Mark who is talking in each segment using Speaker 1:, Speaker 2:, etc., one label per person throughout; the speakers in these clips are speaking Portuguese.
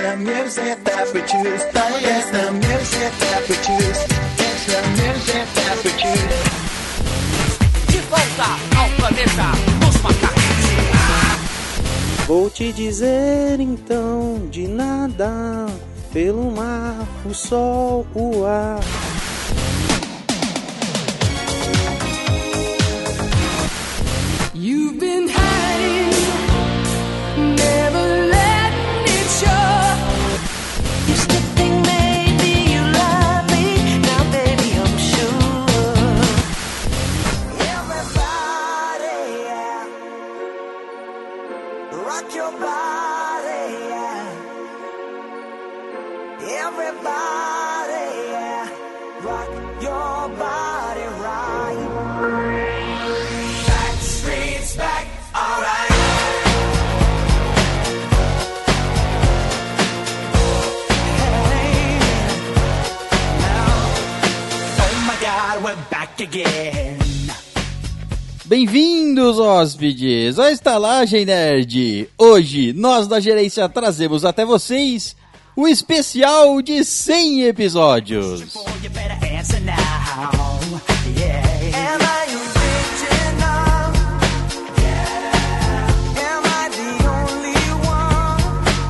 Speaker 1: é music that we choose. Oh, yes, the music that we choose. It's the music that we choose.
Speaker 2: De volta ao planeta dos macacos.
Speaker 3: Vou te dizer então de nada pelo mar, o sol, o ar.
Speaker 4: You've been hiding, never letting it show. Used to think maybe you love me, now baby I'm sure.
Speaker 1: Everybody, yeah. Rock your body, yeah. Everybody, yeah. Rock your body right. Back streets back, alright. Oh my God, we're back again.
Speaker 5: Bem-vindos, hóspedes, à Estalagem Nerd! Hoje, nós da gerência trazemos até vocês o especial de 100 episódios!
Speaker 1: Boy, you better answer now. Yeah. Am I original? Yeah. Am I the é only one?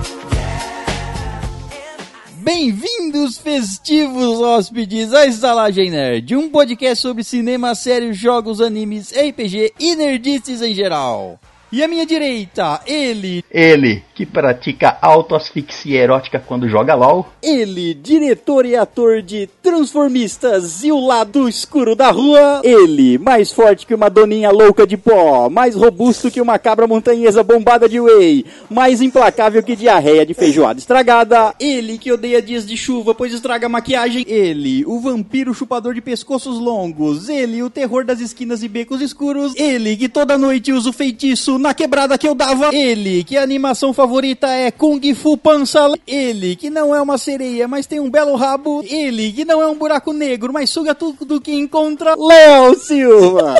Speaker 5: Bem-vindos, festivos hóspedes, à Estalagem Nerd, um podcast sobre cinema, séries, jogos, animes, RPG e nerdices em geral. E à minha direita, ele,
Speaker 6: Ele, que pratica autoasfixia erótica quando joga LOL.
Speaker 3: Ele, diretor e ator de Transformistas e o lado escuro da rua. Ele, mais forte que uma doninha louca de pó, mais robusto que uma cabra montanhesa bombada de whey, mais implacável que diarreia de feijoada estragada.
Speaker 5: ele que odeia dias de chuva pois estraga a maquiagem, ele, o vampiro chupador de pescoços longos, ele, o terror das esquinas e becos escuros, ele que toda noite usa o feitiço na quebrada que eu dava, ele que a animação favorita é Kung Fu Pança, ele que não é uma sereia, mas tem um belo rabo, ele que não é um buraco negro, mas suga tudo que encontra,
Speaker 3: Léo Silva!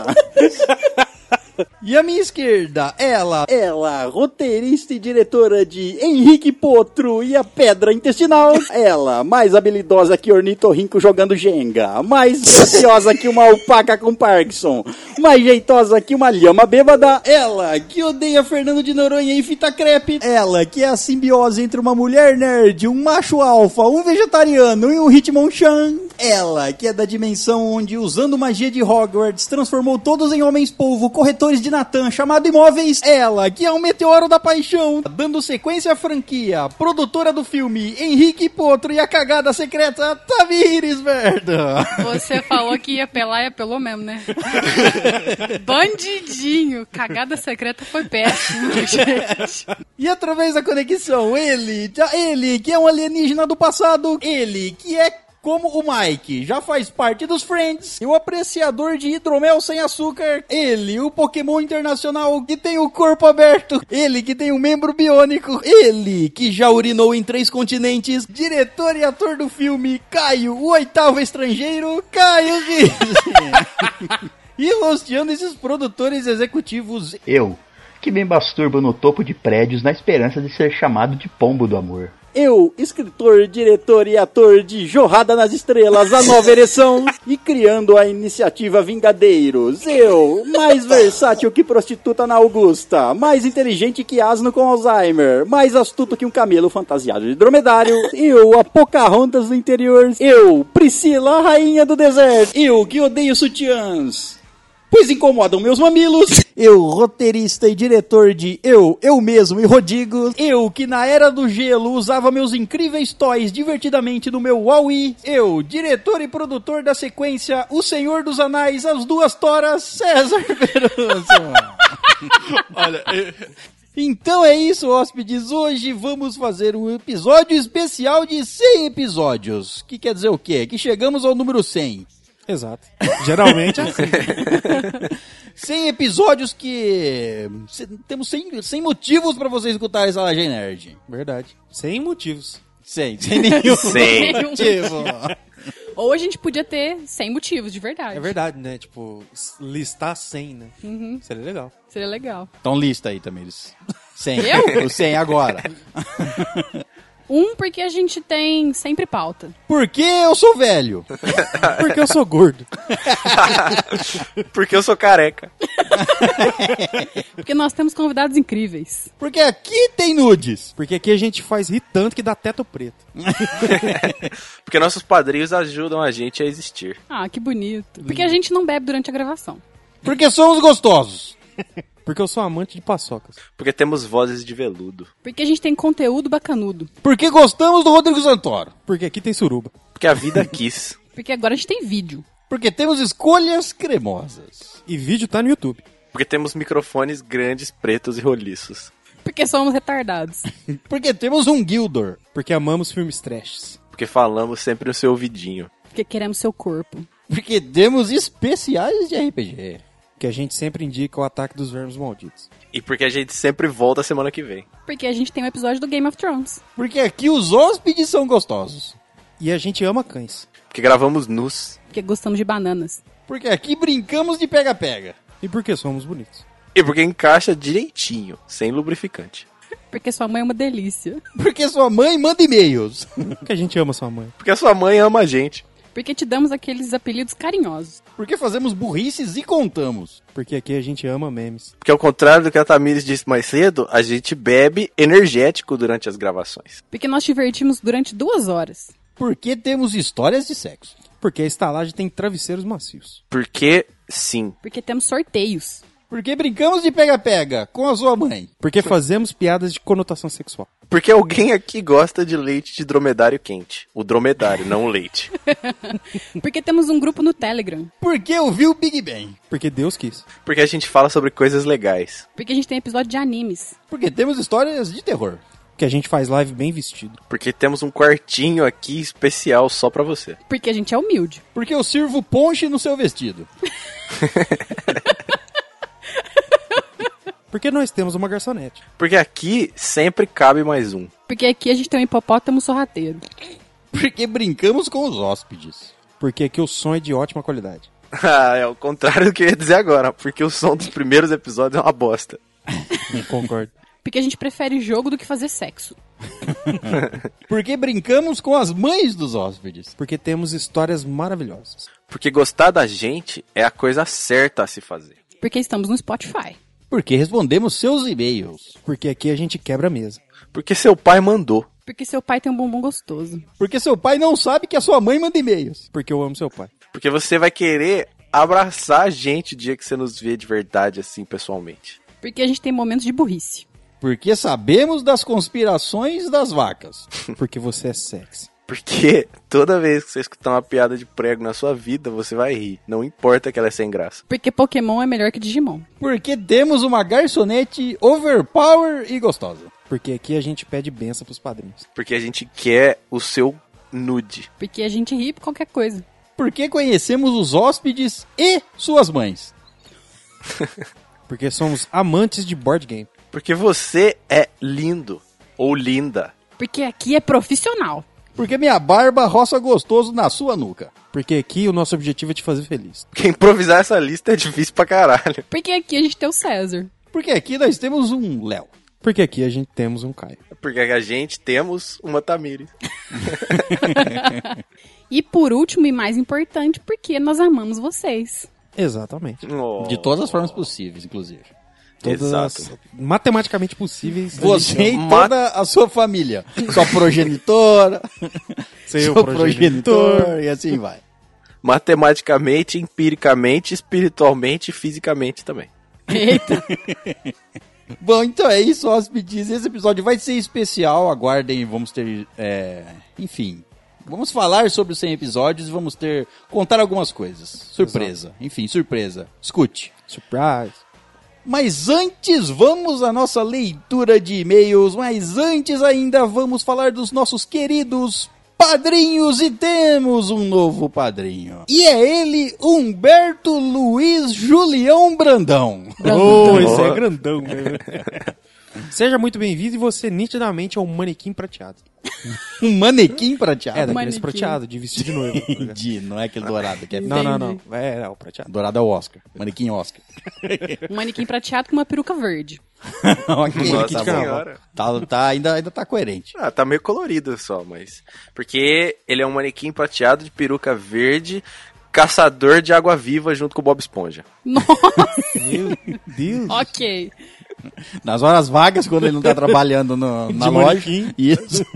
Speaker 5: E a minha esquerda, ela,
Speaker 3: Ela, roteirista e diretora de Henrique Potro e a Pedra Intestinal. Ela, mais habilidosa que Ornitorrinco jogando Jenga. Mais graciosa que uma alpaca com Parkinson. Mais jeitosa que uma lhama bêbada.
Speaker 5: ela que odeia Fernando de Noronha e fita crepe, ela que é a simbiose entre uma mulher nerd, um macho alfa, um vegetariano e um Hitmonchan, ela que é da dimensão onde, usando magia de Hogwarts, transformou todos em homens polvo, corretores de Natan, chamado imóveis, ela que é um meteoro da paixão, dando sequência à franquia, produtora do filme Henrique Potro e a cagada secreta Tamires Verda.
Speaker 7: Você falou que ia pelar e apelou mesmo, né? Bandidinho. Cagada secreta foi péssimo, gente.
Speaker 5: E através da conexão, ele, já- ele que é um alienígena do passado, ele que é como o Mike, já faz parte dos Friends, e o apreciador de hidromel sem açúcar, ele, o Pokémon internacional que tem o corpo aberto, ele que tem um membro biônico, ele que já urinou em três continentes, diretor e ator do filme Caio, o oitavo estrangeiro, Caio Rizzi. E rosteando esses produtores executivos
Speaker 6: Eu, que me masturbo no topo de prédios na esperança de ser chamado de pombo do amor.
Speaker 3: Eu, escritor, diretor e ator de Jorrada nas Estrelas, a nova ereção. E criando a iniciativa Vingadeiros. Eu, mais versátil que prostituta na Augusta. Mais inteligente que asno com Alzheimer. Mais astuto que um camelo fantasiado de dromedário. Eu, a Pocahontas do interior. Eu, Priscila, a rainha do deserto. Eu, que odeio sutiãs. Pois incomodam meus mamilos.
Speaker 5: Eu, roteirista e diretor de Eu, Eu Mesmo e Rodrigo. Eu, que na era do gelo usava meus incríveis toys divertidamente no meu Huawei. Eu, diretor e produtor da sequência O Senhor dos Anais, As Duas Toras, César Verança.
Speaker 8: Olha, eu-
Speaker 5: então é isso, hóspedes. Hoje vamos fazer um episódio especial de 100 episódios. Que quer dizer o quê? Que chegamos ao número 100.
Speaker 9: Exato. Geralmente é assim.
Speaker 5: 100 episódios que... se- Temos 100, 100 motivos pra você escutar essa Laje Nerd.
Speaker 9: Verdade. Sem motivos.
Speaker 5: Sem, sem nenhum
Speaker 7: Sem.
Speaker 5: motivo.
Speaker 7: Ou a gente podia ter 100 motivos, de verdade.
Speaker 9: É verdade, né? Tipo, s- listar 100, né? Seria legal.
Speaker 7: Uhum. Seria legal.
Speaker 5: Então lista aí, Tamires. Sem.
Speaker 7: Eu?
Speaker 5: O sem agora.
Speaker 7: Um, porque a gente tem sempre pauta.
Speaker 5: Porque eu sou velho.
Speaker 9: Porque eu sou gordo.
Speaker 10: Porque eu sou careca.
Speaker 7: Porque nós temos convidados incríveis.
Speaker 5: Porque aqui tem nudes.
Speaker 9: Porque aqui a gente faz rir tanto que dá teto preto.
Speaker 10: Porque nossos padrinhos ajudam a gente a existir.
Speaker 7: Ah, que bonito. Porque a gente não bebe durante a gravação.
Speaker 5: Porque somos gostosos.
Speaker 9: Porque eu sou amante de paçocas.
Speaker 10: Porque temos vozes de veludo.
Speaker 7: Porque a gente tem conteúdo bacanudo.
Speaker 5: Porque gostamos do Rodrigo Santoro.
Speaker 9: Porque aqui tem suruba.
Speaker 10: Porque a vida quis.
Speaker 7: Porque agora a gente tem vídeo.
Speaker 5: Porque temos escolhas cremosas.
Speaker 9: E vídeo tá no YouTube.
Speaker 10: Porque temos microfones grandes, pretos e roliços.
Speaker 7: Porque somos retardados.
Speaker 5: Porque temos um Gildor.
Speaker 9: Porque amamos filmes trashs.
Speaker 10: Porque falamos sempre no seu ouvidinho.
Speaker 7: Porque queremos seu corpo.
Speaker 5: Porque temos especiais de RPG.
Speaker 9: Que a gente sempre indica o ataque dos vermes malditos.
Speaker 10: E porque a gente sempre volta semana que vem.
Speaker 7: Porque a gente tem um episódio do Game of Thrones.
Speaker 5: Porque aqui os hóspedes são gostosos.
Speaker 9: E a gente ama cães.
Speaker 10: Porque gravamos nus.
Speaker 7: Porque gostamos de bananas.
Speaker 5: Porque aqui brincamos de pega-pega.
Speaker 9: E porque somos bonitos.
Speaker 10: E porque encaixa direitinho, sem lubrificante.
Speaker 7: Porque sua mãe é uma delícia.
Speaker 5: Porque sua mãe manda e-mails.
Speaker 9: Porque a gente ama sua mãe.
Speaker 10: Porque a sua mãe ama a gente.
Speaker 7: Porque te damos aqueles apelidos carinhosos.
Speaker 5: Porque fazemos burrices e contamos.
Speaker 9: Porque aqui a gente ama memes.
Speaker 10: Porque ao contrário do que a Tamires disse mais cedo, a gente bebe energético durante as gravações.
Speaker 7: Porque nós te divertimos durante duas horas.
Speaker 5: Porque temos histórias de sexo.
Speaker 9: Porque a estalagem tem travesseiros macios.
Speaker 10: Porque sim.
Speaker 7: Porque temos sorteios.
Speaker 5: Porque brincamos de pega-pega com a sua mãe.
Speaker 9: Porque fazemos piadas de conotação sexual.
Speaker 10: Porque alguém aqui gosta de leite de dromedário quente. O dromedário, não o leite.
Speaker 7: Porque temos um grupo no Telegram.
Speaker 5: Porque eu vi o Big Bang.
Speaker 9: Porque Deus quis.
Speaker 10: Porque a gente fala sobre coisas legais.
Speaker 7: Porque a gente tem episódio de animes.
Speaker 5: Porque temos histórias de terror.
Speaker 9: Porque a gente faz live bem vestido.
Speaker 10: Porque temos um quartinho aqui especial só pra você.
Speaker 7: Porque a gente é humilde.
Speaker 5: Porque eu sirvo ponche no seu vestido.
Speaker 9: Porque nós temos uma garçonete.
Speaker 10: Porque aqui sempre cabe mais um.
Speaker 7: Porque aqui a gente tem um hipopótamo sorrateiro.
Speaker 5: Porque brincamos com os hóspedes.
Speaker 9: Porque aqui o som é de ótima qualidade.
Speaker 10: Ah, é o contrário do que eu ia dizer agora, porque o som dos primeiros episódios é uma bosta.
Speaker 9: Concordo.
Speaker 7: Porque a gente prefere jogo do que fazer sexo.
Speaker 5: Porque brincamos com as mães dos hóspedes.
Speaker 9: Porque temos histórias maravilhosas.
Speaker 10: Porque gostar da gente é a coisa certa a se fazer.
Speaker 7: Porque estamos no Spotify.
Speaker 5: Porque respondemos seus e-mails.
Speaker 9: Porque aqui a gente quebra a mesa.
Speaker 10: Porque seu pai mandou.
Speaker 7: Porque seu pai tem um bombom gostoso.
Speaker 5: Porque seu pai não sabe que a sua mãe manda e-mails.
Speaker 9: Porque eu amo seu pai.
Speaker 10: Porque você vai querer abraçar a gente o dia que você nos vê de verdade, assim, pessoalmente.
Speaker 7: Porque a gente tem momentos de burrice.
Speaker 5: Porque sabemos das conspirações das vacas.
Speaker 9: Porque você é sexy.
Speaker 10: Porque toda vez que você escutar uma piada de prego na sua vida, você vai rir. Não importa que ela é sem graça.
Speaker 7: Porque Pokémon é melhor que Digimon.
Speaker 5: Porque temos uma garçonete overpower e gostosa.
Speaker 9: Porque aqui a gente pede benção pros padrinhos.
Speaker 10: Porque a gente quer o seu nude.
Speaker 7: Porque a gente ri por qualquer coisa.
Speaker 5: Porque conhecemos os hóspedes e suas mães.
Speaker 9: Porque somos amantes de board game.
Speaker 10: Porque você é lindo ou linda.
Speaker 7: Porque aqui é profissional.
Speaker 5: Porque minha barba roça gostoso na sua nuca.
Speaker 9: Porque aqui o nosso objetivo é te fazer feliz.
Speaker 10: Porque improvisar essa lista é difícil pra caralho.
Speaker 7: Porque aqui a gente tem o César.
Speaker 5: Porque aqui nós temos um Léo.
Speaker 9: Porque aqui a gente temos um Caio.
Speaker 10: Porque a gente temos uma Tamires.
Speaker 7: E por último e mais importante, porque nós amamos vocês.
Speaker 9: Exatamente.
Speaker 10: Oh,
Speaker 5: De todas as formas possíveis, inclusive.
Speaker 9: Todas
Speaker 10: Exato.
Speaker 9: as matematicamente possíveis.
Speaker 5: Você e
Speaker 10: Mata-
Speaker 5: toda a sua família. Sua progenitora,
Speaker 9: Seu
Speaker 5: seu
Speaker 9: progenitor.
Speaker 5: progenitor e assim vai.
Speaker 10: Matematicamente, empiricamente, espiritualmente e fisicamente também.
Speaker 7: Eita,
Speaker 5: Bom, então é isso, hóspedes. Esse episódio vai ser especial. Aguardem, vamos ter. é, Enfim. Vamos falar sobre os 100 episódios e vamos ter. contar algumas coisas. Surpresa. Enfim, surpresa. Escute.
Speaker 9: Surprise.
Speaker 5: Mas antes, vamos à nossa leitura de e-mails. Mas antes ainda, vamos falar dos nossos queridos padrinhos. E temos um novo padrinho. E é ele, Humberto Luiz Julião Brandão.
Speaker 9: Oh, esse é grandão. né? Seja muito bem-vindo e você nitidamente é um manequim prateado.
Speaker 5: Um manequim prateado.
Speaker 9: É, daqueles
Speaker 7: um Manequim.
Speaker 9: prateado, de vestido de noivo.
Speaker 5: Entendi, não é aquele dourado que é
Speaker 9: não, não, não. É, é o prateado.
Speaker 5: Dourado é o Oscar. Manequim Oscar.
Speaker 7: Um manequim prateado com uma peruca verde.
Speaker 5: ok,
Speaker 10: Nossa
Speaker 5: tá bom.
Speaker 10: senhora.
Speaker 5: Tá, tá- ainda, ainda tá coerente.
Speaker 10: Ah, tá meio colorido só, mas. Porque ele é um manequim prateado de peruca verde, caçador de água viva junto com o Bob Esponja.
Speaker 7: Nossa,
Speaker 9: Meu Deus.
Speaker 7: ok.
Speaker 5: Nas horas vagas, quando ele não tá trabalhando no- na
Speaker 9: De
Speaker 5: loja,
Speaker 9: manequim.
Speaker 5: isso.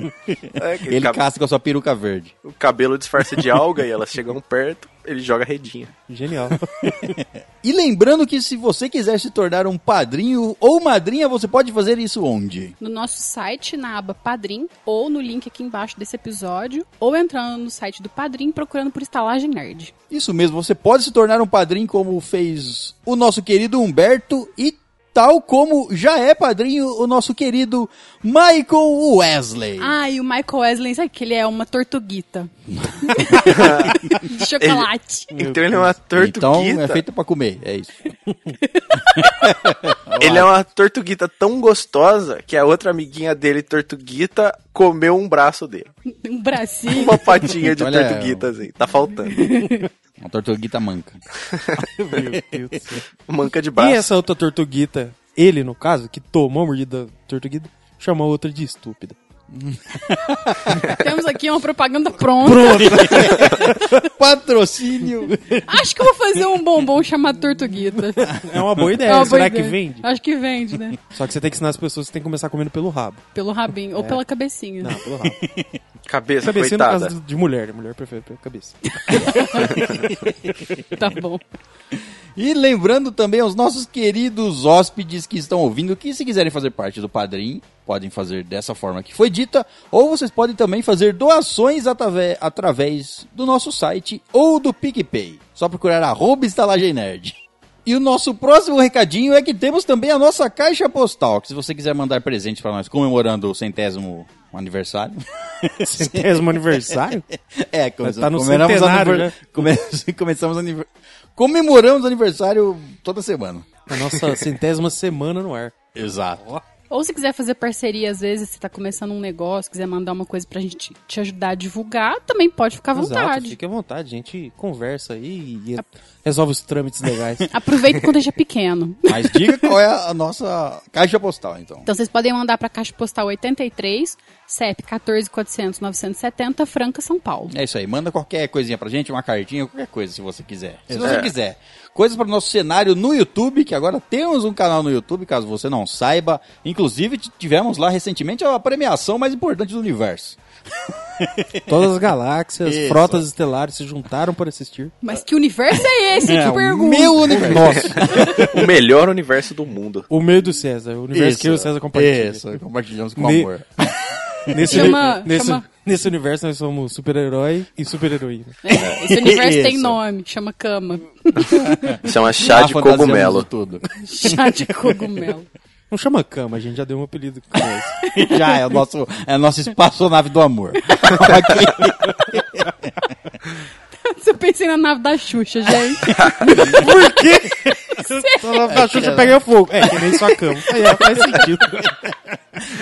Speaker 10: É, que
Speaker 5: ele
Speaker 10: cab-
Speaker 5: caça com a sua peruca verde.
Speaker 10: O cabelo disfarça de alga e elas chegam perto, ele joga redinha.
Speaker 9: Genial.
Speaker 5: E lembrando que se você quiser se tornar um padrinho ou madrinha, você pode fazer isso onde?
Speaker 7: No nosso site, na aba Padrim, ou no link aqui embaixo desse episódio, ou entrando no site do Padrim procurando por Estalagem Nerd.
Speaker 5: Isso mesmo, você pode se tornar um padrinho como fez o nosso querido Humberto e tal como já é padrinho o nosso querido Michael Wesley.
Speaker 7: Ah, e o Michael Wesley, sabe que ele é uma tortuguita. De chocolate.
Speaker 10: então ele é uma tortuguita.
Speaker 5: Então é feito pra comer, é isso.
Speaker 10: Ele é uma tortuguita tão gostosa que a outra amiguinha dele, tortuguita, comeu um braço dele.
Speaker 7: Um bracinho.
Speaker 10: Uma patinha de
Speaker 5: Olha,
Speaker 10: tortuguita, assim. Tá faltando.
Speaker 5: Uma tortuguita manca.
Speaker 9: Meu Deus do céu.
Speaker 10: Manca de
Speaker 9: E
Speaker 10: braço.
Speaker 9: essa outra tortuguita, ele no caso, que tomou a mordida da tortuguita, chamou a outra de estúpida.
Speaker 7: Temos aqui uma propaganda pronta.
Speaker 5: Patrocínio.
Speaker 7: Acho que eu vou fazer um bombom chamado Tortuguita.
Speaker 9: É uma boa ideia,
Speaker 7: É uma boa
Speaker 9: será que
Speaker 7: ideia.
Speaker 9: vende?
Speaker 7: Acho que vende, né?
Speaker 9: Só que você tem que ensinar as pessoas que tem que começar comendo pelo rabo.
Speaker 7: Pelo rabinho. Ou pela cabecinha.
Speaker 9: É. Não, pelo rabo.
Speaker 10: Cabeça,
Speaker 9: Cabecinha no
Speaker 10: coitada.
Speaker 9: caso de mulher, né? mulher prefere pela cabeça.
Speaker 7: Tá bom.
Speaker 5: E lembrando também aos nossos queridos hóspedes que estão ouvindo que se quiserem fazer parte do Padrim, podem fazer dessa forma que foi dita, ou vocês podem também fazer doações atave- através do nosso site ou do PicPay. Só procurar arroba estalagem nerd. E o nosso próximo recadinho é que temos também a nossa caixa postal, que se você quiser mandar presente para nós comemorando o centésimo aniversário,
Speaker 9: Centésimo aniversário?
Speaker 5: É, começamos,
Speaker 9: Tá no
Speaker 5: comemoramos
Speaker 9: centenário,
Speaker 5: aniver-
Speaker 9: né?
Speaker 5: come- começamos aniver- comemoramos aniversário toda semana.
Speaker 9: A nossa centésima semana no ar.
Speaker 5: Exato.
Speaker 7: Ou se quiser fazer parceria, às vezes, você tá começando um negócio, quiser mandar uma coisa pra gente te ajudar a divulgar, também pode ficar à
Speaker 9: Exato,
Speaker 7: vontade.
Speaker 9: fique à vontade, a gente conversa aí e resolve os trâmites legais.
Speaker 7: Aproveita quando já é pequeno.
Speaker 5: Mas diga qual é a nossa caixa postal, então.
Speaker 7: Então vocês podem mandar pra Caixa Postal 83, CEP 14400 970, Franca, São Paulo.
Speaker 5: É isso aí, manda qualquer coisinha pra gente, uma cartinha, qualquer coisa, se você quiser. Se você
Speaker 9: É.
Speaker 5: quiser. Coisas para o nosso cenário no YouTube, que agora temos um canal no YouTube, caso você não saiba. Inclusive, t- tivemos lá recentemente a premiação mais importante do universo.
Speaker 9: Todas as galáxias,
Speaker 5: Isso.
Speaker 9: frotas estelares se juntaram para assistir.
Speaker 7: Mas que universo é esse? Eu
Speaker 5: É,
Speaker 7: te
Speaker 5: o
Speaker 7: pergunto.
Speaker 5: meu universo. Nossa,
Speaker 10: O melhor universo do mundo.
Speaker 9: O meio do César, o universo que eu e o César compartilha.
Speaker 5: Isso, compartilhamos com
Speaker 9: Ne-
Speaker 5: amor.
Speaker 9: Nesse,
Speaker 7: Chama-
Speaker 9: nesse,
Speaker 7: chama-
Speaker 9: nesse universo nós somos super-herói e super-heroína.
Speaker 7: É, esse universo tem
Speaker 5: Isso.
Speaker 7: nome, chama cama.
Speaker 10: Chama é chá
Speaker 5: Ah,
Speaker 10: de
Speaker 5: fantasiamos
Speaker 10: cogumelo.
Speaker 5: de Tudo.
Speaker 7: Chá de cogumelo.
Speaker 9: Não chama cama, a gente já deu um apelido com esse.
Speaker 5: Já, é o nosso, é a nossa espaçonave do amor. Ok.
Speaker 7: Eu pensei na nave da Xuxa, gente.
Speaker 9: Então, a Xuxa pega fogo. É, que nem sua cama. Aí, ó, faz sentido.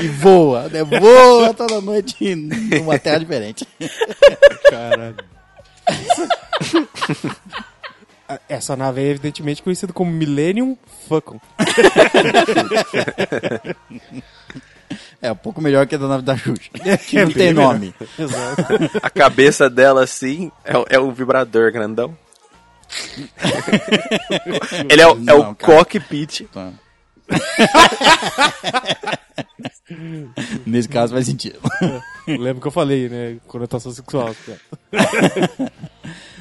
Speaker 5: E voa, né? Voa toda noite numa terra diferente.
Speaker 9: Essa nave é evidentemente conhecida como Millennium Falcon.
Speaker 5: É um pouco melhor que a da nave da Xuxa. Que
Speaker 9: É
Speaker 5: não tem
Speaker 9: bem
Speaker 5: nome.
Speaker 9: Exato.
Speaker 10: A cabeça dela, assim, é, o- é o vibrador grandão. Ele é o, é o
Speaker 5: Não, cara.
Speaker 10: cockpit.
Speaker 5: Tá. Nesse caso faz sentido.
Speaker 9: Lembra que eu falei, né? Conotação sexual.
Speaker 10: Hum.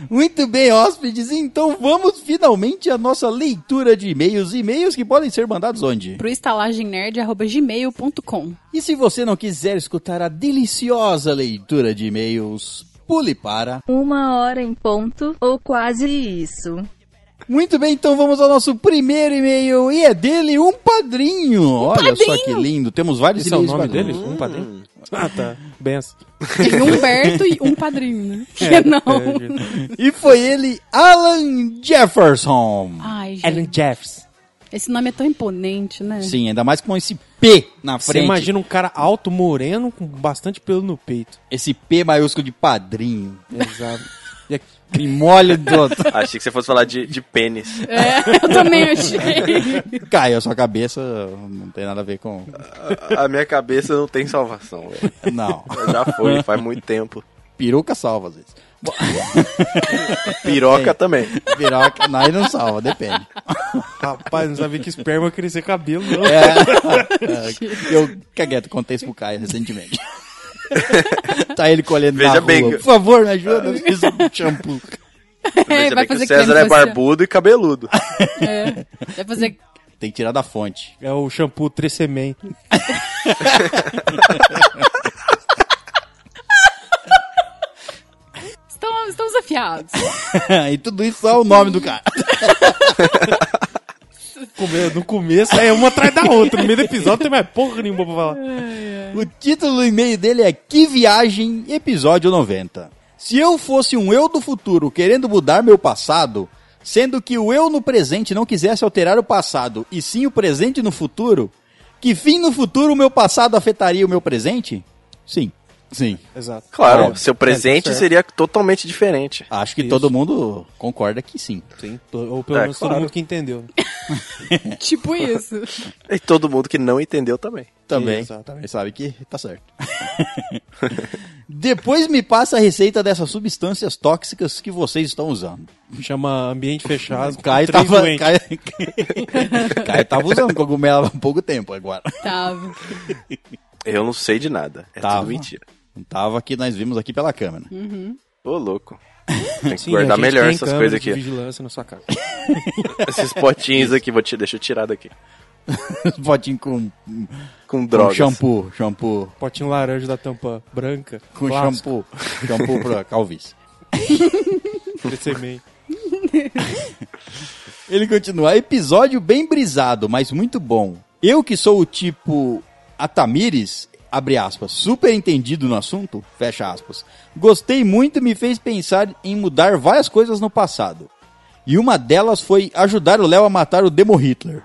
Speaker 5: Muito bem, hóspedes. Então vamos finalmente à nossa leitura de e-mails. E-mails que podem ser mandados onde?
Speaker 7: Pro estalagemnerd.gmail.com.
Speaker 5: E se você não quiser escutar a deliciosa leitura de e-mails, pule para.
Speaker 4: Uma hora em ponto, ou quase isso.
Speaker 5: Muito bem, então vamos ao nosso primeiro e-mail e é dele um padrinho. Olha só que lindo. Temos vários
Speaker 9: Esse é o
Speaker 5: e-mails
Speaker 9: nome
Speaker 5: padrinhos.
Speaker 9: dele? Um padrinho? Ah, tá. Benção.
Speaker 7: Tem Humberto e um padrinho, né? Que não.
Speaker 5: E foi ele, Alan Jefferson.
Speaker 7: Ai, gente.
Speaker 9: Alan Jeffs.
Speaker 7: Esse nome é tão imponente, né?
Speaker 5: Sim, ainda mais com esse P na
Speaker 9: Você
Speaker 5: frente.
Speaker 9: imagina um cara alto, moreno, com bastante pelo no peito.
Speaker 5: Esse P maiúsculo de padrinho.
Speaker 9: Exato. é
Speaker 5: E aquele molho do...
Speaker 10: Achei que você fosse falar de, de pênis.
Speaker 7: É, eu também achei.
Speaker 5: Caiu a sua cabeça, não tem nada a ver com...
Speaker 10: A, a minha cabeça não tem salvação, velho.
Speaker 5: Não.
Speaker 10: Já foi, faz muito tempo.
Speaker 5: Peruca salva, às vezes. Bom,
Speaker 10: Piroca também.
Speaker 5: Piroca, não, aí não salva, depende.
Speaker 9: Rapaz, não sabia que esperma crescer cabelo, não.
Speaker 5: É, eu, cagueto, contei isso pro Caio recentemente. tá ele colhendo na
Speaker 10: Veja bem
Speaker 5: rua.
Speaker 10: que-
Speaker 5: Por favor, me ajuda, eu preciso de shampoo.
Speaker 10: Veja
Speaker 7: vai
Speaker 10: bem que o
Speaker 7: fazer
Speaker 10: César
Speaker 7: creme
Speaker 10: é
Speaker 7: facial.
Speaker 10: barbudo e cabeludo.
Speaker 7: Vai É fazer
Speaker 5: Tem que tirar da fonte.
Speaker 9: É o shampoo Tressemen.
Speaker 7: Estão, estamos afiados.
Speaker 5: e tudo isso só o nome do cara.
Speaker 9: Come- No começo é uma atrás da outra. No meio do episódio não tem mais porra nenhuma pra falar.
Speaker 5: O título do e-mail dele é Que Viagem, episódio 90. Se eu fosse um eu do futuro querendo mudar meu passado, sendo que o eu no presente não quisesse alterar o passado e sim o presente no futuro, que fim no futuro o meu passado afetaria o meu presente? Sim. Sim.
Speaker 9: Exato.
Speaker 10: Claro,
Speaker 5: É,
Speaker 10: seu presente
Speaker 9: certo.
Speaker 10: seria totalmente diferente.
Speaker 5: Acho que todo mundo concorda que sim.
Speaker 9: Sim. Ou pelo
Speaker 10: É,
Speaker 9: menos todo
Speaker 10: claro.
Speaker 9: mundo que entendeu. né?
Speaker 7: tipo isso.
Speaker 10: E todo mundo que não entendeu também.
Speaker 5: Também.
Speaker 9: Exatamente.
Speaker 5: Ele sabe que tá certo. Depois me passa a receita dessas substâncias tóxicas que vocês estão usando.
Speaker 9: Chama ambiente fechado. com
Speaker 5: Caio
Speaker 9: três
Speaker 5: tava,
Speaker 9: doentes.
Speaker 5: Caio, Caio tava usando cogumelo há pouco tempo agora.
Speaker 7: Tava.
Speaker 10: Eu não sei de nada. É
Speaker 5: Tava.
Speaker 10: tudo mentira.
Speaker 5: Não tava que nós vimos aqui pela câmera.
Speaker 10: Ô, louco. Tem que
Speaker 9: Sim, a
Speaker 10: guardar
Speaker 9: gente
Speaker 10: melhor
Speaker 9: tem
Speaker 10: essas
Speaker 9: câmera
Speaker 10: coisas
Speaker 9: de
Speaker 10: aqui.
Speaker 9: vigilância na sua casa.
Speaker 10: Esses potinhos aqui, vou te, deixa eu tirar daqui.
Speaker 5: Potinho com,
Speaker 10: Com
Speaker 5: com
Speaker 10: drogas.
Speaker 5: shampoo, shampoo,
Speaker 9: Potinho laranja da tampa branca.
Speaker 5: com
Speaker 9: clássico,
Speaker 5: shampoo, shampoo pra calvície.
Speaker 9: Tressemen.
Speaker 5: Ele continua, episódio bem brisado, mas muito bom. Eu que sou o tipo Atamires, abre aspas, super entendido no assunto, fecha aspas, gostei muito e me fez pensar em mudar várias coisas no passado. E uma delas foi ajudar o Léo a matar o Demo Hitler.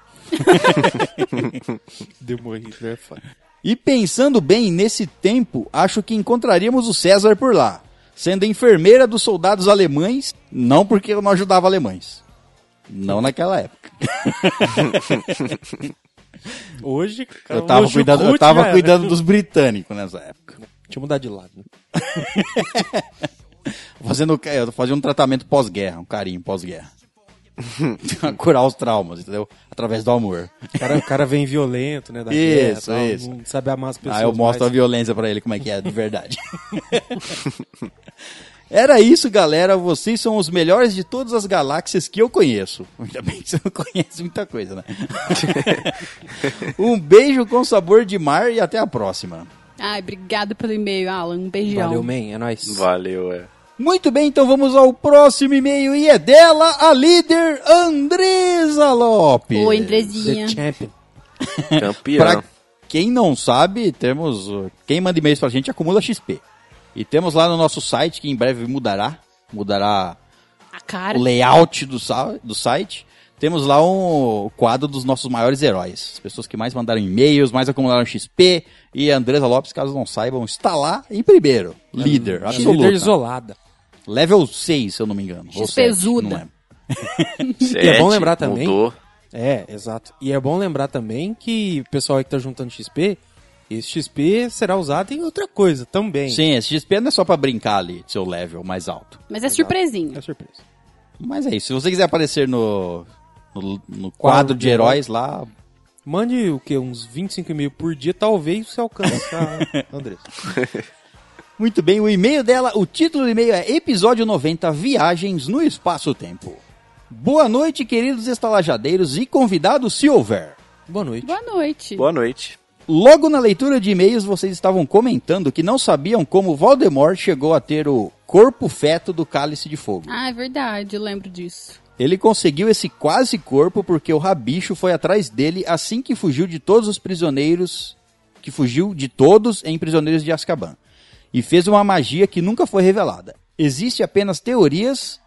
Speaker 9: Demorri, né? foda.
Speaker 5: E pensando bem nesse tempo, acho que encontraríamos o César por lá, sendo enfermeira dos soldados alemães, não porque eu não ajudava alemães. Não naquela época.
Speaker 9: Hoje, cara,
Speaker 5: Eu tava
Speaker 9: hoje o
Speaker 5: cuidando, eu
Speaker 9: Kut já
Speaker 5: tava
Speaker 9: era.
Speaker 5: cuidando dos britânicos nessa época.
Speaker 9: Deixa eu mudar de lado. Né?
Speaker 5: Fazendo, eu tô fazendo um tratamento pós-guerra, um carinho pós-guerra. Curar os traumas, entendeu? Através do amor.
Speaker 9: O cara, o cara vem violento, né? Da
Speaker 5: Isso,
Speaker 9: guerra, tal,
Speaker 5: isso.
Speaker 9: Não sabe amar as pessoas.
Speaker 5: Aí eu mostro a
Speaker 9: mais.
Speaker 5: violência pra ele como é que é, de verdade. Era isso, galera. Vocês são os melhores de todas as galáxias que eu conheço. Ainda bem que você não conhece muita coisa, né? um beijo com sabor de mar e até a próxima.
Speaker 7: Ai, obrigada pelo e-mail, Alan. Um beijão.
Speaker 9: Valeu, man. É nóis.
Speaker 10: Valeu, é.
Speaker 5: Muito bem, então vamos ao próximo e-mail e é dela a líder Andresa Lopes.
Speaker 7: Oi,
Speaker 9: The
Speaker 7: Andrezinha.
Speaker 9: champion.
Speaker 10: Campeão.
Speaker 5: Pra quem não sabe, temos. uh, Quem manda e-mails pra gente acumula XP. E temos lá no nosso site, que em breve mudará. Mudará
Speaker 7: A
Speaker 5: o
Speaker 7: cara.
Speaker 5: layout do, sa- do site. Temos lá um quadro dos nossos maiores heróis. As pessoas que mais mandaram e-mails, mais acumularam XP. E a Andresa Lopes, caso não saibam, está lá em primeiro. Líder, absoluto.
Speaker 9: Líder isolada.
Speaker 5: Level 6, se eu não me engano. ou
Speaker 7: XP
Speaker 5: 7, não
Speaker 7: zuda.
Speaker 5: lembro.
Speaker 10: Sete,
Speaker 9: é bom lembrar também-
Speaker 10: Mudou.
Speaker 9: É, exato. E é bom lembrar também que o pessoal aí que tá juntando XP, esse XP será usado em outra coisa também.
Speaker 5: Sim, esse XP não é só pra brincar ali, de seu level mais alto.
Speaker 7: Mas é surpresinha.
Speaker 9: É surpresa.
Speaker 5: Mas é isso. Se você quiser aparecer no, no, no quadro de heróis lá,
Speaker 9: Mande o quê? Uns 25 e-mail por dia, talvez você alcance a Andressa.
Speaker 5: muito bem. O e-mail dela, o título do e-mail é Episódio 90 Viagens no Espaço-Tempo. Boa noite, queridos estalajadeiros e convidados, se houver.
Speaker 9: Boa noite.
Speaker 7: Boa noite.
Speaker 10: Boa noite.
Speaker 5: Logo na leitura de e-mails, vocês estavam comentando que não sabiam como Voldemort chegou a ter o corpo feto do Cálice de Fogo.
Speaker 7: Ah, é verdade. Eu lembro disso.
Speaker 5: Ele conseguiu esse quase corpo porque o rabicho foi atrás dele assim que fugiu de todos os prisioneiros, que fugiu de todos em prisioneiros de Azkaban, e fez uma magia que nunca foi revelada. Existe apenas teorias,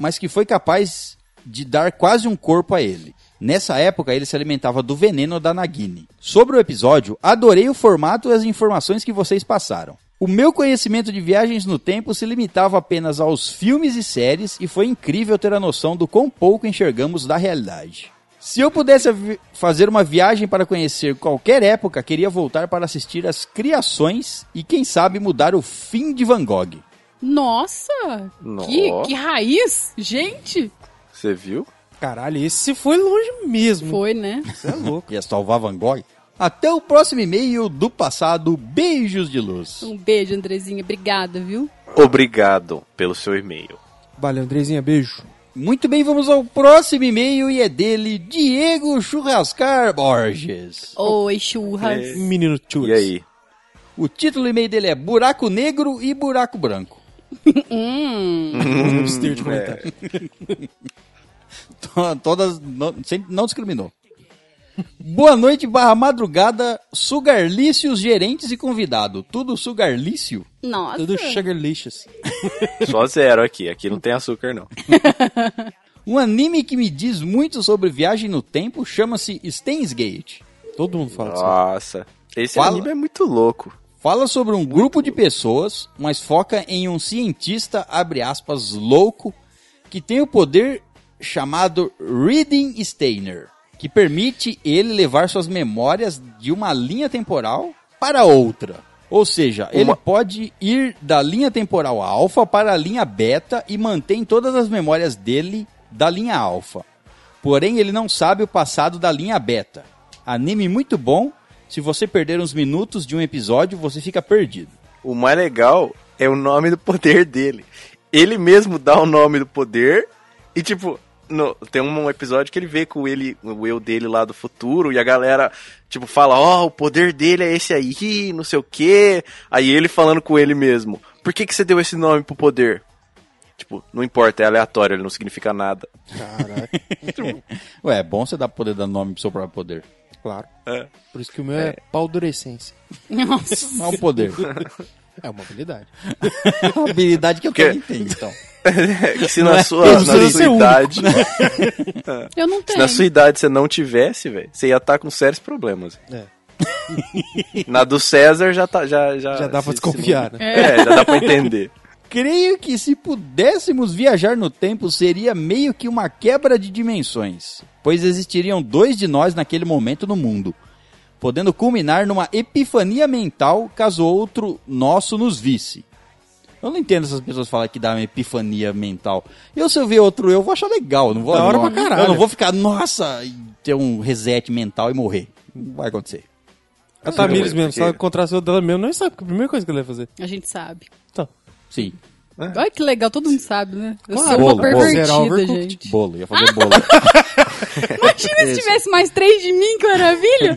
Speaker 5: mas que foi capaz de dar quase um corpo a ele. Nessa época, ele se alimentava do veneno da Nagini. Sobre o episódio, adorei o formato e as informações que vocês passaram. O meu conhecimento de viagens no tempo se limitava apenas aos filmes e séries e foi incrível ter a noção do quão pouco enxergamos da realidade. Se eu pudesse vi- fazer uma viagem para conhecer qualquer época, queria voltar para assistir às criações e, quem sabe, mudar o fim de Van Gogh.
Speaker 7: Nossa!
Speaker 10: Nó.
Speaker 7: Que, que raiz! Gente!
Speaker 10: Você viu?
Speaker 9: Caralho, esse foi longe mesmo.
Speaker 7: Foi, né?
Speaker 9: Você é louco.
Speaker 5: Ia salvar Van Gogh? Até o próximo e-mail do passado. Beijos de luz.
Speaker 7: Um beijo, Andrezinha. Obrigada, viu?
Speaker 10: Obrigado pelo seu e-mail.
Speaker 9: Valeu, Andrezinha, beijo.
Speaker 5: Muito bem, vamos ao próximo e-mail e é dele, Diego Churrascar Borges.
Speaker 7: Oi, churras.
Speaker 9: Menino Churras.
Speaker 10: E aí?
Speaker 5: O título do e-mail dele é Buraco Negro e Buraco Branco.
Speaker 7: Hum,
Speaker 9: Não absteve de comentar.
Speaker 5: To- Todas, não, sem- não discriminou. Boa noite, barra madrugada, sugarlícios, gerentes e convidado. Tudo sugarlício?
Speaker 7: nossa.
Speaker 9: Tudo sugar lixas.
Speaker 10: Só zero aqui. Aqui não tem açúcar, não.
Speaker 5: Um anime que me diz muito sobre viagem no tempo chama-se Stainsgate.
Speaker 9: Todo mundo fala disso.
Speaker 10: Nossa. Esse
Speaker 5: Fala.
Speaker 10: anime é muito louco.
Speaker 5: Fala sobre um grupo de pessoas, mas foca em um cientista, abre aspas, louco, que tem o poder chamado Reading Steiner, que permite ele levar suas memórias de uma linha temporal para outra. Ou seja, ele pode ir da linha temporal alfa para a linha beta e mantém todas as memórias dele da linha alfa. Porém, ele não sabe o passado da linha beta. Anime muito bom. Se você perder uns minutos de um episódio, você fica perdido.
Speaker 10: O mais legal é o nome do poder dele. Ele mesmo dá o nome do poder e, tipo, no- tem um episódio que ele vê com ele, o eu dele lá do futuro e a galera, tipo, fala: Ó, o poder dele é esse aí, não sei o quê. Aí ele falando com ele mesmo: Por que, que você deu esse nome pro poder? Tipo, não importa, é aleatório, ele não significa nada.
Speaker 5: Ué, é bom você dar poder dar nome pro seu próprio poder.
Speaker 9: Claro.
Speaker 10: É.
Speaker 9: Por isso que o meu é, paudorescência.
Speaker 7: Nossa.
Speaker 5: Não é um poder.
Speaker 9: É uma habilidade.
Speaker 5: É uma habilidade que eu
Speaker 10: Que-
Speaker 5: também tenho, então.
Speaker 10: que se na sua,
Speaker 9: não
Speaker 10: na
Speaker 9: precisa
Speaker 10: sua
Speaker 9: ser único, né?
Speaker 10: idade.
Speaker 7: Eu
Speaker 9: é
Speaker 7: não
Speaker 10: Se
Speaker 7: tenho.
Speaker 10: na
Speaker 9: assim?
Speaker 10: sua idade você não tivesse, velho, você ia estar com sérios problemas.
Speaker 9: É.
Speaker 10: na do César já tá. Já, já,
Speaker 9: Já dá pra
Speaker 10: se-
Speaker 9: desconfiar,
Speaker 10: se não-
Speaker 9: né?
Speaker 10: É, já dá pra entender.
Speaker 5: Creio que se pudéssemos viajar no tempo, seria meio que uma quebra de dimensões, pois existiriam dois de nós naquele momento no mundo, podendo culminar numa epifania mental caso outro nosso nos visse. Eu não entendo essas pessoas falarem que dá uma epifania mental. Eu, se eu ver outro eu, vou achar legal. Não vou,
Speaker 9: Da hora
Speaker 5: não-
Speaker 9: pra caralho.
Speaker 5: Eu não vou ficar, nossa, e ter um reset mental e morrer. Não vai acontecer.
Speaker 9: A É Tamires
Speaker 10: É, Porque-
Speaker 9: mesmo, se ela encontrar seu dela mesmo, não sabe, porque a primeira coisa que ela vai fazer.
Speaker 7: A gente sabe.
Speaker 9: Então,
Speaker 5: Sim.
Speaker 7: Olha que legal, todo mundo sabe, né? Eu
Speaker 9: Claro.
Speaker 7: sou
Speaker 5: Bolo,
Speaker 7: uma
Speaker 5: bolo.
Speaker 9: Zerar
Speaker 7: pervertida,
Speaker 9: overcooked.
Speaker 7: gente.
Speaker 5: Bolo, ia fazer bolo.
Speaker 7: Imagina se tivesse mais três de mim, que maravilha!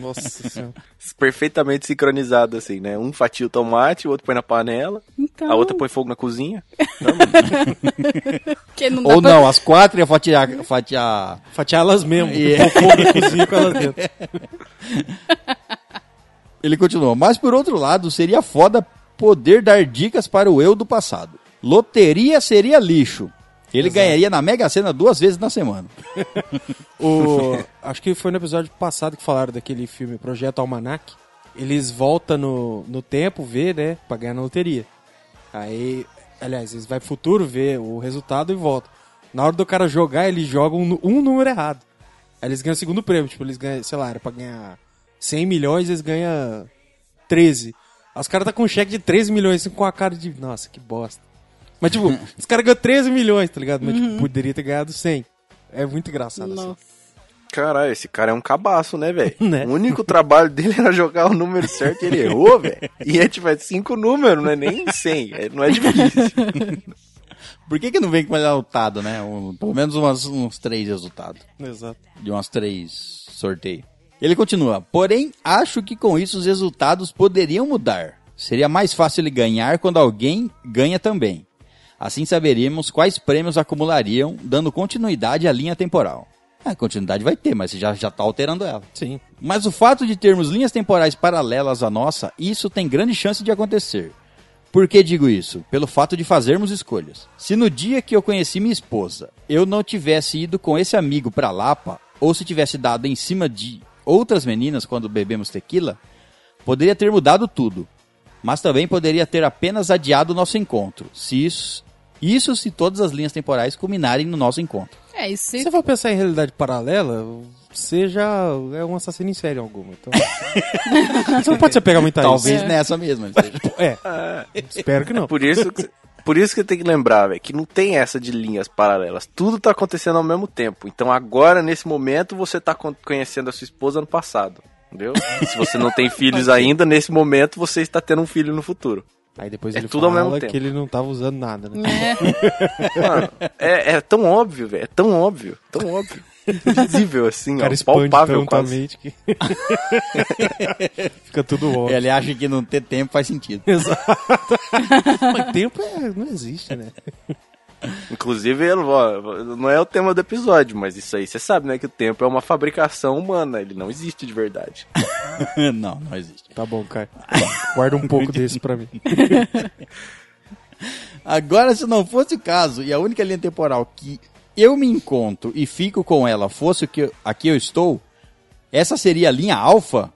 Speaker 9: nossa senhora.
Speaker 10: Perfeitamente sincronizado, assim, né? Um fatia o tomate, o outro põe na panela,
Speaker 7: Então,
Speaker 10: a outra põe fogo na cozinha.
Speaker 7: porque não dá
Speaker 5: Ou
Speaker 7: pra-
Speaker 5: não, às quatro ia fatiar, fatiar
Speaker 9: Fatiar elas mesmo.
Speaker 5: Yeah.
Speaker 9: Pôr fogo na cozinha com elas dentro.
Speaker 5: Ele continua, mas por outro lado, seria foda poder dar dicas para o eu do passado. Loteria seria lixo. Ele ganharia na Mega Sena duas vezes na semana.
Speaker 9: O- acho que foi no episódio passado que falaram daquele filme Projeto Almanac. Eles voltam no, no tempo ver, né? Pra ganhar na loteria. Aí, aliás, eles vai pro futuro ver o resultado e volta. Na hora do cara jogar, eles jogam um, nu- um número errado. Aí eles ganham o segundo prêmio. Tipo, eles ganham, sei lá, era pra ganhar 100 milhões, eles ganham 13. Aí Os caras tá com um cheque de 13 milhões, assim, com a cara de. Nossa, que bosta. Mas, tipo, os caras ganham 13 milhões, tá ligado? Mas, tipo, poderia ter ganhado 100. É muito engraçado, assim.
Speaker 7: Nossa.
Speaker 10: Caralho, esse cara é um cabaço, né, velho?
Speaker 9: Né?
Speaker 10: O único trabalho dele era jogar o número certo e ele errou, velho. E é tipo, é cinco números, não é nem cem. é- não é difícil.
Speaker 5: Por que, que não vem com resultado, né? Um- pelo menos umas- uns três resultados.
Speaker 9: Exato.
Speaker 5: De umas três sorteios. Ele continua, porém, acho que com isso os resultados poderiam mudar. Seria mais fácil ele ganhar quando alguém ganha também. Assim saberíamos quais prêmios acumulariam, dando continuidade à linha temporal. A continuidade vai ter, mas você já, já tá alterando ela.
Speaker 9: Ah, Sim.
Speaker 5: Mas o fato de termos linhas temporais paralelas à nossa, isso tem grande chance de acontecer. Por que digo isso? Pelo fato de fazermos escolhas. Se no dia que eu conheci minha esposa, eu não tivesse ido com esse amigo pra Lapa, ou se tivesse dado em cima de outras meninas quando bebemos tequila, poderia ter mudado tudo. Mas também poderia ter apenas adiado o nosso encontro. Se isso, isso se todas as linhas temporais culminarem no nosso encontro.
Speaker 7: É, e se
Speaker 9: Se você for pensar em realidade paralela, você já é um assassino em série alguma. Então... você não pode se apegar muito a
Speaker 5: Talvez
Speaker 9: isso.
Speaker 5: nessa mesma. ele seja.
Speaker 9: É, espero que não.
Speaker 10: É Por isso, que- por isso que tem que lembrar, velho, que não tem essa de linhas paralelas. Tudo tá acontecendo ao mesmo tempo. Então agora, nesse momento, você tá con- conhecendo a sua esposa no passado. Entendeu? Se você não tem filhos ainda, nesse momento você está tendo um filho no futuro.
Speaker 9: Aí depois
Speaker 10: É
Speaker 9: ele
Speaker 10: tudo ao
Speaker 9: fala
Speaker 10: mesmo
Speaker 9: que
Speaker 10: tempo.
Speaker 9: ele não tava usando nada, né?
Speaker 10: Mano, é, é tão óbvio, velho. É tão óbvio. Tão óbvio. Visível, assim,
Speaker 9: O cara
Speaker 10: ó.
Speaker 9: expande
Speaker 10: Palpável
Speaker 9: prontamente
Speaker 10: quase.
Speaker 9: que... Fica tudo óbvio.
Speaker 5: Ele acha que não ter tempo faz sentido.
Speaker 9: Mas tempo é- não existe, né?
Speaker 10: Inclusive, eu vou- não é o tema do episódio, mas isso aí você sabe, né? Que o tempo é uma fabricação humana, ele não existe de verdade.
Speaker 5: não, não existe.
Speaker 9: Tá bom, cara. Guarda um pouco desse pra mim.
Speaker 5: Agora, se não fosse o caso, e a única linha temporal que eu me encontro e fico com ela fosse o que eu- aqui eu estou, essa seria a linha alfa?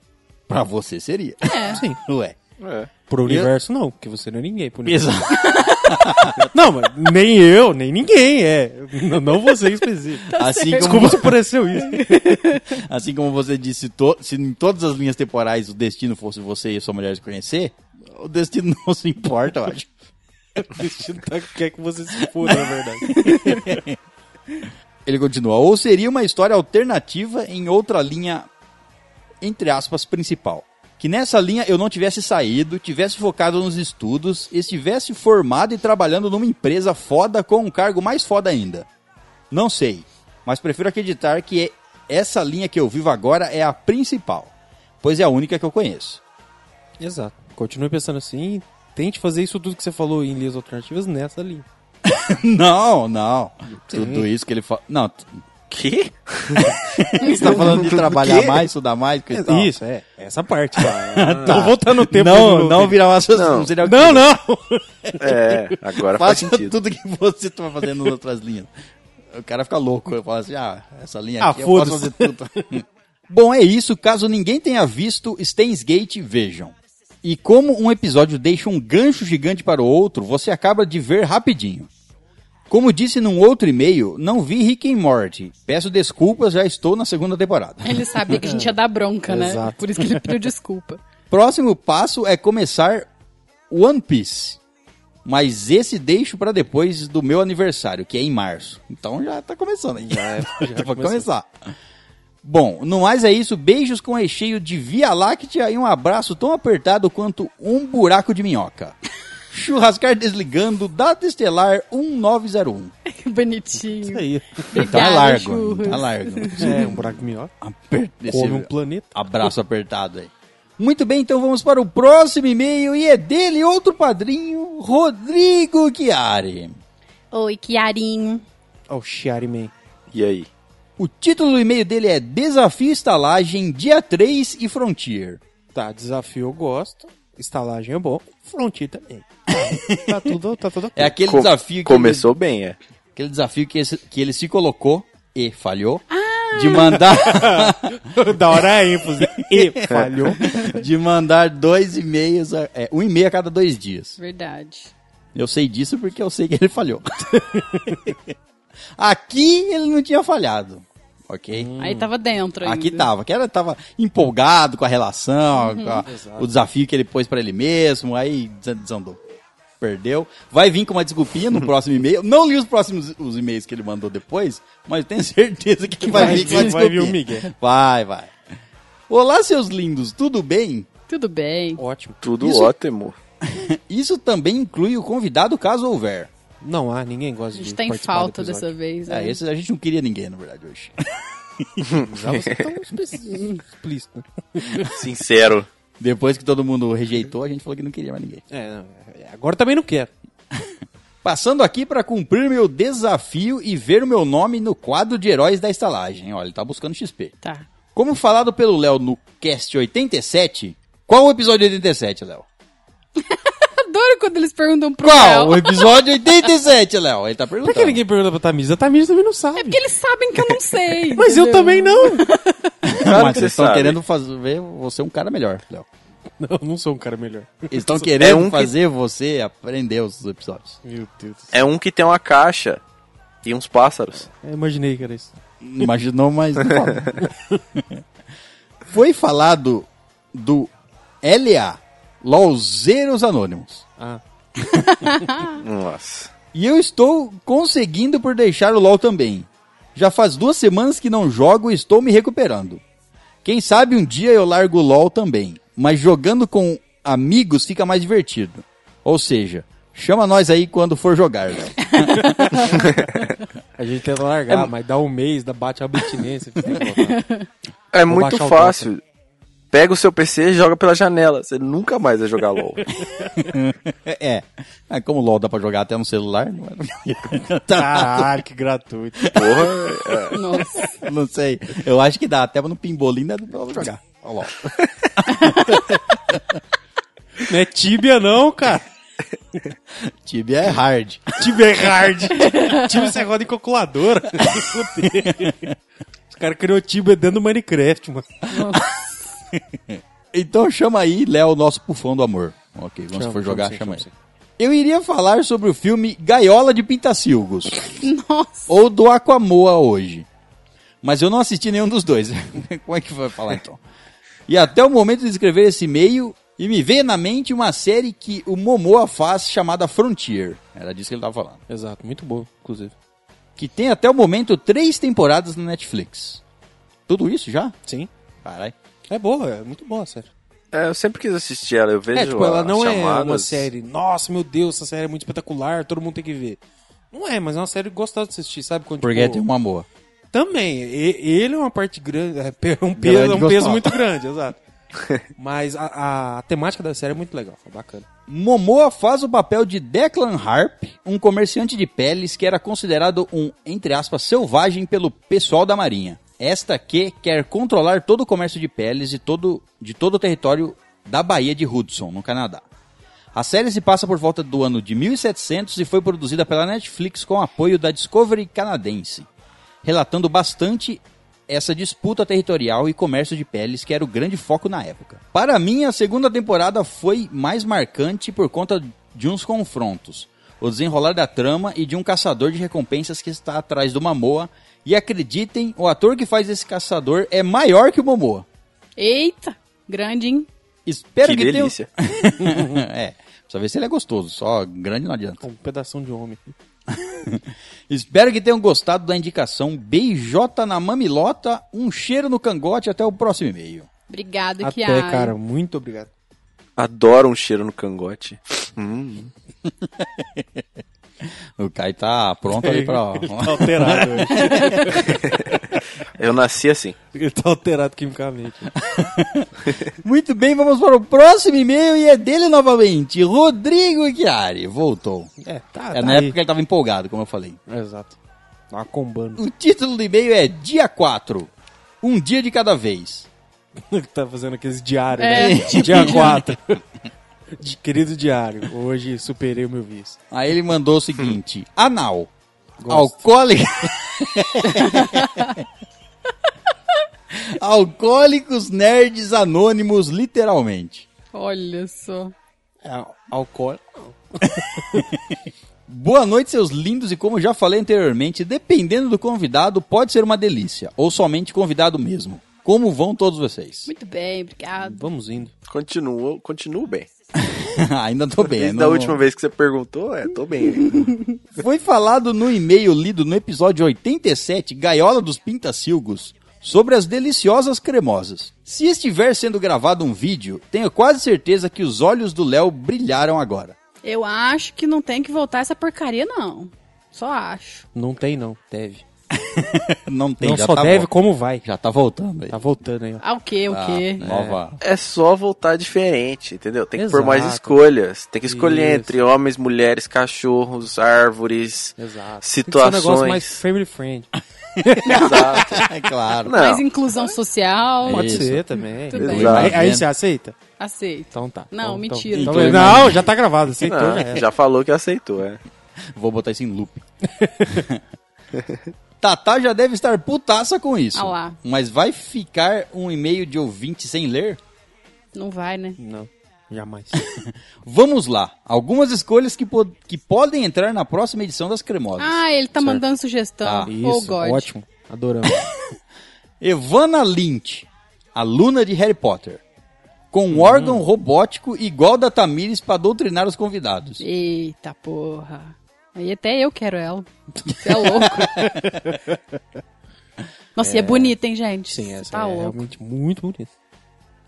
Speaker 5: Pra você seria. É. Sim. Ué.
Speaker 10: É.
Speaker 9: Pro universo, não, porque você não é ninguém. Pro universo.
Speaker 5: Exato.
Speaker 9: Não, mas nem eu, nem ninguém, é. N- Não você em específico.
Speaker 5: Assim
Speaker 9: Desculpa
Speaker 5: como,
Speaker 9: se pareceu isso.
Speaker 5: assim como você disse, to- se em todas as linhas temporais o destino fosse você e sua mulher se conhecer, o destino não se importa, eu acho.
Speaker 9: O destino tá- quer que você se foda, na verdade.
Speaker 5: Ele continua. Ou seria uma história alternativa em outra linha, entre aspas, principal. Que nessa linha eu não tivesse saído, tivesse focado nos estudos, estivesse formado e trabalhando numa empresa foda com um cargo mais foda ainda. Não sei, mas prefiro acreditar que é- essa linha que eu vivo agora é a principal, pois é a única que eu conheço.
Speaker 9: Exato. Continue pensando assim e tente fazer isso tudo que você falou em linhas alternativas nessa linha.
Speaker 5: não, não. Tudo isso que ele fala. Não, t-
Speaker 10: Que?
Speaker 5: você tá falando de trabalhar
Speaker 10: quê?
Speaker 5: mais, estudar mais, coisa e tal.
Speaker 9: Isso, é. Essa parte. Tá. Não voltando no tempo. de
Speaker 5: Não,
Speaker 9: novo.
Speaker 5: não virar um assassino
Speaker 10: Não.
Speaker 5: serial
Speaker 9: Não, não.
Speaker 10: É, agora faz
Speaker 5: Faça
Speaker 10: sentido.
Speaker 5: tudo que você tá fazendo nas outras linhas. O cara fica louco. Eu falo assim, ah, essa linha
Speaker 9: Ah,
Speaker 5: aqui eu posso
Speaker 9: foda-se.
Speaker 5: fazer tudo. Bom, é isso. Caso ninguém tenha visto Steins Gate, vejam. E como um episódio deixa um gancho gigante para o outro, você acaba de ver rapidinho. Como disse num outro e-mail, não vi Rick and Morty. Peço desculpas, já estou na segunda temporada.
Speaker 7: ele sabia que a gente ia dar bronca, né?
Speaker 9: Exato.
Speaker 7: Por isso que ele pediu desculpa.
Speaker 5: Próximo passo é começar One Piece. Mas esse deixo pra depois do meu aniversário, que é em março. Então já tá começando aí. Já,
Speaker 9: tá
Speaker 5: vai começar. Bom, no mais é isso. Beijos com recheio de Via Láctea e um abraço tão apertado quanto um buraco de minhoca. Churrascar desligando, data estelar 1901.
Speaker 7: Que bonitinho.
Speaker 9: Isso aí.
Speaker 5: Então é
Speaker 7: Obrigada,
Speaker 5: Tá largo,
Speaker 7: churros.
Speaker 5: tá largo.
Speaker 9: É, um buraco melhor.
Speaker 5: Aper-
Speaker 9: Come
Speaker 5: esse-
Speaker 9: um planeta.
Speaker 5: Abraço apertado aí. Muito bem, então vamos para o próximo e-mail e é dele outro padrinho, Rodrigo Chiari.
Speaker 7: Oi, Kiarinho.
Speaker 9: Ó, o Chiari Man.
Speaker 10: E aí?
Speaker 5: O título do e-mail dele é Desafio Estalagem, Dia 3 e Frontier.
Speaker 9: Tá, desafio eu gosto. Estalagem é bom. Frontier também. tá tudo, tá tudo ok.
Speaker 5: É aquele
Speaker 10: Co-
Speaker 5: desafio que
Speaker 10: Começou bem, é.
Speaker 5: ele, aquele desafio que, esse- que ele se colocou e falhou de mandar
Speaker 9: da hora a ênfase. E falhou.
Speaker 5: de mandar dois e-mails, a- é, um e-mail a cada dois dias.
Speaker 7: Verdade.
Speaker 5: Eu sei disso porque eu sei que ele falhou. Aqui ele não tinha falhado, ok?
Speaker 9: Hum.
Speaker 7: Aí tava dentro ainda.
Speaker 5: Aqui
Speaker 9: tá.
Speaker 5: tava, que era tava empolgado com a relação, com a- o desafio que ele pôs pra ele mesmo, aí des- desandou. Perdeu. Vai vir com uma desculpinha no próximo e-mail. Não li os próximos os e-mails que ele mandou depois, mas tenho certeza que, vai,
Speaker 9: vai
Speaker 5: vir com uma
Speaker 9: vir, vai vir
Speaker 5: desculpinha.
Speaker 9: o Miguel.
Speaker 5: Vai, vai. Olá, seus lindos, tudo bem?
Speaker 7: Tudo bem.
Speaker 9: Ótimo.
Speaker 10: Tudo
Speaker 5: Isso-
Speaker 10: ótimo.
Speaker 5: Isso também inclui o convidado, caso houver.
Speaker 9: Não há, ninguém gosta
Speaker 7: A
Speaker 9: de
Speaker 7: gente tá em
Speaker 9: participar do
Speaker 7: falta
Speaker 9: episódio.
Speaker 7: dessa vez.
Speaker 5: É,
Speaker 7: né?
Speaker 5: esse a gente não queria ninguém, na verdade, hoje.
Speaker 9: Já você tá um especi- explícito.
Speaker 10: Sincero.
Speaker 5: Depois que todo mundo rejeitou, a gente falou que não queria mais ninguém.
Speaker 9: É, não, é, agora também não quero.
Speaker 5: Passando aqui para cumprir meu desafio e ver o meu nome no quadro de heróis da estalagem. Olha, ele tá buscando XP.
Speaker 7: Tá.
Speaker 5: Como falado pelo Léo no cast 87, qual o episódio 87, Léo?
Speaker 7: adoro quando eles perguntam pro
Speaker 9: Qual?
Speaker 7: Léo.
Speaker 9: O episódio
Speaker 5: 87, Léo. Ele tá perguntando.
Speaker 9: Por que ninguém pergunta pra Tamires? A Tamires também não sabe.
Speaker 7: É porque eles sabem que eu não sei.
Speaker 9: Mas eu
Speaker 7: entendeu?
Speaker 9: também não.
Speaker 10: Claro
Speaker 5: Mas
Speaker 10: que
Speaker 5: vocês
Speaker 10: você
Speaker 5: estão
Speaker 10: sabe.
Speaker 5: querendo fazer ver você um cara melhor, Léo.
Speaker 9: Não, não sou um cara melhor.
Speaker 5: Eles estão querendo
Speaker 10: um que-
Speaker 5: fazer você aprender os episódios.
Speaker 9: Meu Deus. do céu.
Speaker 10: É um que tem uma caixa e uns pássaros.
Speaker 9: Eu É, imaginei que era isso.
Speaker 5: Imaginou, mas não falou. Foi falado do LA, Lolzeiros Anônimos.
Speaker 9: Ah,
Speaker 10: Nossa.
Speaker 5: E eu estou conseguindo por deixar o LoL também. Já faz duas semanas que não jogo e estou me recuperando. Quem sabe um dia eu largo o LoL também, mas jogando com amigos fica mais divertido. Ou seja, chama nós aí quando for jogar, Léo.
Speaker 9: a gente tenta largar, mas dá um mês, dá bate a abstinência. fica voltando.
Speaker 10: É
Speaker 9: Vou
Speaker 10: muito
Speaker 9: baixar o
Speaker 10: fácil. Pega o seu PC e joga pela janela. Você nunca mais vai jogar LOL.
Speaker 5: É, é. Ah, como o LoL dá pra jogar até no celular, não é? tá,
Speaker 9: Caralho, que gratuito.
Speaker 10: Porra, é.
Speaker 7: Nossa.
Speaker 5: não sei. Eu acho que dá, até no pimbolim dá pra jogar. Ó, LoL.
Speaker 9: Não é tíbia não, cara.
Speaker 5: Tibia é hard.
Speaker 9: Tibia é hard. Tibia você roda em calculadora. Fudeu. Os caras criou Tibia dentro do Minecraft, mano.
Speaker 5: Então chama aí, Léo, nosso pufão do amor. Ok, quando você
Speaker 9: Chama,
Speaker 5: for jogar,
Speaker 9: chama
Speaker 5: chama,
Speaker 9: sim,
Speaker 5: ele. Eu iria falar sobre o filme Gaiola de Pintacilgos,
Speaker 7: Nossa.
Speaker 5: ou do Aquamoa hoje. Mas eu não assisti nenhum dos dois. Como é que vai falar então? E até o momento de escrever esse e-mail, e me veio na mente uma série que o Momoa faz chamada Frontier. Era disso que ele tava falando.
Speaker 9: Exato, muito bom, inclusive.
Speaker 5: Que tem até o momento três temporadas na Netflix. Tudo isso já?
Speaker 9: Sim.
Speaker 5: Caralho.
Speaker 9: É boa, é muito boa, sério.
Speaker 10: É, eu sempre quis assistir ela. Eu vejo
Speaker 9: É, tipo, ela
Speaker 10: as
Speaker 9: não é uma
Speaker 10: chamadas.
Speaker 9: série. Nossa, meu Deus, essa série é muito espetacular, todo mundo tem que ver. Não é, mas é uma série gostosa de assistir, sabe? Quando,
Speaker 5: Porque
Speaker 9: tipo,
Speaker 5: tem uma moa.
Speaker 9: Também, e- ele é uma parte grande, é pe- um peso,
Speaker 5: Grande
Speaker 9: é um peso
Speaker 5: gostosa.
Speaker 9: muito grande, exato. Mas a, a- a temática da série é muito legal, é bacana.
Speaker 5: Momoa faz o papel de Declan Harp, um comerciante de peles que era considerado um, entre aspas, selvagem pelo pessoal da Marinha. Esta que quer controlar todo o comércio de peles e todo, de todo o território da Baía de Hudson, no Canadá. A série se passa por volta do ano de 1700 e foi produzida pela Netflix com apoio da Discovery canadense, relatando bastante essa disputa territorial e comércio de peles que era o grande foco na época. Para mim, a segunda temporada foi mais marcante por conta de uns confrontos, o desenrolar da trama e de um caçador de recompensas que está atrás do Momoa. E acreditem, o ator que faz esse caçador é maior que o Momoa.
Speaker 7: Eita. Grande, hein?
Speaker 5: Espero
Speaker 10: Que
Speaker 5: que,
Speaker 9: um
Speaker 5: tenha-
Speaker 10: delícia.
Speaker 5: é, precisa ver se ele é gostoso, só grande não adianta.
Speaker 9: Um pedação de homem.
Speaker 5: Espero que tenham gostado da indicação BJ na mamilota, um cheiro no cangote até o próximo e-mail.
Speaker 7: Obrigada,
Speaker 9: Até,
Speaker 7: Kiara.
Speaker 9: cara, muito obrigado.
Speaker 10: Adoro um cheiro no cangote. Hum.
Speaker 5: O Kai tá pronto ali pra...
Speaker 9: Tá alterado hoje.
Speaker 10: Eu nasci assim.
Speaker 9: Ele tá alterado quimicamente.
Speaker 5: Muito bem, vamos para o próximo e-mail e é dele novamente, Rodrigo Chiari. Voltou.
Speaker 9: É, tá,
Speaker 5: é
Speaker 9: tá
Speaker 5: na
Speaker 9: aí.
Speaker 5: época que ele tava empolgado, como eu falei.
Speaker 9: Exato. Tá combando.
Speaker 5: O título do e-mail é Dia 4, um dia de cada vez.
Speaker 9: tá fazendo aqueles diários,
Speaker 7: É,
Speaker 9: né?
Speaker 5: tipo,
Speaker 9: Dia 4. De- Querido diário, hoje superei o meu vício.
Speaker 5: Aí ele mandou o seguinte, anal,
Speaker 9: Gosto.
Speaker 5: alcoólico... Alcoólicos Nerds Anônimos, literalmente.
Speaker 7: Olha só.
Speaker 9: É, alcoólico.
Speaker 5: Boa noite, seus lindos, e como já falei anteriormente, dependendo do convidado, pode ser uma delícia, ou somente convidado mesmo. Como vão todos vocês?
Speaker 7: Muito bem, obrigado.
Speaker 9: Vamos indo.
Speaker 10: Continuo, continuo bem.
Speaker 5: Ainda tô
Speaker 9: É,
Speaker 5: bem.
Speaker 10: Desde
Speaker 5: não-
Speaker 10: a última vez que você perguntou, é, tô bem.
Speaker 5: Foi falado no e-mail lido no episódio 87, Gaiola dos Pintacilgos, sobre as deliciosas cremosas. Se estiver sendo gravado um vídeo, tenho quase certeza que os olhos do Léo brilharam agora.
Speaker 7: Eu acho que não tem que voltar essa porcaria, não. Só acho.
Speaker 9: Não tem, não. Deve.
Speaker 5: Não tem,
Speaker 9: não
Speaker 5: já
Speaker 9: só
Speaker 5: tá
Speaker 9: deve
Speaker 5: bom.
Speaker 9: como vai.
Speaker 5: Já tá voltando aí.
Speaker 9: Tá voltando aí, ó.
Speaker 7: Ah, o quê, o quê?
Speaker 5: Ah, nova.
Speaker 10: É só voltar diferente, entendeu? Tem que pôr
Speaker 9: Exato.
Speaker 10: mais escolhas. Tem que escolher
Speaker 9: Isso.
Speaker 10: entre homens, mulheres, cachorros, árvores,
Speaker 9: Exato. Tem que ser um negócio
Speaker 10: situações.
Speaker 9: mais family friend.
Speaker 10: Exato.
Speaker 5: É claro.
Speaker 10: Não.
Speaker 7: Mais inclusão social.
Speaker 9: Pode
Speaker 5: Isso.
Speaker 9: ser também.
Speaker 7: Tudo bem.
Speaker 9: Aí, aí
Speaker 5: Exato.
Speaker 9: você aceita?
Speaker 7: Aceito.
Speaker 9: Tá Então tá.
Speaker 7: Não,
Speaker 9: Então-
Speaker 7: mentira.
Speaker 9: então-
Speaker 5: Então-
Speaker 9: não, já tá gravado, né? aceitou.
Speaker 10: Não,
Speaker 9: já
Speaker 5: né?
Speaker 9: era.
Speaker 10: já falou que aceitou, é.
Speaker 5: Vou botar isso em loop. Tatá já deve estar putaça com isso.
Speaker 7: Ah lá.
Speaker 5: Mas vai ficar um e-mail de ouvinte sem ler?
Speaker 7: Não vai, né?
Speaker 9: Não, jamais.
Speaker 5: Vamos lá. Algumas escolhas que, po- que podem entrar na próxima edição das Cremosas.
Speaker 7: Ah, ele tá mandando sugestão.
Speaker 5: Tá.
Speaker 9: Ah,
Speaker 7: oh,
Speaker 9: Isso,
Speaker 7: God.
Speaker 9: ótimo. Adoramos.
Speaker 5: Evana Lynch, aluna de Harry Potter. Com
Speaker 7: Uhum.
Speaker 5: um órgão robótico igual da Tamires para doutrinar os convidados.
Speaker 7: Eita porra. Aí até eu quero ela. Você é louco. Nossa, e é bonita, hein, gente?
Speaker 9: Sim,
Speaker 7: Cê
Speaker 9: essa
Speaker 7: tá
Speaker 9: é
Speaker 7: louco.
Speaker 9: realmente muito bonita.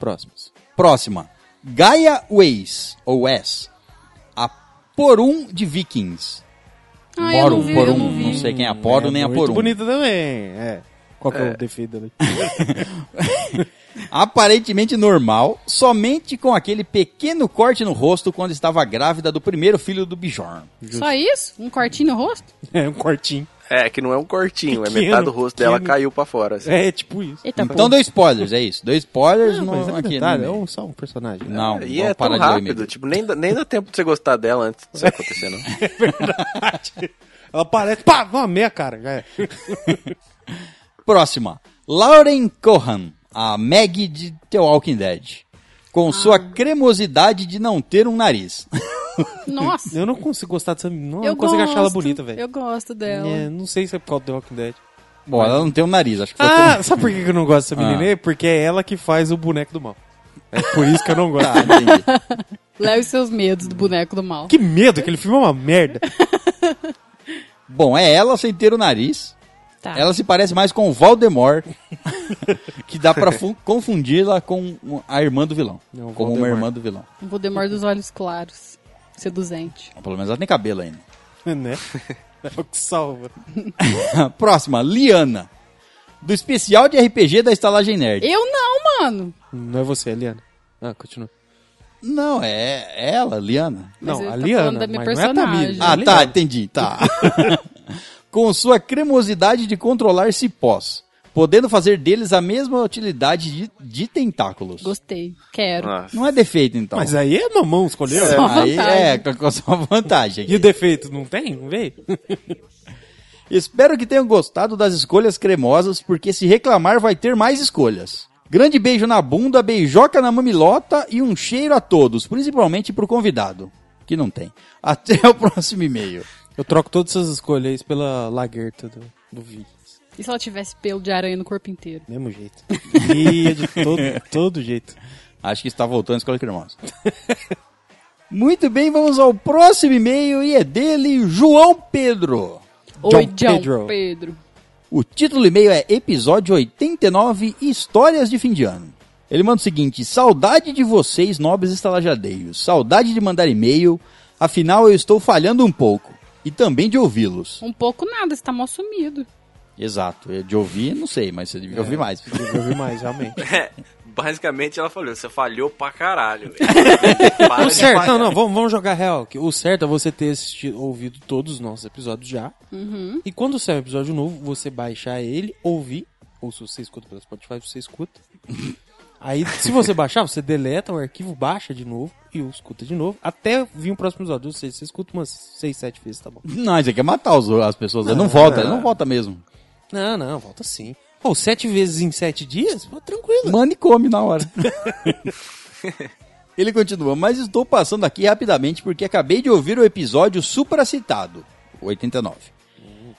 Speaker 9: Próximos.
Speaker 5: Próxima. Gaia Ways, ou S. A Porum de Vikings.
Speaker 7: Ah, eu
Speaker 9: um
Speaker 5: Porum,
Speaker 7: não vi, eu
Speaker 5: Porum.
Speaker 7: não
Speaker 5: Não,
Speaker 7: vi.
Speaker 5: sei quem é a Porum nem a
Speaker 9: muito
Speaker 5: Porum.
Speaker 9: bonita também, é. um. Qual que é, o defeito ali?
Speaker 5: Aparentemente normal, somente com aquele pequeno corte no rosto quando estava grávida do primeiro filho do Bjorn.
Speaker 7: Só isso? Um cortinho no rosto?
Speaker 9: É um cortinho.
Speaker 10: É, que não é um cortinho, é
Speaker 9: Pequeno,
Speaker 10: metade do rosto dela
Speaker 9: pequeno.
Speaker 10: caiu pra fora. assim.
Speaker 9: É, tipo isso.
Speaker 7: Eita
Speaker 5: Então,
Speaker 7: porra.
Speaker 5: dois spoilers, é isso. Dois spoilers no,
Speaker 9: mas é
Speaker 5: aqui.
Speaker 7: né?
Speaker 9: detalhe, é
Speaker 5: no meio.
Speaker 9: um, só um personagem. né?
Speaker 5: Não,
Speaker 10: E
Speaker 5: vamos
Speaker 10: é tão
Speaker 5: parar de ler e-mail.
Speaker 10: rápido, tipo, nem, dá- nem dá tempo de você gostar dela antes disso acontecer, não.
Speaker 9: Ela parece... Pá, uma meia, cara. Já é.
Speaker 10: tipo-
Speaker 5: Próxima. Lauren Cohan, a Maggie de The Walking Dead.
Speaker 9: Ah.
Speaker 5: Com sua cremosidade de não ter um nariz.
Speaker 7: Nossa.
Speaker 9: Eu não consigo gostar dessa... Não,
Speaker 7: eu
Speaker 9: não consigo
Speaker 7: gosto,
Speaker 9: achar ela bonita, velho.
Speaker 7: Eu gosto dela.
Speaker 9: É, não sei se é por causa do The Walking Dead.
Speaker 5: Bom, ela não tem um nariz, acho que foi
Speaker 9: Ah, sabe por que que eu não gosto dessa
Speaker 5: Ah.
Speaker 9: menina? aí? Porque é ela que faz o boneco do mal. É por isso que eu não gosto.
Speaker 5: todo- entendi.
Speaker 7: Leve seus medos do boneco do mal.
Speaker 9: Hum. Que medo, aquele filme é uma merda.
Speaker 5: Bom, é ela sem ter o nariz.
Speaker 7: Tá.
Speaker 5: Ela se parece mais com o Valdemort, que dá pra fu- confundi-la com a irmã do vilão.
Speaker 9: Não, o
Speaker 5: como uma
Speaker 9: Voldemort.
Speaker 5: irmã do vilão.
Speaker 7: Um Voldemort dos olhos claros. Seduzente.
Speaker 5: Pelo menos ela tem cabelo ainda.
Speaker 9: né? É o que salva.
Speaker 5: Próxima, Liana. Do especial de RPG da Estalagem Nerd.
Speaker 7: Eu não, mano.
Speaker 9: Não é você, Eliana. Ah, continua.
Speaker 5: Não, é ela, Liana.
Speaker 7: Mas
Speaker 9: Não,
Speaker 7: ele
Speaker 9: a
Speaker 7: tá
Speaker 9: Liana,
Speaker 7: falando da minha
Speaker 9: mas não é a Tamires.
Speaker 7: personagem.
Speaker 5: Ah,
Speaker 9: Liana.
Speaker 5: tá, entendi, tá. com sua cremosidade de controlar cipós, podendo fazer deles a mesma utilidade de, de tentáculos.
Speaker 7: Gostei. Quero.
Speaker 10: Nossa.
Speaker 5: Não é defeito, então.
Speaker 9: Mas aí é mamão, escolheu.
Speaker 7: Só uma
Speaker 5: Aí
Speaker 7: vantagem.
Speaker 5: é, com com só vantagem.
Speaker 9: E o defeito não tem? Não veio?
Speaker 5: Espero que tenham gostado das escolhas cremosas, porque se reclamar vai ter mais escolhas. Grande beijo na bunda, beijoca na mamilota e um cheiro a todos, principalmente pro convidado, que não tem. Até o próximo e-mail.
Speaker 9: Eu troco todas essas escolhas pela laguerta do, do Vikings.
Speaker 7: E se ela tivesse pelo de aranha no corpo inteiro?
Speaker 9: Mesmo jeito. Ia de todo, todo jeito.
Speaker 5: Acho que está voltando a escolha cremosa. Muito bem, vamos ao próximo e-mail e é dele, João Pedro.
Speaker 7: Oi,
Speaker 9: John
Speaker 7: John
Speaker 9: Pedro.
Speaker 7: Pedro.
Speaker 5: O título do e-mail é Episódio 89 Histórias de Fim de Ano. Ele manda o seguinte: Saudade de vocês, nobres estalajadeiros. Saudade de mandar e-mail. Afinal, eu estou falhando um pouco. E também de ouvi-los.
Speaker 7: Um pouco nada, você tá mal sumido.
Speaker 5: Exato. eu De ouvir, não sei, mas você devia ouvir mais.
Speaker 9: Eu vi mais, realmente.
Speaker 10: É, basicamente ela falou, você falhou pra caralho. velho. Para
Speaker 9: Ah, O
Speaker 10: de
Speaker 9: certo,
Speaker 10: falhar.
Speaker 9: não, não, vamos, vamos jogar real. que O certo é você ter assistido, ouvido todos os nossos episódios já. E quando sair um episódio novo, você baixar ele, ouvir. Ou se você escuta pelo Spotify, você escuta. Aí, se você baixar, você deleta o arquivo, baixa de novo e o escuta de novo. Até vir o próximo episódio. Ou seja, você escuta umas 6, 7 vezes, tá bom.
Speaker 5: Não, isso aqui é matar os- as pessoas. né? Não, volta, não volta mesmo.
Speaker 9: Não, não, volta sim. Ou sete vezes em sete dias? Pô, tranquilo.
Speaker 5: Manda e come na hora. Ele continua, mas estou passando aqui rapidamente porque acabei de ouvir o episódio supracitado, 89.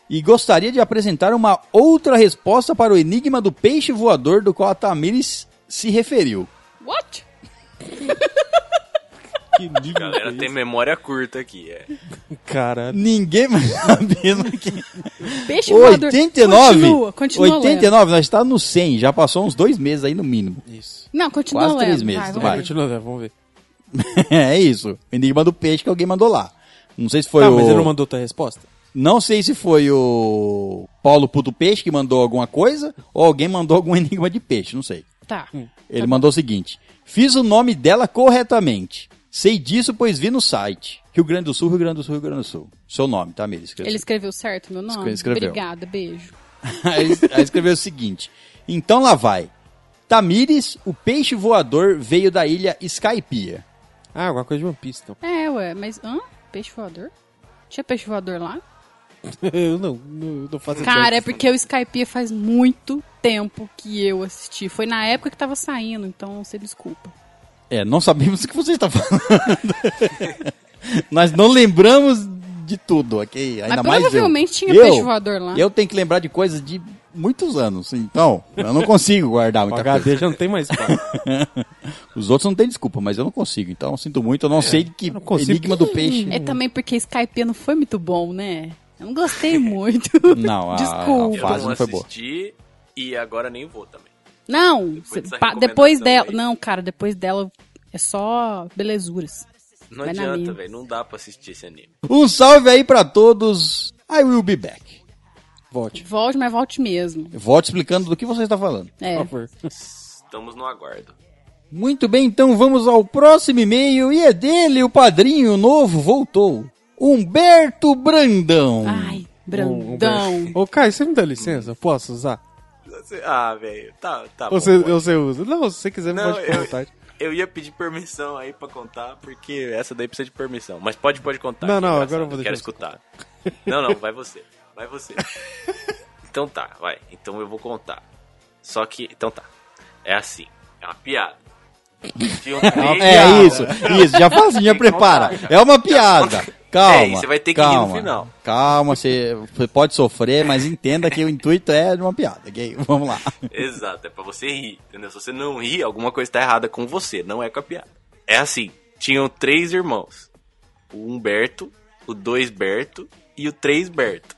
Speaker 5: E gostaria de apresentar uma outra resposta para o enigma do peixe voador do qual a Tamires se referiu.
Speaker 7: What?
Speaker 9: Que lindo.
Speaker 10: A galera tem memória curta aqui, é.
Speaker 9: Cara,
Speaker 5: Ninguém mais sabendo que...
Speaker 7: Peixe voador.
Speaker 5: 89?
Speaker 7: Continua, continua 89.
Speaker 5: 89, nós está no 100, já passou uns dois meses aí no mínimo.
Speaker 9: isso.
Speaker 7: Não, continua
Speaker 5: Quase três
Speaker 7: lendo.
Speaker 5: meses,
Speaker 7: vai,
Speaker 5: tu
Speaker 7: vai.
Speaker 5: vai.
Speaker 9: Continua, Léo, vamos ver.
Speaker 5: é isso, o enigma do peixe que alguém mandou lá. Não sei se foi
Speaker 9: Tá,
Speaker 5: o...
Speaker 9: mas ele não mandou tua resposta?
Speaker 5: Não sei se foi o Paulo Puto Peixe que mandou alguma coisa ou alguém mandou algum enigma de peixe, não sei.
Speaker 7: Tá.
Speaker 9: Hum.
Speaker 5: Ele mandou o seguinte: Fiz o nome dela corretamente. Sei disso, pois vi no site. Rio Grande do Sul, Rio Grande do Sul, Rio Grande do Sul. Seu nome, tá, Miri? Escreveu.
Speaker 7: Ele escreveu certo meu nome?
Speaker 5: Escreveu.
Speaker 7: Obrigada, beijo.
Speaker 5: Aí, aí escreveu o seguinte: Então lá vai. Tamires, o peixe voador, veio da ilha Skypia.
Speaker 9: Ah, alguma coisa de One Piece, então.
Speaker 7: É, ué, mas hã? Peixe voador? Tinha peixe voador lá?
Speaker 9: eu não, não, não faço
Speaker 7: Cara, é
Speaker 9: ideia.
Speaker 7: porque o Skype faz muito tempo que eu assisti. Foi na época que tava saindo, então você desculpa.
Speaker 5: É, não sabemos o que você está falando. Nós não lembramos de tudo, ok? Ainda
Speaker 7: Mas
Speaker 5: mais eu.
Speaker 7: provavelmente tinha
Speaker 5: eu,
Speaker 7: peixe voador lá.
Speaker 5: Eu tenho que lembrar de coisas de muitos anos, então eu não consigo guardar
Speaker 9: O
Speaker 5: muita coisa.
Speaker 9: HD já não tem mais espaço.
Speaker 5: Os outros não têm desculpa, mas eu não consigo, então eu sinto muito, eu não sei que
Speaker 9: É, não consigo.
Speaker 5: enigma do peixe.
Speaker 7: É também porque Skype não foi muito bom, né? Eu não gostei muito.
Speaker 5: Não, a-
Speaker 7: Desculpa.
Speaker 5: a fase não foi boa.
Speaker 10: assisti e agora nem vou também.
Speaker 7: Não, cê-
Speaker 10: dessa
Speaker 7: pa- depois,
Speaker 10: recomendação
Speaker 7: dela.
Speaker 10: aí.
Speaker 7: Não, cara, depois dela é só belezuras.
Speaker 10: Não
Speaker 7: Vai na minha.
Speaker 10: adianta, velho. Não dá pra assistir esse anime.
Speaker 5: Um salve aí pra todos. I will be back.
Speaker 9: Volte,
Speaker 7: Volte, mas volte mesmo.
Speaker 5: Eu Volto explicando do que você está falando.
Speaker 7: É.
Speaker 9: por favor.
Speaker 10: Estamos no aguardo.
Speaker 5: Muito bem, então vamos ao próximo e-mail e é dele, o padrinho novo voltou. Humberto Brandão.
Speaker 7: Ai,
Speaker 9: Um- um
Speaker 7: Brandão.
Speaker 9: beijo. Ô, Caio, você me dá licença? Posso usar?
Speaker 10: Você- Ah, velho. Tá, tá
Speaker 9: Ou você,
Speaker 10: bom.
Speaker 9: ou você usa? Não, se você quiser,
Speaker 10: Não,
Speaker 9: pode ficar à
Speaker 10: eu,
Speaker 9: vontade.
Speaker 10: eu ia pedir permissão aí pra contar, porque essa daí precisa de permissão. Mas pode, pode contar.
Speaker 9: Não,
Speaker 10: que é
Speaker 9: não,
Speaker 10: engraçado,
Speaker 9: agora eu vou
Speaker 10: Quero
Speaker 9: deixar você
Speaker 10: escutar. Não, não, vai você. Vai você. Então tá, vai. Então eu vou contar. Só que, então tá. É assim. É uma piada. Tinham três-
Speaker 5: É isso, isso, já fala assim, já
Speaker 10: Tem que
Speaker 5: prepara.
Speaker 10: contar, já.
Speaker 5: É uma piada. Calma.
Speaker 10: É, e você vai ter que
Speaker 5: calma,
Speaker 10: rir no final.
Speaker 5: Calma, você você pode sofrer, mas entenda que o intuito é de uma piada, ok? Vamos lá.
Speaker 10: Exato, é pra você rir, entendeu? Se você não rir, alguma coisa tá errada com você, não é com a piada. É assim, tinham três irmãos. O Humberto, o dois Berto e o três Berto.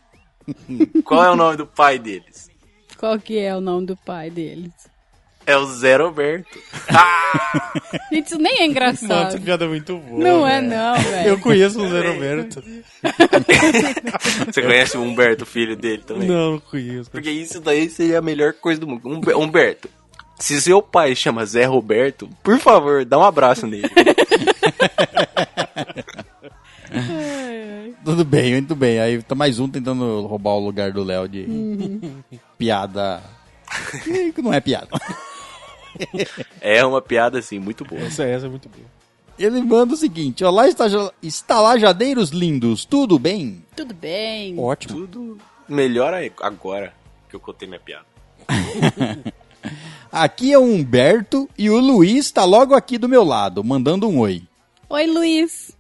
Speaker 10: Qual é o nome do pai deles?
Speaker 7: Qual que é o nome do pai deles?
Speaker 10: É o Zero Berto.
Speaker 7: Gente, isso nem é
Speaker 9: Mano, essa
Speaker 7: engraçado.
Speaker 9: piada é muito boa.
Speaker 7: Não é
Speaker 9: velho.
Speaker 7: não,
Speaker 9: Eu
Speaker 7: velho.
Speaker 9: conheço o Zé Roberto.
Speaker 10: Você conhece o Humberto, filho dele também?
Speaker 9: Não, não conheço.
Speaker 10: Porque isso daí seria a melhor coisa do mundo. Humbe- Humberto, se seu pai chama Zé Roberto, por favor, dá um abraço nele.
Speaker 5: Tudo bem, muito bem. Aí tá mais um tentando roubar o lugar do Léo de
Speaker 10: Uhum.
Speaker 5: piada. Que não é piada.
Speaker 10: É uma piada, assim, muito boa.
Speaker 9: Essa, essa é muito boa.
Speaker 5: Ele manda o seguinte: Olá, estaja- estalajadeiros lindos, tudo bem?
Speaker 7: Tudo bem.
Speaker 9: Ótimo.
Speaker 10: Tudo melhora agora que eu contei minha piada.
Speaker 5: Aqui é o Humberto e o Luiz tá logo aqui do meu lado, mandando um oi.
Speaker 7: Oi, Luiz.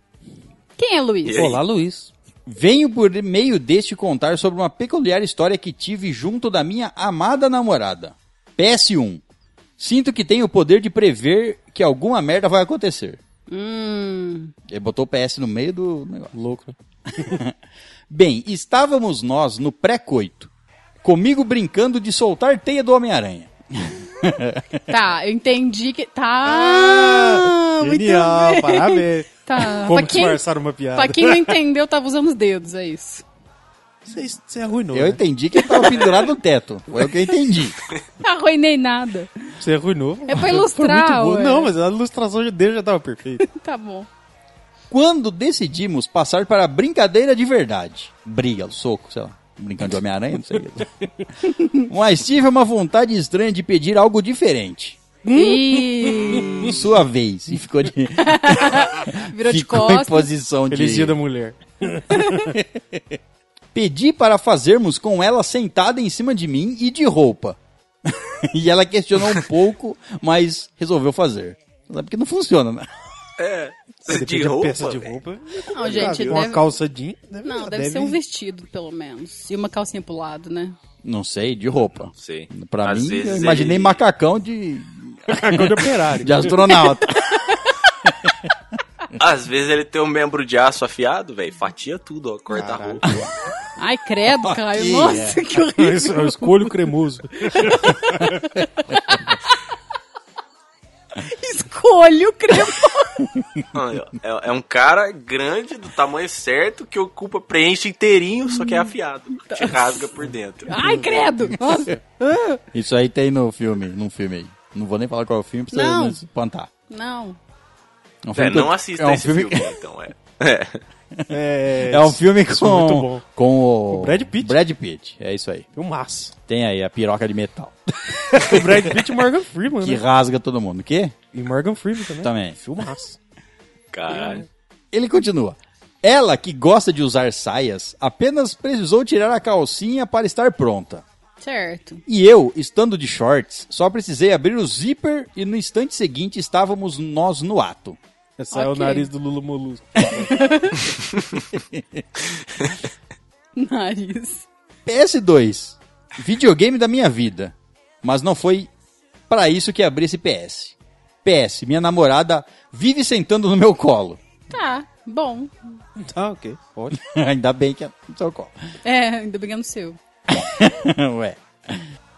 Speaker 7: Quem é Luiz?
Speaker 10: E aí?
Speaker 9: Olá, Luiz.
Speaker 5: Venho por meio deste contar sobre uma peculiar história que tive junto da minha amada namorada. PS1. Sinto que tenho o poder de prever que alguma merda vai acontecer.
Speaker 7: Hum,
Speaker 5: Ele botou o PS no meio do negócio.
Speaker 9: Louco, né?
Speaker 5: Bem, estávamos nós no pré-coito. Comigo brincando de soltar teia do Homem-Aranha.
Speaker 7: tá, eu entendi que. Tá! muito
Speaker 9: Genial,
Speaker 7: bem.
Speaker 9: parabéns.
Speaker 7: Tá.
Speaker 9: Ah! Como
Speaker 7: pra, quem,
Speaker 9: disfarçar uma piada.
Speaker 7: pra quem não entendeu, tava usando os dedos, é isso.
Speaker 9: Você, você arruinou,
Speaker 5: Eu
Speaker 9: né?
Speaker 5: entendi que ele tava pendurado no teto. Foi o que eu entendi.
Speaker 7: Arruinei nada.
Speaker 9: Você arruinou.
Speaker 7: É pra
Speaker 9: Foi
Speaker 7: ilustrar,
Speaker 9: muito boa.
Speaker 7: ué.
Speaker 9: Não, mas a ilustração de Deus já tava perfeita.
Speaker 7: Tá bom.
Speaker 5: Quando decidimos passar para a brincadeira de verdade. Briga, soco, sei lá. Brincando de Homem-Aranha, não sei. Mas tive uma vontade estranha de pedir algo diferente.
Speaker 9: Hum?
Speaker 7: Ih,
Speaker 5: Sua vez. E ficou de,
Speaker 7: virou de
Speaker 5: ficou em
Speaker 7: costas.
Speaker 5: posição de...
Speaker 9: Feliz dia da mulher.
Speaker 5: Pedi para fazermos com ela sentada em cima de mim e de roupa. e ela questionou um pouco, mas resolveu fazer. Sabe que não funciona, né?
Speaker 10: É,
Speaker 9: Depende
Speaker 10: de
Speaker 9: da
Speaker 10: roupa,
Speaker 9: peça de
Speaker 10: velho.
Speaker 9: roupa. é
Speaker 7: Não, gente,
Speaker 9: uma
Speaker 7: deve-
Speaker 9: calça jeans.
Speaker 7: Não, deve, ser um vestido, pelo menos. E uma calcinha pro lado, né?
Speaker 5: Não sei, de roupa.
Speaker 10: Sei.
Speaker 5: Pra
Speaker 10: Às
Speaker 5: mim, eu
Speaker 10: vezes
Speaker 5: imaginei
Speaker 10: ele-
Speaker 5: macacão de,
Speaker 9: Cagão de operário.
Speaker 5: de astronauta.
Speaker 10: Às vezes ele tem um membro de aço afiado, velho. Fatia tudo, ó. Corta a roupa.
Speaker 7: Ai, credo, Caio.
Speaker 5: Ok,
Speaker 7: Nossa, que horrível.
Speaker 9: É Isso, eu escolho o cremoso.
Speaker 7: Escolho cremoso.
Speaker 10: Aí, ó, É, é um cara grande, do tamanho certo, que ocupa, preenche inteirinho, só que é afiado. Te rasga por dentro.
Speaker 7: Ai, credo. Nossa.
Speaker 5: Isso aí tem no filme, num filme aí. Não vou nem falar qual é o filme pra
Speaker 7: Não.
Speaker 5: você espantar.
Speaker 7: Não.
Speaker 5: É um
Speaker 10: É,
Speaker 5: filme que-
Speaker 10: não assista
Speaker 5: é um
Speaker 10: esse filme, então, é. É.
Speaker 9: É,
Speaker 5: É um filme com,
Speaker 9: isso é muito bom.
Speaker 5: com o
Speaker 9: Com o Brad Pitt.
Speaker 5: Brad Pitt, é isso aí.
Speaker 9: Filmaço.
Speaker 5: Tem aí a piroca de metal,
Speaker 9: o Brad Pitt e Morgan Freeman,
Speaker 5: que Tá.
Speaker 9: né?
Speaker 5: rasga todo mundo. O quê?
Speaker 9: E Morgan Freeman também.
Speaker 5: Também.
Speaker 9: É, Filmaço.
Speaker 10: Caralho.
Speaker 5: Ele continua. Ela, que gosta de usar saias, apenas precisou tirar a calcinha para estar pronta.
Speaker 7: Certo.
Speaker 5: E eu, estando de shorts, só precisei abrir o zíper e no instante seguinte estávamos nós no ato.
Speaker 9: Saiu o
Speaker 7: Ok.
Speaker 9: nariz do Lula Molusco.
Speaker 7: Nariz.
Speaker 5: PS2, videogame da minha vida. Mas não foi pra isso que abri esse PS. PS, minha namorada vive sentando no meu colo.
Speaker 7: Tá, bom.
Speaker 9: Tá, ok. Ótimo.
Speaker 5: Ainda bem que é no seu colo.
Speaker 7: É, ainda bem que é no seu.
Speaker 5: Ué.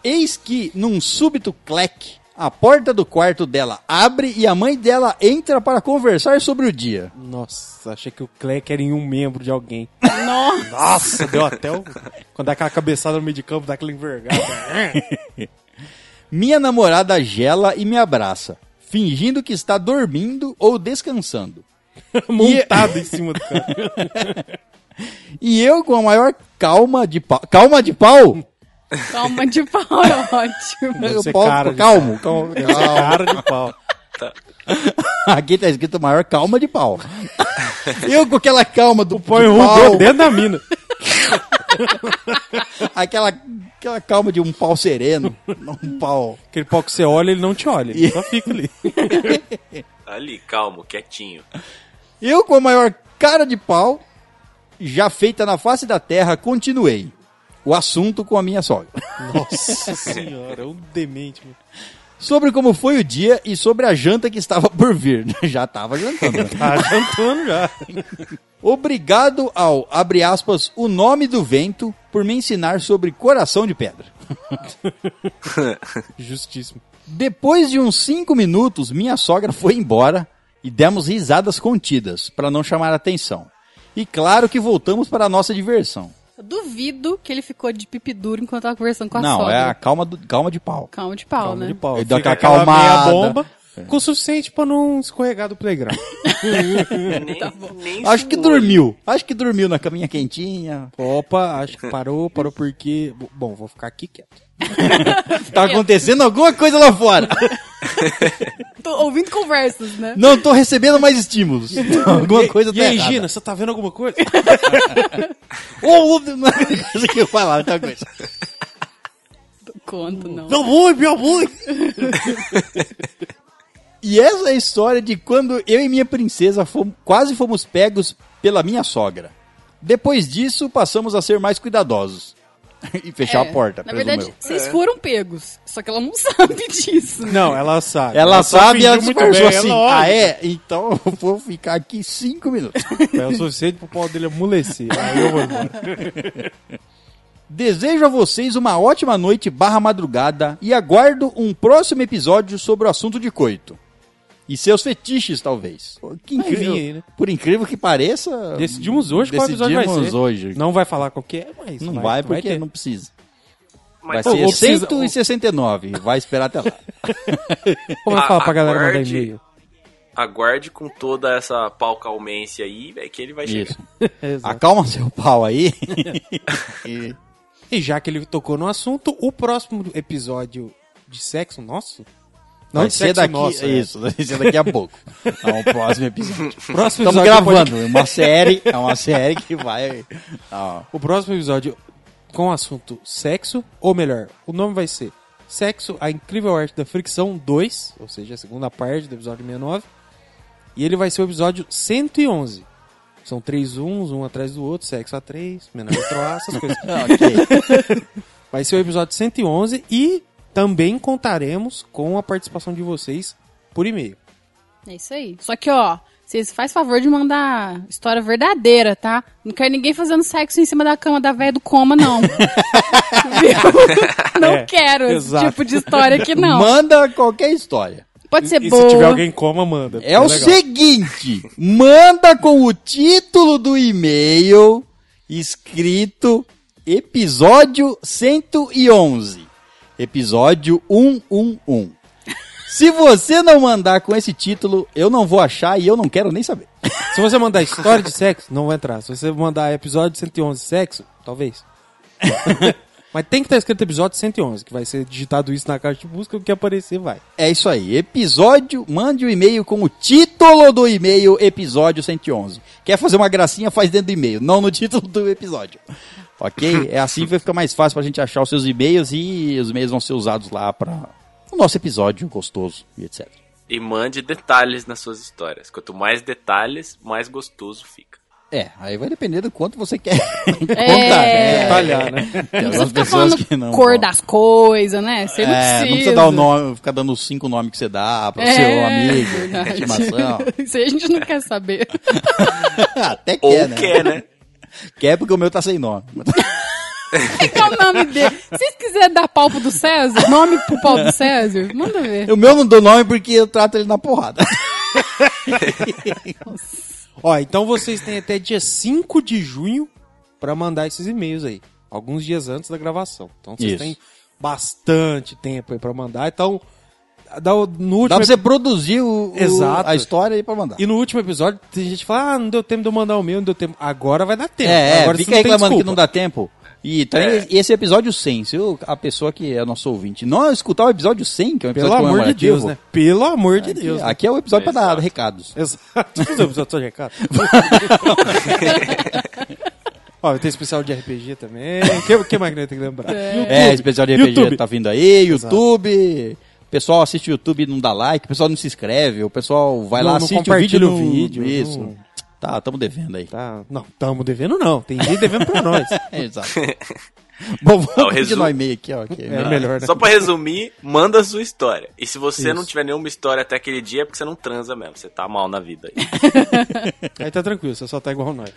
Speaker 5: Eis que, num súbito cleque, a porta do quarto dela abre e a mãe dela entra para conversar sobre o dia.
Speaker 9: Nossa, achei que o Cleck era em um membro de alguém.
Speaker 7: Nossa.
Speaker 9: Nossa, deu até o... Quando dá aquela cabeçada no meio de campo, dá aquela envergada.
Speaker 5: Minha namorada gela e me abraça, fingindo que está dormindo ou descansando.
Speaker 9: Montado em cima do cara.
Speaker 5: E eu, com a maior calma de pau. Calma de pau?
Speaker 7: Calma de pau, é ótimo.
Speaker 9: Deve ser
Speaker 5: Pau-
Speaker 9: cara de Então-
Speaker 5: calmo, calmo.
Speaker 9: Deve ser cara de pau.
Speaker 5: Aqui tá escrito maior calma de pau. Eu com aquela calma do
Speaker 9: Põe
Speaker 5: de
Speaker 9: um
Speaker 5: pau,
Speaker 9: dedo dentro da mina.
Speaker 5: aquela, aquela calma de um pau sereno, não um pau.
Speaker 9: Aquele pau que você olha, ele não te olha. Ele só fica ali.
Speaker 8: Ali, calmo, quietinho.
Speaker 5: Eu, com a maior cara de pau, já feita na face da terra, continuei. O assunto com a minha sogra.
Speaker 9: Nossa senhora, é um demente, mano.
Speaker 5: Sobre como foi o dia e sobre a janta que estava por vir. Já estava jantando. né?
Speaker 9: Tá jantando já.
Speaker 5: Obrigado ao, abre aspas, o nome do vento por me ensinar sobre coração de pedra.
Speaker 9: Justíssimo.
Speaker 5: Depois de uns cinco minutos, minha sogra foi embora e demos risadas contidas para não chamar atenção. E claro que voltamos para a nossa diversão.
Speaker 7: Eu Duvido que ele ficou de pipi duro enquanto tava conversando com a
Speaker 5: Não,
Speaker 7: sogra.
Speaker 5: é a calma, do- calma de pau.
Speaker 7: Calma de pau,
Speaker 9: Calma
Speaker 7: né?
Speaker 9: Tá de pau.
Speaker 5: Ele dá
Speaker 9: Fica meia
Speaker 5: aquela acalmada. É.
Speaker 9: bomba. Com o suficiente pra não escorregar do playground.
Speaker 8: Nem, nem
Speaker 5: Acho que dormiu. Acho que dormiu na caminha quentinha. Tá
Speaker 9: Opa, acho que parou, parou porque... Bom, vou ficar aqui quieto.
Speaker 5: Tá acontecendo alguma coisa lá fora.
Speaker 7: Tô ouvindo conversas, né?
Speaker 5: Não tô recebendo mais estímulos. Alguma coisa
Speaker 9: E
Speaker 5: tá
Speaker 9: aí,
Speaker 5: errada.
Speaker 9: Gina, você tá vendo alguma coisa?
Speaker 5: Ou uma coisa que eu falava, outra coisa.
Speaker 7: Conto, não.
Speaker 9: Meu amor, meu amor!
Speaker 5: E essa é a história de quando eu e minha princesa fom- quase fomos pegos pela minha sogra. Depois disso, passamos a ser mais cuidadosos. e fechar
Speaker 7: É,
Speaker 5: a porta,
Speaker 7: Na
Speaker 5: presumeu.
Speaker 7: verdade, vocês foram pegos. Só que ela não sabe disso.
Speaker 9: Não, ela sabe.
Speaker 5: Ela
Speaker 9: só
Speaker 5: sabe e
Speaker 9: fingiu
Speaker 5: ela
Speaker 9: muito
Speaker 5: dispersou
Speaker 9: bem,
Speaker 5: assim.
Speaker 9: ela olha.
Speaker 5: ah, é? Então eu vou ficar aqui cinco minutos.
Speaker 9: É o suficiente pro pau dele amolecer. Aí eu vou embora.
Speaker 5: Desejo a vocês uma ótima noite barra madrugada e aguardo um próximo episódio sobre o assunto de coito. E seus fetiches, talvez. Pô, Que
Speaker 9: Vai
Speaker 5: incrível.
Speaker 9: vir aí, né?
Speaker 5: Por incrível que pareça...
Speaker 9: Decidimos hoje qual episódio vai
Speaker 5: Decidimos
Speaker 9: ser.
Speaker 5: hoje.
Speaker 9: Não vai falar qual que é, mas.
Speaker 5: Não vai, porque
Speaker 9: ter.
Speaker 5: não precisa. Vai
Speaker 8: Mas-
Speaker 9: Ô,
Speaker 5: ser
Speaker 9: ô, precisa-
Speaker 5: 169. Vai esperar até lá.
Speaker 9: Como é que fala pra galera mandar
Speaker 8: Aguarde.
Speaker 9: e-mail?
Speaker 8: Aguarde com toda essa palcalmência aí, velho, que ele vai chegar.
Speaker 5: Isso. Acalma seu pau aí. E-
Speaker 9: E já que ele tocou no assunto, o próximo episódio de sexo nosso? Não
Speaker 5: vai
Speaker 9: de
Speaker 5: ser
Speaker 9: sexo
Speaker 5: daqui,
Speaker 9: nosso. é.
Speaker 5: isso, vai ser daqui a pouco. É um próximo episódio.
Speaker 9: Próximo
Speaker 5: Estamos
Speaker 9: episódio do
Speaker 5: gravando,
Speaker 9: podcast-
Speaker 5: é uma série, é uma série que vai... Ó,
Speaker 9: O próximo episódio com o assunto sexo, ou melhor, o nome vai ser Sexo, a Incrível Arte da Fricção 2, ou seja, a segunda parte do episódio 69. E ele vai ser o episódio 111. São três uns, um atrás do outro, sexo a três, menor outro A, essas coisas.
Speaker 5: ok.
Speaker 9: Vai ser o episódio 111 e também contaremos com a participação de vocês por e-mail.
Speaker 7: É isso aí. Só que, ó, vocês faz favor de mandar história verdadeira, tá? Não quero ninguém fazendo sexo em cima da cama da velha do coma, não. Viu? Não
Speaker 9: É,
Speaker 7: quero
Speaker 9: exato.
Speaker 7: esse tipo de história aqui, não.
Speaker 5: Manda qualquer história.
Speaker 7: Pode ser
Speaker 9: e
Speaker 7: boa.
Speaker 9: se tiver alguém coma, manda.
Speaker 5: É o
Speaker 9: legal.
Speaker 5: seguinte, manda com o título do e-mail escrito episódio 111. Episódio 111. Se você não mandar com esse título, eu não vou achar e eu não quero nem saber.
Speaker 9: Se você mandar história de sexo, não vai entrar. Se você mandar episódio 111 sexo, talvez. Mas tem que estar escrito episódio 111, que vai ser digitado isso na caixa de busca, o que aparecer vai.
Speaker 5: É isso aí. Episódio, mande o e-mail com o título do e-mail, episódio 111. Quer fazer uma gracinha, faz dentro do e-mail, não no título do episódio. Ok? É assim que vai ficar mais fácil pra gente achar os seus e-mails e os e-mails vão ser usados lá pra o nosso episódio gostoso e etc.
Speaker 8: E mande detalhes nas suas histórias. Quanto mais detalhes, mais gostoso fica.
Speaker 5: É, aí vai depender do quanto você quer contar.
Speaker 7: É.
Speaker 5: né?
Speaker 9: Detalhar, né?
Speaker 5: Tem
Speaker 7: Não
Speaker 5: algumas
Speaker 7: precisa ficar
Speaker 5: pessoas
Speaker 7: falando
Speaker 5: que não
Speaker 7: cor
Speaker 5: vão.
Speaker 7: das coisas, né? Você não É.
Speaker 5: É,
Speaker 7: precisa.
Speaker 5: não precisa dar o nome, ficar dando os cinco nomes que você dá pro seu amigo, né, de
Speaker 7: verdade.
Speaker 5: estimação.
Speaker 7: Isso aí a gente não quer saber.
Speaker 5: Até
Speaker 8: Ou
Speaker 5: quer, né?
Speaker 8: quer, né?
Speaker 5: Quer porque o meu tá sem nome.
Speaker 7: Qual é o nome dele? Se vocês quiserem dar pau pro do César, nome pro pau do César, manda ver.
Speaker 5: O meu não dou nome porque eu trato ele na porrada.
Speaker 9: Ó, então vocês têm até dia 5 de junho pra mandar esses e-mails aí. Alguns dias antes da gravação. Então vocês
Speaker 5: Isso.
Speaker 9: têm bastante tempo aí pra mandar. Então, dá o- no último
Speaker 5: Dá pra você produzir o, o-
Speaker 9: Exato.
Speaker 5: a história aí pra mandar.
Speaker 9: E no último episódio, tem gente que fala, ah, não deu tempo de eu mandar o meu, não deu tempo. Agora vai dar tempo.
Speaker 5: É, é
Speaker 9: Agora
Speaker 5: fica
Speaker 9: você não tem
Speaker 5: reclamando que
Speaker 9: desculpa.
Speaker 5: não dá tempo. E também esse é o episódio 100. Se o- a pessoa que é nosso ouvinte não escutar o episódio 100, que é um
Speaker 9: Pelo
Speaker 5: episódio
Speaker 9: amor de Deus, né? Pelo amor de Deus. né?
Speaker 5: Deus, aqui é o episódio pra dar recados.
Speaker 9: Exato. Os episódios só de recado. Ó, vai ter especial de RPG também. O que, que mais que nós tem que lembrar?
Speaker 5: É, esse episódio de RPG
Speaker 9: YouTube.
Speaker 5: tá vindo aí, YouTube. O pessoal assiste o YouTube e não dá like, o pessoal não se inscreve, o pessoal vai
Speaker 9: Não-
Speaker 5: lá,
Speaker 9: não
Speaker 5: assiste o vídeo
Speaker 9: compartilha
Speaker 5: no
Speaker 9: o vídeo,
Speaker 5: Isso.
Speaker 9: não-
Speaker 5: Tá, tamo devendo aí.
Speaker 9: Tá. Não, tamo devendo não. Tem gente devendo pra nós.
Speaker 5: É, exato. Bom, vamos
Speaker 8: Ah, o resumo.
Speaker 5: continuar e-mail aqui, ó. que é
Speaker 9: É
Speaker 5: melhor.
Speaker 9: melhor, né?
Speaker 8: Só pra resumir, manda a sua história. E se você não
Speaker 9: Isso.
Speaker 8: tiver nenhuma história até aquele dia, é porque você não transa mesmo. Você tá mal na vida aí.
Speaker 9: Aí tá tranquilo, você só tá igual nós.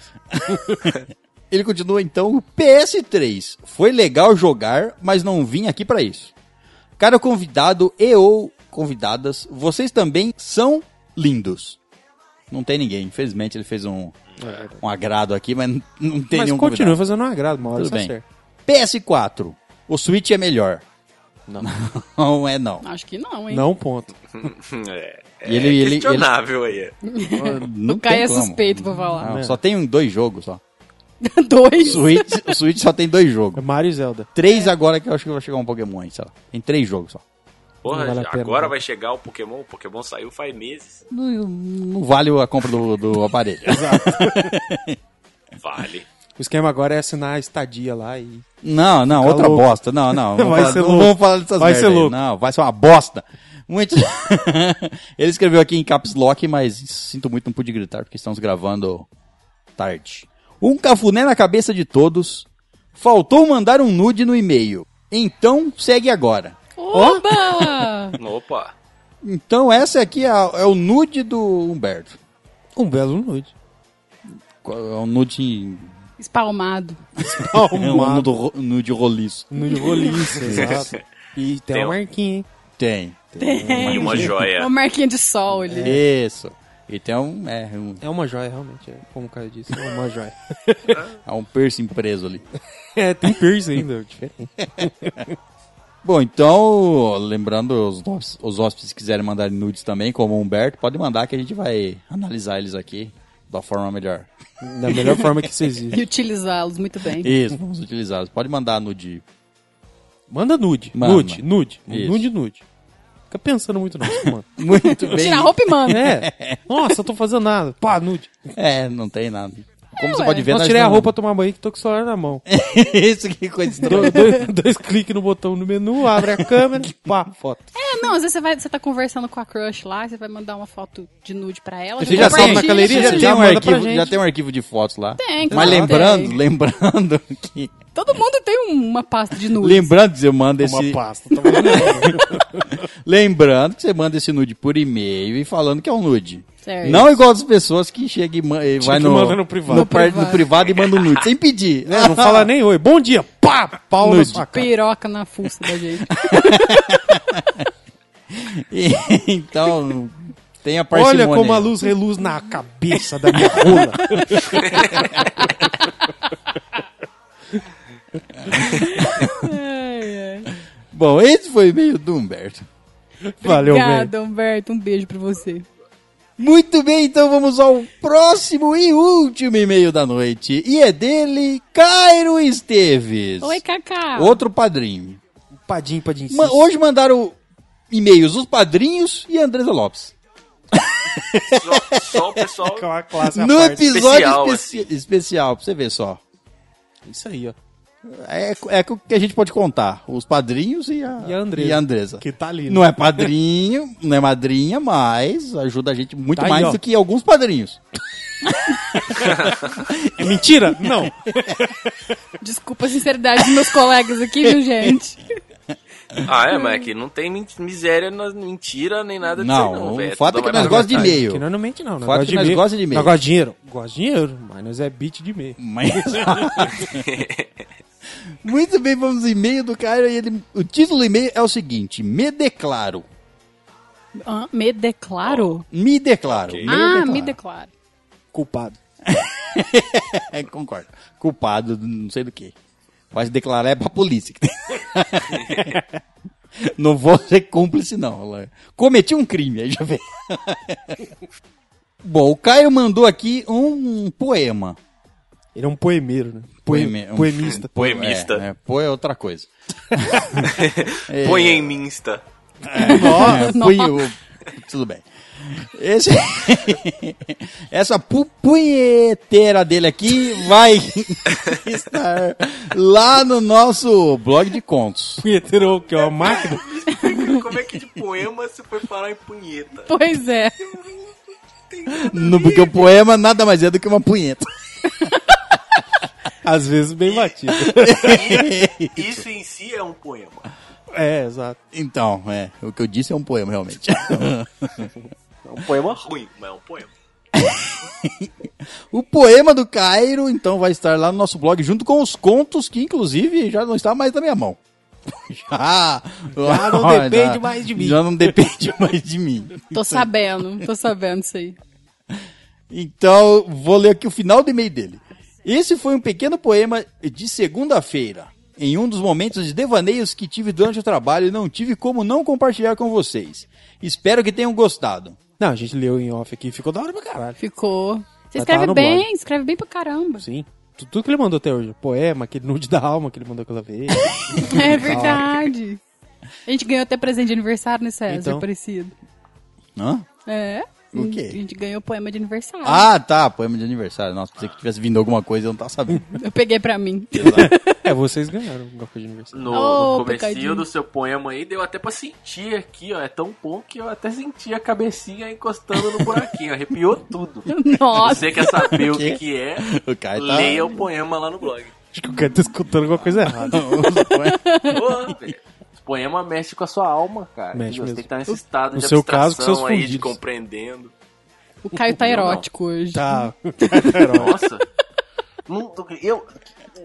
Speaker 5: Ele continua então, PS3. Foi legal jogar, mas não vim aqui pra isso. Cara convidado e ou convidadas, vocês também são lindos. Não tem ninguém, infelizmente ele fez um, um agrado aqui, mas n- não tem
Speaker 9: Mas
Speaker 5: nenhum
Speaker 9: continua
Speaker 5: convidado.
Speaker 9: fazendo um agrado, uma hora
Speaker 5: Tudo
Speaker 7: tá
Speaker 9: você
Speaker 5: bem.
Speaker 9: acerta.
Speaker 5: PS4. O Switch é melhor.
Speaker 9: Não.
Speaker 5: Não é não.
Speaker 7: Acho que não, hein?
Speaker 9: Não, ponto.
Speaker 8: É,
Speaker 5: E ele- ele-
Speaker 8: é questionável aí.
Speaker 5: Não
Speaker 7: O Caio
Speaker 5: tem
Speaker 7: é
Speaker 5: como.
Speaker 7: suspeito pra falar.
Speaker 5: Não, só tem um, dois jogos só. Ah.
Speaker 7: Dois.
Speaker 5: Switch, o Switch só tem dois
Speaker 9: É
Speaker 5: jogos.
Speaker 9: Mario e Zelda.
Speaker 5: Três agora que eu acho que vai chegar um Pokémon aí, sei lá. Tem três jogos só.
Speaker 8: Porra,
Speaker 9: Não vale a pena,
Speaker 8: agora
Speaker 5: né?
Speaker 9: não.
Speaker 8: vai chegar o Pokémon. O Pokémon saiu faz meses.
Speaker 5: Não, não vale a compra do, do aparelho.
Speaker 8: Vale.
Speaker 9: O esquema agora é assinar a estadia lá e.
Speaker 5: Não, não,
Speaker 9: Fica
Speaker 5: outra
Speaker 9: louco.
Speaker 5: bosta. Não, não. Não
Speaker 9: Vai
Speaker 5: fala-
Speaker 9: ser
Speaker 5: não
Speaker 9: louco.
Speaker 5: vamos falar dessas
Speaker 9: Vai
Speaker 5: merda
Speaker 9: ser
Speaker 5: aí.
Speaker 9: louco.
Speaker 5: Não, vai ser uma bosta. Muito. Ele escreveu aqui em caps lock, mas sinto muito, não pude gritar porque estamos gravando tarde. Um cafuné na cabeça de todos. Faltou mandar um nude no e-mail. Então, segue agora.
Speaker 7: Oba!
Speaker 8: Opa.
Speaker 5: Então, essa aqui é, a- é o nude do Humberto.
Speaker 9: Um belo nude.
Speaker 5: É um nude.
Speaker 7: Espalmado.
Speaker 5: É um nude, ro- nude roliço.
Speaker 9: Nude roliço, exato. E tem
Speaker 8: Tem um-
Speaker 9: uma marquinha, hein?
Speaker 5: Tem.
Speaker 8: E uma joia.
Speaker 10: É.
Speaker 7: Uma marquinha de sol ali.
Speaker 5: Isso. Então, é um,
Speaker 9: É uma joia, realmente. é. Como o Caio disse, é uma joia.
Speaker 5: é um piercing preso ali.
Speaker 9: é, tem piercing ainda, diferente.
Speaker 5: Bom, então, lembrando, os, nós- os hóspedes que quiserem mandar nudes também, como o Humberto, pode mandar que a gente vai analisar eles aqui da forma melhor.
Speaker 9: Da melhor forma que vocês
Speaker 7: E
Speaker 9: existe.
Speaker 7: utilizá-los muito bem.
Speaker 5: Isso, vamos utilizá-los. Pode mandar nude.
Speaker 9: Manda nude.
Speaker 5: Manda.
Speaker 9: Nude, nude.
Speaker 5: Isso.
Speaker 9: Nude, nude. Fica pensando muito não, mano.
Speaker 5: Muito bem.
Speaker 7: Tira a roupa e manda.
Speaker 9: É. Nossa, eu tô fazendo nada. Pá, nude.
Speaker 5: É, não tem nada. Como
Speaker 7: É,
Speaker 5: você
Speaker 7: ué.
Speaker 5: pode ver,
Speaker 9: Nossa,
Speaker 5: nós
Speaker 9: tirei a
Speaker 5: não-
Speaker 9: roupa pra tomar banho que tô com o celular na mão.
Speaker 5: Isso que coisa estranha.
Speaker 9: Do- dois, dois cliques no botão no menu, abre a câmera, pá, foto.
Speaker 7: É, não, às vezes você, vai, você tá conversando com a crush lá, você vai mandar uma foto de nude pra ela.
Speaker 5: Você já
Speaker 9: salva
Speaker 5: sabe
Speaker 9: na
Speaker 7: compartilha,
Speaker 9: galeria,
Speaker 5: já,
Speaker 9: você
Speaker 5: tem
Speaker 9: já
Speaker 5: um
Speaker 9: manda pra
Speaker 5: arquivo,
Speaker 9: gente.
Speaker 5: já tem um arquivo de fotos lá.
Speaker 7: Tem,
Speaker 5: Mas
Speaker 7: claro,
Speaker 5: lembrando,
Speaker 7: tem.
Speaker 5: lembrando que
Speaker 7: Todo mundo tem um, uma pasta de nude.
Speaker 5: lembrando que você manda
Speaker 9: Uma
Speaker 5: esse
Speaker 9: pasta. Tá vendo?
Speaker 5: Lembrando que você manda esse nude por e-mail e falando que é um nude.
Speaker 7: Certo.
Speaker 5: Não igual as pessoas que chegam e, ma- e vai
Speaker 9: que
Speaker 5: no,
Speaker 9: manda no privado.
Speaker 5: No, par- no privado. e manda um nude, sem pedir. né?
Speaker 9: não fala nem oi. Bom dia. Pá, pau na
Speaker 5: Nude.
Speaker 9: sua cara.
Speaker 7: Piroca na fuça da gente.
Speaker 5: E- então, tem a parcimônia.
Speaker 9: Olha como a luz reluz na cabeça da minha rola.
Speaker 7: Ai, ai.
Speaker 5: Bom, esse foi o e-mail do Humberto.
Speaker 9: Valeu, velho.
Speaker 7: Obrigada, Humberto. Um beijo pra você.
Speaker 5: Muito bem, então vamos ao próximo e último e-mail da noite. E é dele, Cairo Esteves.
Speaker 7: Oi, Cacá.
Speaker 5: Outro padrinho.
Speaker 9: Padim, padim.
Speaker 5: Ma- hoje mandaram e-mails os padrinhos e a Andresa Lopes.
Speaker 8: Só, só o pessoal.
Speaker 9: é uma classe à
Speaker 5: no
Speaker 9: parte.
Speaker 5: episódio
Speaker 8: especial,
Speaker 5: especi- especial, pra você ver só.
Speaker 9: Isso aí, ó.
Speaker 5: É, é o que a gente pode contar. Os padrinhos e a,
Speaker 9: E a Andresa. Que tá ali. né?
Speaker 5: Não é padrinho, não é madrinha, mas ajuda a gente muito
Speaker 9: Tá aí,
Speaker 5: mais
Speaker 9: ó.
Speaker 5: do que alguns padrinhos.
Speaker 9: É mentira? Não.
Speaker 7: Desculpa a sinceridade dos meus colegas aqui, viu, gente?
Speaker 8: Ah, é, mas é que não tem min- miséria, nas- mentira, nem nada disso
Speaker 5: Não,
Speaker 8: aí,
Speaker 5: o
Speaker 8: não, velho.
Speaker 5: fato
Speaker 8: Tudo
Speaker 5: é que
Speaker 8: vai
Speaker 5: nós
Speaker 8: pra
Speaker 5: gostamos de
Speaker 8: metade.
Speaker 5: e-mail.
Speaker 9: Ah, Que nós não mente, não.
Speaker 5: Fato que nós gosta de e-mail.
Speaker 9: Nós gosta de dinheiro. Gosta de dinheiro, mas nós é beat de e-mail.
Speaker 5: Mas... Muito bem, vamos ao e-mail do Cairo. E ele... O título do e-mail é o seguinte: Me declaro.
Speaker 7: Ah, me declaro?
Speaker 5: Me declaro. Oh, Me
Speaker 7: ah,
Speaker 5: declaro.
Speaker 7: me declaro.
Speaker 9: Culpado.
Speaker 5: É, concordo. Culpado, não sei do que. Pode declarar é pra polícia. que tem. não vou ser cúmplice, não. Ela- Cometi um crime, aí já vê. Bom, o Caio mandou aqui um poema.
Speaker 9: Ele é um poemeiro, né?
Speaker 5: Poeme- um-
Speaker 9: Poemista.
Speaker 8: Poemista.
Speaker 5: É, é, poe é outra coisa.
Speaker 8: Põe em minsta.
Speaker 5: É, punho- Tudo bem. Esse- essa pu punheteira dele aqui vai estar lá no nosso blog de contos.
Speaker 9: Punheteiro, que é uma máquina.
Speaker 8: Como é que de poema você foi parar em punheta?
Speaker 7: Pois é.
Speaker 5: No, porque o poema nada mais é do que uma punheta.
Speaker 9: Às vezes bem batido.
Speaker 8: Isso em si é um poema.
Speaker 9: é, exato.
Speaker 5: Então, é, o que eu disse é um poema, realmente.
Speaker 8: É um poema ruim, mas é um poema.
Speaker 5: O poema do Cairo, então, vai estar lá no nosso blog, junto com os contos, que inclusive já não está mais na minha mão. Já, já
Speaker 9: não depende mais de mim.
Speaker 5: Já não depende mais de mim.
Speaker 7: Tô sabendo, tô sabendo isso aí.
Speaker 5: Então, vou ler aqui o final do e-mail dele. Esse foi um pequeno poema de segunda-feira. Em um dos momentos de devaneios que tive durante o trabalho, e não tive como não compartilhar com vocês. Espero que tenham gostado.
Speaker 9: Não, a gente leu em off aqui. Ficou da hora pra caralho.
Speaker 7: Ficou.
Speaker 9: Vai tá
Speaker 7: Você
Speaker 9: lá
Speaker 7: escreve
Speaker 9: no
Speaker 7: bem,
Speaker 9: blog.
Speaker 7: escreve bem pra caramba.
Speaker 9: Sim. Tu- Tudo que ele mandou até hoje. Poema, aquele nude da alma que ele mandou aquela vez.
Speaker 7: É verdade. A gente ganhou até presente de aniversário, né, César?
Speaker 9: Então.
Speaker 7: Parecido.
Speaker 5: Hã?
Speaker 7: É.
Speaker 5: O quê?
Speaker 7: A gente ganhou poema de aniversário.
Speaker 5: Ah, tá, poema de aniversário. Nossa, pensei que tivesse vindo alguma coisa e eu não tava sabendo.
Speaker 7: Eu peguei pra mim.
Speaker 9: é, vocês ganharam alguma coisa de aniversário.
Speaker 8: No
Speaker 7: Oh,
Speaker 8: no comecinho
Speaker 7: pecadinho.
Speaker 8: do seu poema aí, deu até pra sentir aqui, ó. É tão bom que eu até senti a cabecinha encostando no buraquinho. Arrepiou tudo.
Speaker 7: Nossa.
Speaker 8: Você quer saber o
Speaker 5: quê?
Speaker 8: que, que é,
Speaker 5: O Caio tá.
Speaker 8: leia o poema lá no blog.
Speaker 9: Acho que o cara tá escutando alguma coisa errada.
Speaker 8: Porra, velho. Os poema mexe com a sua alma, cara.
Speaker 9: Mexe
Speaker 8: Você tem
Speaker 9: mesmo.
Speaker 8: que estar nesse estado
Speaker 9: No
Speaker 8: de
Speaker 9: seu
Speaker 8: abstração
Speaker 9: caso, com seus
Speaker 8: aí, de
Speaker 9: fundidos.
Speaker 8: compreendendo.
Speaker 7: O Caio tá erótico hoje.
Speaker 9: tá.
Speaker 8: Nossa. Não- eu,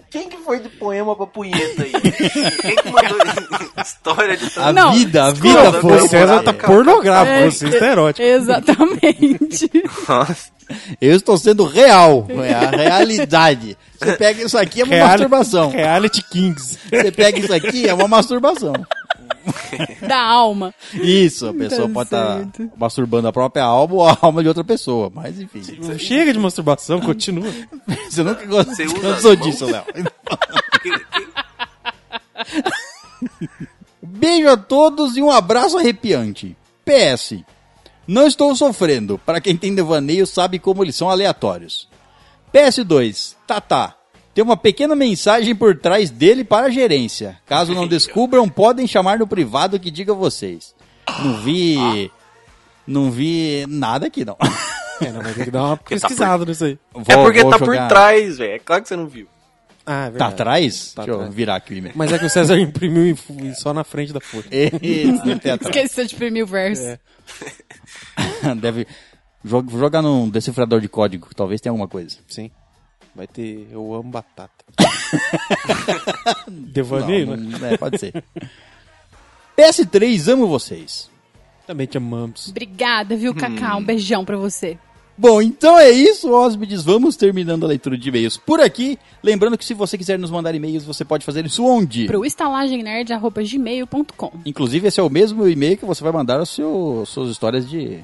Speaker 8: quem que foi de poema pra punheta aí? Quem que mandou história de
Speaker 5: A
Speaker 7: Não,
Speaker 5: vida, a
Speaker 7: desculpa,
Speaker 5: vida foi.
Speaker 9: O César tá pornográfico, vocês
Speaker 5: É.
Speaker 9: tá erótico.
Speaker 7: É, Exatamente.
Speaker 8: Nossa.
Speaker 5: Eu estou sendo real. É a realidade. Você pega isso aqui, é uma
Speaker 9: Reali-
Speaker 5: masturbação.
Speaker 9: Reality Kings.
Speaker 5: Você pega isso aqui, é uma masturbação.
Speaker 7: da alma.
Speaker 5: Isso, a pessoa
Speaker 7: Tá
Speaker 5: pode estar
Speaker 7: certo.
Speaker 5: masturbando a própria alma ou a alma de outra pessoa. Mas enfim,
Speaker 9: Não chega de masturbação, continua.
Speaker 5: você nunca gosta
Speaker 8: Você usa
Speaker 5: cansou
Speaker 8: as mãos?
Speaker 5: disso, Léo. Beijo a todos e um abraço arrepiante. PS. Não estou sofrendo. Para quem tem devaneio, sabe como eles são aleatórios. PS2. Tatá. Tem uma pequena mensagem por trás dele para a gerência. Caso não descubram, podem chamar no privado que diga vocês. Não
Speaker 8: Ah.
Speaker 5: vi. Não vi nada aqui, não.
Speaker 9: É, não, mas tem que dar uma pesquisada nisso aí.
Speaker 8: É
Speaker 5: Vou-
Speaker 8: porque
Speaker 5: vou
Speaker 8: tá
Speaker 5: jogar-
Speaker 8: por trás, velho. É claro que você não viu.
Speaker 9: Ah, é
Speaker 5: Tá
Speaker 9: verdade.
Speaker 5: atrás?
Speaker 9: Tá
Speaker 5: Deixa eu
Speaker 9: atrás.
Speaker 5: virar aqui primeiro.
Speaker 9: Mas é que o César imprimiu e fu- e só na frente da folha.
Speaker 5: Esse não tem atrás.
Speaker 7: Esqueceu de imprimir o verso.
Speaker 9: É.
Speaker 5: Deve. jo- Joga num decifrador de código, que talvez tenha alguma coisa.
Speaker 9: Sim. Vai ter Eu Amo Batata.
Speaker 5: Não,
Speaker 9: Devaneio, né?
Speaker 5: não- é, pode ser. PS3, amo vocês.
Speaker 9: Também te amamos.
Speaker 7: Obrigada, viu, Cacá? Um beijão pra você.
Speaker 5: Bom, então é isso, hóspedes. Vamos terminando a leitura de e-mails por aqui. Lembrando que se você quiser nos mandar e-mails, você pode fazer isso onde?
Speaker 7: Pro estalagemnerd.gmail.com
Speaker 5: Inclusive, esse é o mesmo e-mail que você vai mandar as seu, suas histórias de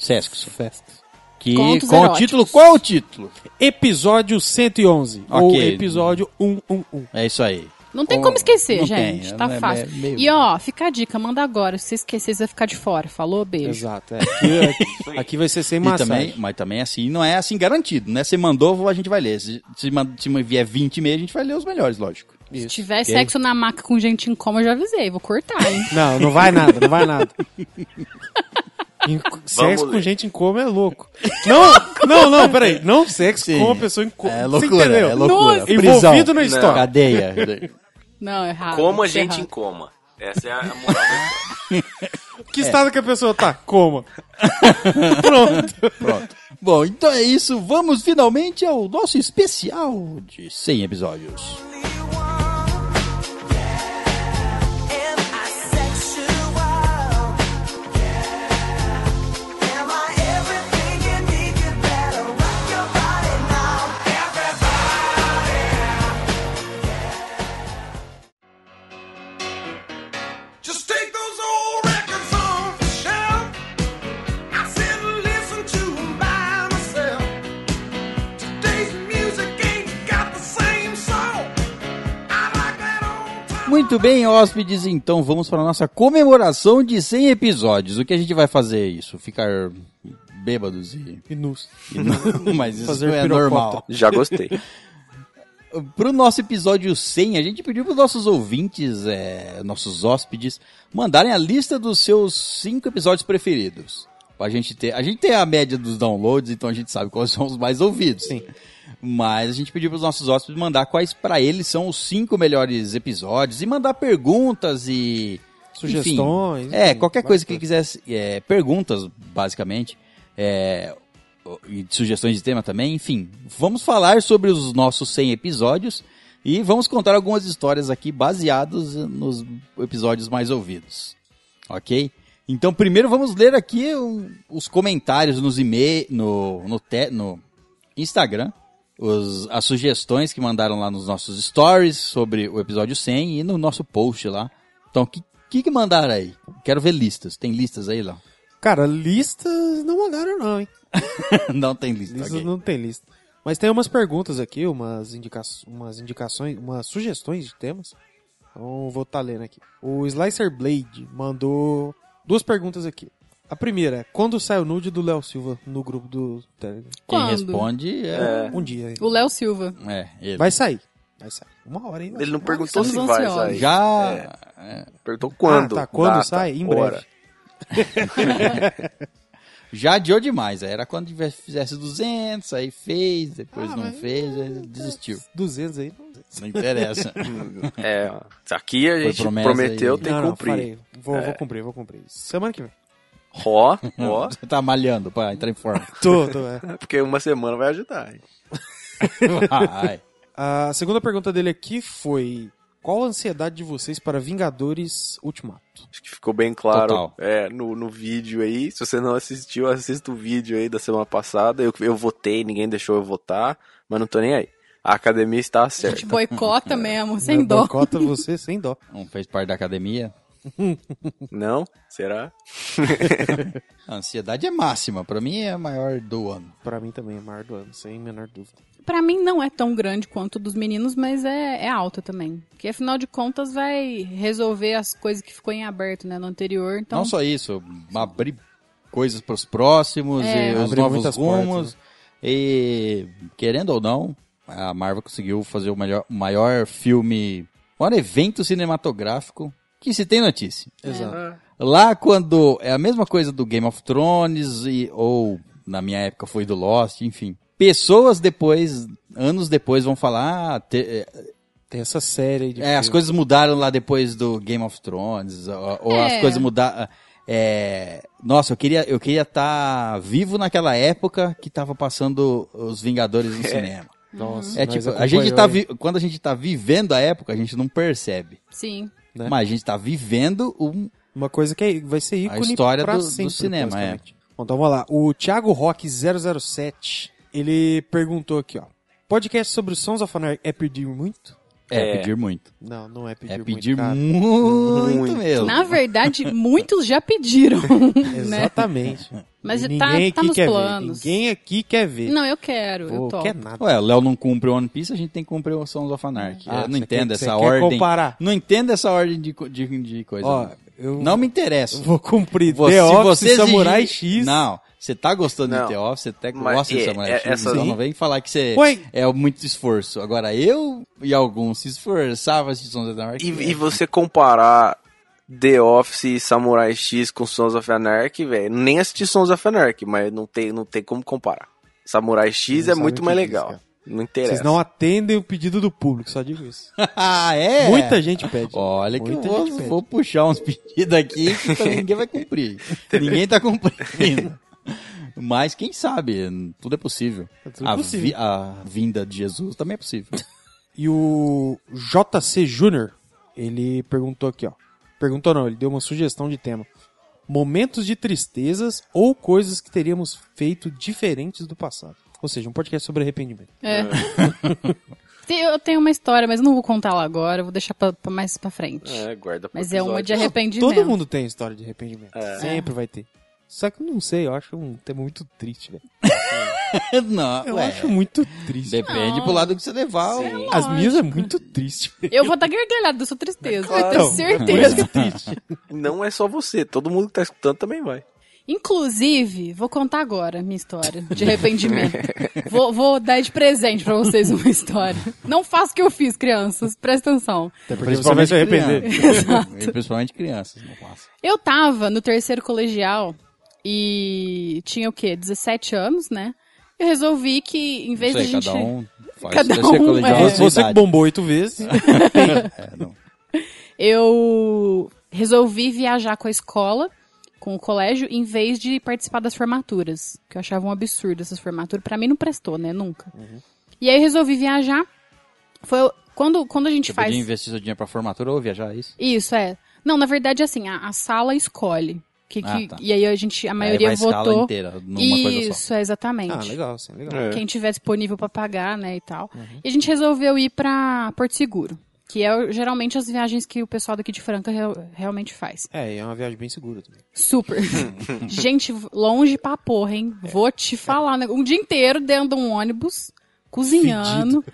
Speaker 5: Sescos.
Speaker 9: Festas.
Speaker 5: Que,
Speaker 7: Contos
Speaker 5: com o
Speaker 7: eróticos.
Speaker 5: título, qual é o título?
Speaker 9: Episódio 111. Ou
Speaker 5: Ok.
Speaker 9: episódio 111.
Speaker 5: É isso aí.
Speaker 7: Não tem
Speaker 5: Ou-
Speaker 7: como esquecer,
Speaker 5: não
Speaker 7: gente.
Speaker 5: tem,
Speaker 7: Tá
Speaker 5: é- é
Speaker 7: fácil.
Speaker 5: meio-
Speaker 7: E ó, fica a dica, manda agora. Se você esquecer, você vai ficar de fora. Falou, beijo.
Speaker 9: Exato. é. Aqui, aqui vai ser sem
Speaker 5: E
Speaker 9: massagem.
Speaker 5: também, mas também assim, não é assim garantido, né? Você mandou, a gente vai ler. Se, se, man- se vier 20 e-mails, a gente vai ler os melhores, lógico.
Speaker 7: Se tiver sexo na maca com gente em coma, eu já avisei. Vou cortar, hein?
Speaker 9: Não, não vai nada, não vai nada. Em- sexo com
Speaker 10: ler.
Speaker 9: gente em coma é louco. Não, não, não, peraí. Não sexo
Speaker 5: Sim.
Speaker 9: com uma pessoa em coma.
Speaker 5: É
Speaker 9: Você
Speaker 5: loucura,
Speaker 9: entendeu?
Speaker 5: é loucura.
Speaker 9: Nossa,
Speaker 5: Prisão.
Speaker 9: Envolvido na história.
Speaker 5: Cadeia.
Speaker 7: Não, errado.
Speaker 8: Como a
Speaker 7: Isso é
Speaker 8: gente em
Speaker 7: errado.
Speaker 8: coma. Essa é a moral da história.
Speaker 5: é.
Speaker 9: Que estado que a pessoa tá? Coma. Pronto.
Speaker 5: Bom, então é isso. Vamos finalmente ao nosso especial de 100 episódios.
Speaker 2: Just take those old records off the shelf. I sit and listen to 'em by myself. Today's music ain't got the same soul. I like that old time.
Speaker 5: Muito bem, hóspedes, então vamos para a nossa comemoração de 100 episódios. O que a gente vai fazer é isso? Ficar bêbados e...
Speaker 9: E nus.
Speaker 5: e não- Mas isso
Speaker 9: Fazer
Speaker 5: é
Speaker 9: pirocóptero.
Speaker 5: normal.
Speaker 10: Já gostei.
Speaker 5: Pro nosso episódio 100, a gente pediu para nossos ouvintes, é, nossos hóspedes, mandarem a lista dos seus cinco episódios preferidos. Pra gente ter, a gente tem a média dos downloads, então a gente sabe quais são os mais ouvidos. Sim. Mas a gente pediu para os nossos hóspedes mandar quais para eles são os cinco melhores episódios e mandar perguntas e
Speaker 9: Sugestões,
Speaker 5: enfim, é,
Speaker 9: enfim,
Speaker 5: qualquer
Speaker 9: várias
Speaker 5: coisa que quisesse, é, perguntas basicamente. É, e de sugestões de tema também, enfim. Vamos falar sobre os nossos 100 episódios e vamos contar algumas histórias aqui baseadas nos episódios mais ouvidos. Ok? Então, primeiro vamos ler aqui um- os comentários nos e-mail, no, no, te- no Instagram, os- as sugestões que mandaram lá nos nossos stories sobre o episódio 100 e no nosso post lá. Então, o que, que, que mandaram aí? Quero ver listas. Tem listas aí, Léo?
Speaker 9: Cara, listas não mandaram não, hein?
Speaker 5: não tem lista.
Speaker 9: Listas
Speaker 5: ok.
Speaker 9: não tem lista. Mas tem umas perguntas aqui, umas, indica umas indicações, umas sugestões de temas. Então vou estar lendo aqui. O Slicer Blade mandou duas perguntas aqui. A primeira, é, quando sai o nude do Léo Silva no grupo do Telegram?
Speaker 5: Quem
Speaker 7: Quando?
Speaker 5: responde é,
Speaker 9: Um dia ainda.
Speaker 7: O Léo Silva.
Speaker 5: é ele.
Speaker 9: Vai sair. Vai sair. Uma hora ainda.
Speaker 10: Ele não perguntou
Speaker 7: Ah, Estamos
Speaker 10: se vai
Speaker 7: ansiosos.
Speaker 10: sair.
Speaker 5: Já.
Speaker 10: Perguntou quando.
Speaker 9: Ah, tá. Quando
Speaker 10: data,
Speaker 9: sai? Em
Speaker 10: hora.
Speaker 9: breve.
Speaker 5: Já adiou demais. Era quando tiver- fizesse 200, aí fez, depois não fez, aí desistiu.
Speaker 9: 200 aí. não sei.
Speaker 5: Não interessa.
Speaker 10: É, aqui a gente
Speaker 5: promessa
Speaker 10: prometeu,
Speaker 5: aí.
Speaker 10: tem que
Speaker 9: não,
Speaker 10: cumprir.
Speaker 9: Não, falei. Vou,
Speaker 10: É.
Speaker 9: vou cumprir, vou cumprir. Semana que vem.
Speaker 10: Ó, ó,
Speaker 5: Você tá malhando pra entrar em forma.
Speaker 9: Tô, tô. É.
Speaker 10: porque uma semana vai ajudar. hein?
Speaker 5: Vai.
Speaker 9: A segunda pergunta dele aqui foi: Qual a ansiedade de vocês para Vingadores Ultimato?
Speaker 10: Acho que ficou bem claro
Speaker 5: Total.
Speaker 10: é, no, no vídeo aí. Se você não assistiu, assista o vídeo aí da semana passada. Eu, eu votei, ninguém deixou eu votar, mas não tô nem aí. A academia está
Speaker 7: A gente
Speaker 10: certa.
Speaker 7: boicota mesmo, sem
Speaker 9: Né,
Speaker 7: dó.
Speaker 9: Boicota você sem dó.
Speaker 5: Não fez parte da academia.
Speaker 10: Não? Será?
Speaker 5: A ansiedade é máxima. Pra mim é a maior do ano.
Speaker 9: Pra mim também é maior do ano, sem menor dúvida.
Speaker 7: Pra mim não é tão grande quanto o dos meninos, mas é, é alta também. Porque afinal de contas vai resolver as coisas que ficou em aberto, né, no anterior. Então,
Speaker 5: Não só isso, abrir coisas pros próximos,
Speaker 7: É.
Speaker 5: e os
Speaker 9: Abrir
Speaker 5: novos
Speaker 9: muitas né?
Speaker 5: rumos. E, querendo ou não, a Marvel conseguiu fazer o melhor, o maior filme, o maior evento cinematográfico que se tem notícia.
Speaker 7: É.
Speaker 5: É.
Speaker 9: Exato.
Speaker 5: Lá quando é a mesma coisa do Game of Thrones e, ou na minha época foi do Lost, enfim. Pessoas depois, anos depois vão falar, ah, te-
Speaker 9: Tem essa série aí de.
Speaker 5: é, as
Speaker 9: filme.
Speaker 5: coisas mudaram lá depois do Game of Thrones, ou, ou
Speaker 7: É.
Speaker 5: as coisas mudaram. é, nossa, eu queria eu queria estar vivo naquela época que tava passando os Vingadores no cinema.
Speaker 9: Nossa,
Speaker 5: É
Speaker 9: Uhum. nós
Speaker 5: tipo, a gente tá
Speaker 9: É. acompanhou, hein?
Speaker 5: vi- quando a gente tá vivendo a época, a gente não percebe.
Speaker 7: sim.
Speaker 9: Né?
Speaker 5: Mas a gente tá vivendo um,
Speaker 9: Uma coisa que é- vai ser
Speaker 5: a
Speaker 9: ícone
Speaker 5: história
Speaker 9: pra
Speaker 5: do, do
Speaker 9: sempre,
Speaker 5: cinema, é.
Speaker 9: basicamente. Bom, então vamos lá. O Thiago Rock 007, ele perguntou aqui, ó. Podcast sobre os Sons of Anarchy é pedir muito?
Speaker 5: É,
Speaker 10: É.
Speaker 5: pedir muito.
Speaker 9: Não, não é pedir
Speaker 5: É
Speaker 9: muito.
Speaker 5: pedir
Speaker 9: cara.
Speaker 5: muito, mesmo.
Speaker 7: Na verdade, muitos já pediram, né?
Speaker 9: Exatamente.
Speaker 7: Mas
Speaker 9: E
Speaker 7: tá-
Speaker 9: ninguém
Speaker 7: tá
Speaker 9: aqui
Speaker 7: nos
Speaker 9: quer
Speaker 7: planos.
Speaker 9: ver. Ninguém aqui quer ver.
Speaker 7: Não, eu quero,
Speaker 9: Pô,
Speaker 7: eu topo.
Speaker 9: quer nada.
Speaker 5: Ué, o Léo não cumpre o One Piece, a gente tem que cumprir o Sons of Anarchy.
Speaker 9: Ah,
Speaker 5: eu não
Speaker 9: você
Speaker 5: entendo
Speaker 9: quer- você
Speaker 5: essa
Speaker 9: quer
Speaker 5: ordem.
Speaker 9: comparar?
Speaker 5: Não entendo essa ordem de, co- de, de coisa.
Speaker 9: Ó,
Speaker 5: não.
Speaker 9: eu-
Speaker 5: Não me interessa.
Speaker 9: Vou cumprir
Speaker 5: Vo-
Speaker 9: The
Speaker 5: se
Speaker 9: Office,
Speaker 5: exigir-
Speaker 9: Samurai X.
Speaker 5: Não, você tá gostando
Speaker 10: Não.
Speaker 5: de The Office, você até
Speaker 10: Mas
Speaker 5: gosta de
Speaker 10: é-
Speaker 5: Samurai
Speaker 10: é-
Speaker 5: X,
Speaker 10: essa-
Speaker 5: então não vem falar que você
Speaker 9: Ué.
Speaker 5: é muito esforço. Agora, eu e alguns se esforçavam de Sons of Anarchy.
Speaker 10: E, e você comparar The Office e Samurai X com Sons of Anarchy, velho, nem assisti Sons of Anarchy, mas não tem, não tem como comparar. Samurai X
Speaker 9: Não
Speaker 10: é
Speaker 9: sabe o
Speaker 10: muito
Speaker 9: que
Speaker 10: mais
Speaker 9: diz,
Speaker 10: legal.
Speaker 9: cara.
Speaker 10: não
Speaker 9: Vocês
Speaker 10: interessa.
Speaker 9: não atendem o pedido do público, só digo isso.
Speaker 5: ah, é?
Speaker 9: Muita gente pede.
Speaker 5: Olha que eu
Speaker 9: Muita
Speaker 5: vou,
Speaker 9: gente pede.
Speaker 5: vou puxar uns pedidos aqui que também ninguém vai cumprir. ninguém tá cumprindo. Mas quem sabe, tudo é possível.
Speaker 9: Tá tudo
Speaker 5: a,
Speaker 9: possível.
Speaker 5: vi- a vinda de Jesus também é possível.
Speaker 9: E o JC Júnior, ele perguntou aqui, ó. Perguntou não, ele deu uma sugestão de tema. Momentos de tristezas ou coisas que teríamos feito diferentes do passado. Ou seja, um podcast sobre arrependimento.
Speaker 7: É. Tem- Eu tenho uma história, mas eu não vou contar lá agora, eu vou deixar pra, pra mais pra frente.
Speaker 10: É, guarda pro
Speaker 7: Mas é uma de
Speaker 10: episódio.
Speaker 7: arrependimento.
Speaker 9: um Todo mundo tem história de arrependimento.
Speaker 5: É.
Speaker 9: Sempre vai ter. Só que eu não sei, eu acho um tema muito triste, velho.
Speaker 5: Não, é.
Speaker 9: Eu
Speaker 5: ué,
Speaker 9: acho muito triste.
Speaker 5: depende
Speaker 7: Não.
Speaker 5: pro lado que você levar. o-
Speaker 9: As minhas é muito triste.
Speaker 7: Eu vou estar gargalhado da sua tristeza, eu
Speaker 9: Então,
Speaker 7: tenho certeza.
Speaker 9: muito triste.
Speaker 10: Não é só você, todo mundo que tá escutando também vai.
Speaker 7: Inclusive, vou contar agora a minha história de arrependimento. vou, vou dar de presente pra vocês uma história. Não faça o que eu fiz, crianças, presta atenção.
Speaker 9: Até porque você vai se arrepender.
Speaker 5: Crianças, é principalmente crianças. Não passa.
Speaker 7: Eu tava no terceiro colegial e tinha o quê? 17 anos, né? Eu resolvi que, em vez
Speaker 5: Não sei,
Speaker 7: da gente.
Speaker 5: cada um faz
Speaker 7: Cada
Speaker 5: deve ser
Speaker 7: um,
Speaker 5: colegial
Speaker 7: é.
Speaker 5: da sua
Speaker 9: Você que
Speaker 5: idade.
Speaker 9: bombou oito vezes.
Speaker 5: É, não.
Speaker 7: eu resolvi viajar com a escola, com o colégio, em vez de participar das formaturas. Que eu achava um absurdo essas formaturas. Pra mim não prestou, né? Nunca. E aí eu resolvi viajar. Foi o- quando, quando a gente
Speaker 5: Você
Speaker 7: Tipo, faz.
Speaker 5: podia investir seu dinheiro pra formatura ou viajar, é isso?
Speaker 7: Isso, é. Não, na verdade, assim, a, a sala escolhe. Que,
Speaker 5: Ah,
Speaker 7: que-
Speaker 5: tá.
Speaker 7: E aí a gente, a maioria
Speaker 5: Aí É, vai a escala
Speaker 7: votou.
Speaker 5: inteira, numa coisa só.
Speaker 7: Isso, é exatamente.
Speaker 9: Ah, legal, sim,
Speaker 10: É.
Speaker 9: legal.
Speaker 7: Quem tiver disponível pra pagar, né, e tal. E a gente resolveu ir pra Porto Seguro, que é o- geralmente as viagens que o pessoal daqui de Franca real- realmente faz.
Speaker 9: É, e é uma viagem bem segura também.
Speaker 7: Super. gente, longe pra porra, hein?
Speaker 10: É.
Speaker 7: Vou te falar. né? Um dia inteiro dentro de um ônibus, cozinhando,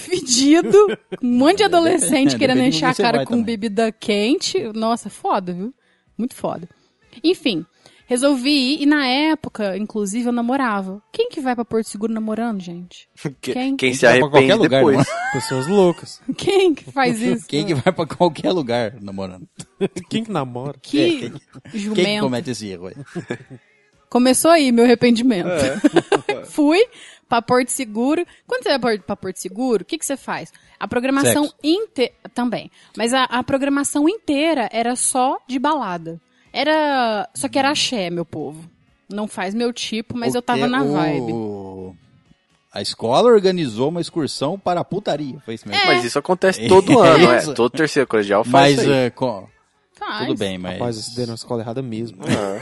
Speaker 7: fedido, um monte de adolescente
Speaker 5: É, depende
Speaker 7: querendo
Speaker 5: de onde
Speaker 7: encher a
Speaker 5: você
Speaker 7: cara
Speaker 5: vai
Speaker 7: com
Speaker 5: também.
Speaker 7: bebida quente. Nossa, é foda, viu? Muito foda. Enfim, resolvi ir e na época, inclusive, eu namorava. Quem que vai pra Porto Seguro namorando, gente?
Speaker 10: Que-
Speaker 7: Quem?
Speaker 10: Quem, se
Speaker 5: Vai pra qualquer
Speaker 10: arrepende
Speaker 5: lugar, né?
Speaker 10: depois.
Speaker 9: Pessoas loucas.
Speaker 7: Quem que faz isso?
Speaker 5: Quem que é? vai pra qualquer lugar namorando?
Speaker 9: Quem que namora?
Speaker 7: Que
Speaker 5: Quem que
Speaker 7: jumento.
Speaker 5: comete esse erro aí?
Speaker 7: Começou aí meu arrependimento.
Speaker 5: É.
Speaker 7: Fui pra Porto Seguro. Quando você vai pra- pra Porto Seguro, o que, que você faz? A programação
Speaker 5: Sexo.
Speaker 7: inteira. Também. Mas a, a programação inteira era só de balada. Era. Só que era axé, meu povo. Não faz meu tipo, mas
Speaker 5: O Uh,
Speaker 7: eu tava
Speaker 5: te-
Speaker 7: na
Speaker 5: o-
Speaker 7: vibe.
Speaker 5: A escola organizou uma excursão para a putaria, foi isso mesmo.
Speaker 7: É.
Speaker 10: É. Mas isso acontece todo
Speaker 5: É.
Speaker 10: ano,
Speaker 5: Isso.
Speaker 10: é. Todo terceiro colegial faz
Speaker 5: Mas,
Speaker 10: isso aí.
Speaker 5: eh, co-
Speaker 7: Faz.
Speaker 5: tudo bem, mas
Speaker 9: Rapaz, eu estudei na escola errada mesmo.
Speaker 5: é.
Speaker 10: Ah.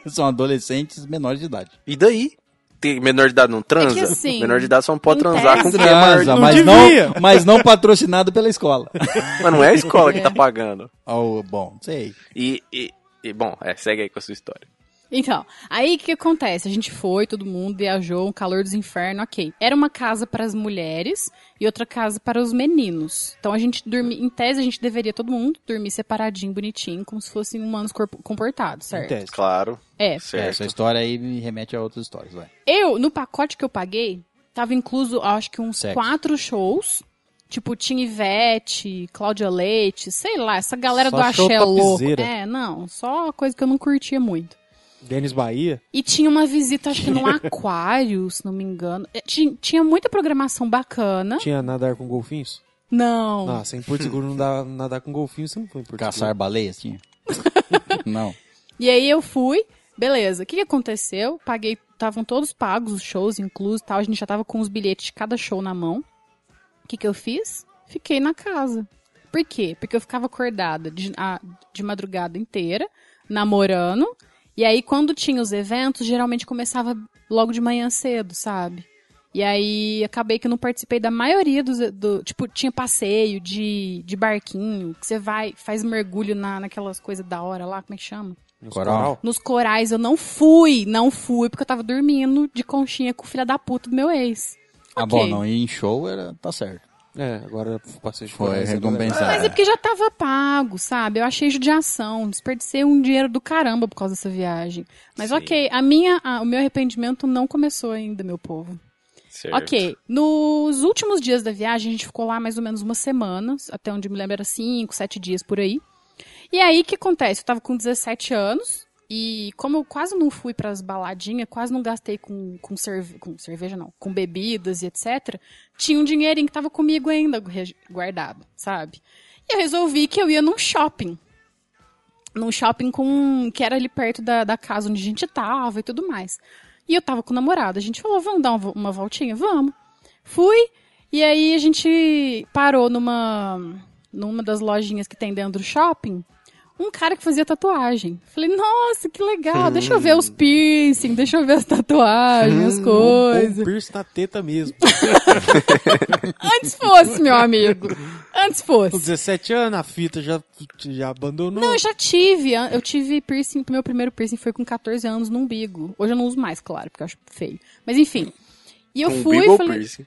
Speaker 5: são adolescentes menores de idade.
Speaker 10: E daí? Tem menor de idade não transa?
Speaker 7: assim,
Speaker 10: menor de idade só não pode
Speaker 7: em
Speaker 10: transar com
Speaker 7: tese-
Speaker 10: quem é maior de
Speaker 5: Transa,
Speaker 10: idade.
Speaker 5: mas,
Speaker 9: devia.
Speaker 5: não, mas não patrocinado pela escola.
Speaker 10: Mas não é a escola que tá pagando.
Speaker 5: Oh, bom, não sei.
Speaker 10: E, e- e, bom, é, segue aí com a sua história.
Speaker 7: Então, aí o que, que acontece? A gente foi, todo mundo viajou, um calor dos infernos, ok. Era uma casa para as mulheres e outra casa para os meninos. Então a gente dormia, em tese a gente deveria todo mundo dormir separadinho, bonitinho, como se fossem humanos corpo- comportados, certo?
Speaker 9: Acontece.
Speaker 10: Claro,
Speaker 7: É.
Speaker 5: É,
Speaker 10: certo.
Speaker 5: essa história aí me remete a outras histórias, vai.
Speaker 7: Eu, no pacote que eu paguei, tava incluso, acho que uns
Speaker 5: Sexo.
Speaker 7: quatro shows. Tipo, tinha Ivete, Cláudia Leite, sei lá, essa galera
Speaker 9: Só
Speaker 7: do
Speaker 9: show
Speaker 7: axé louco.
Speaker 9: topzera.
Speaker 7: É, não, só coisa que eu não curtia muito.
Speaker 9: Denis Bahia.
Speaker 7: E tinha uma visita, acho que num aquário, se não me engano. É, ti- Tinha, muita programação bacana.
Speaker 9: Tinha nadar com golfinhos?
Speaker 7: Não.
Speaker 9: Nossa, em Porto Seguro não dá nadar com golfinhos, você não foi em Porto
Speaker 5: Caçar baleias tinha? não.
Speaker 7: E aí eu fui, beleza. O que, que aconteceu? Paguei, estavam todos pagos, os shows inclusos e tal. A gente já tava com os bilhetes de cada show na mão. O que, que eu fiz? Fiquei na casa. Por quê? Porque eu ficava acordada de, a- de madrugada inteira, namorando. E aí, quando tinha os eventos, geralmente começava logo de manhã cedo, sabe? E aí, acabei que eu não participei da maioria dos... do- tipo, tinha passeio de, de barquinho, que você vai, faz mergulho na, naquelas coisas da hora lá, como é que chama?
Speaker 9: Nos
Speaker 5: Coral.
Speaker 7: Nos corais, eu não fui, não fui, porque eu tava dormindo de conchinha com o filho da puta do meu ex.
Speaker 5: Ah, bom, não, e em show era, tá certo.
Speaker 9: É, agora eu passei de
Speaker 5: Foi
Speaker 9: corais, é
Speaker 5: recompensado.
Speaker 7: Mas é porque já tava pago, sabe? Eu achei judiação, desperdicei um dinheiro do caramba por causa dessa viagem. Mas
Speaker 10: Sim.
Speaker 7: ok, a minha, a- o meu arrependimento não começou ainda, meu povo.
Speaker 10: Certo.
Speaker 7: Ok, nos últimos dias da viagem, a gente ficou lá mais ou menos uma semana, até onde eu me lembro era cinco, sete dias por aí. E aí, o que acontece? Eu tava com 17 anos, e como eu quase não fui pras baladinhas, quase não gastei com, com, cerve com cerveja, não, com bebidas e etc., tinha um dinheirinho que tava comigo ainda re- guardado, sabe? E eu resolvi que eu ia num shopping. Num shopping com que era ali perto da, da casa onde a gente tava e tudo mais. E eu tava com o namorado. A gente falou, vamos dar uma, vo- uma voltinha? Vamos. Fui. E aí a gente parou numa, numa das lojinhas que tem dentro do shopping. Um cara que fazia tatuagem. Falei, nossa, que legal. Deixa eu ver os piercing, deixa eu ver as tatuagens, as coisas.
Speaker 9: O Um piercing na teta mesmo.
Speaker 7: Antes fosse, meu amigo. Antes
Speaker 9: Com
Speaker 7: fosse.
Speaker 9: 17 anos, a fita já, já abandonou.
Speaker 7: Não, eu já tive. Eu tive piercing. Meu primeiro piercing foi com 14 anos no umbigo. Hoje eu não uso mais, claro, porque eu acho feio. Mas enfim. E eu
Speaker 10: Com
Speaker 7: fui
Speaker 10: Beagle
Speaker 7: e falei.
Speaker 10: Piercing.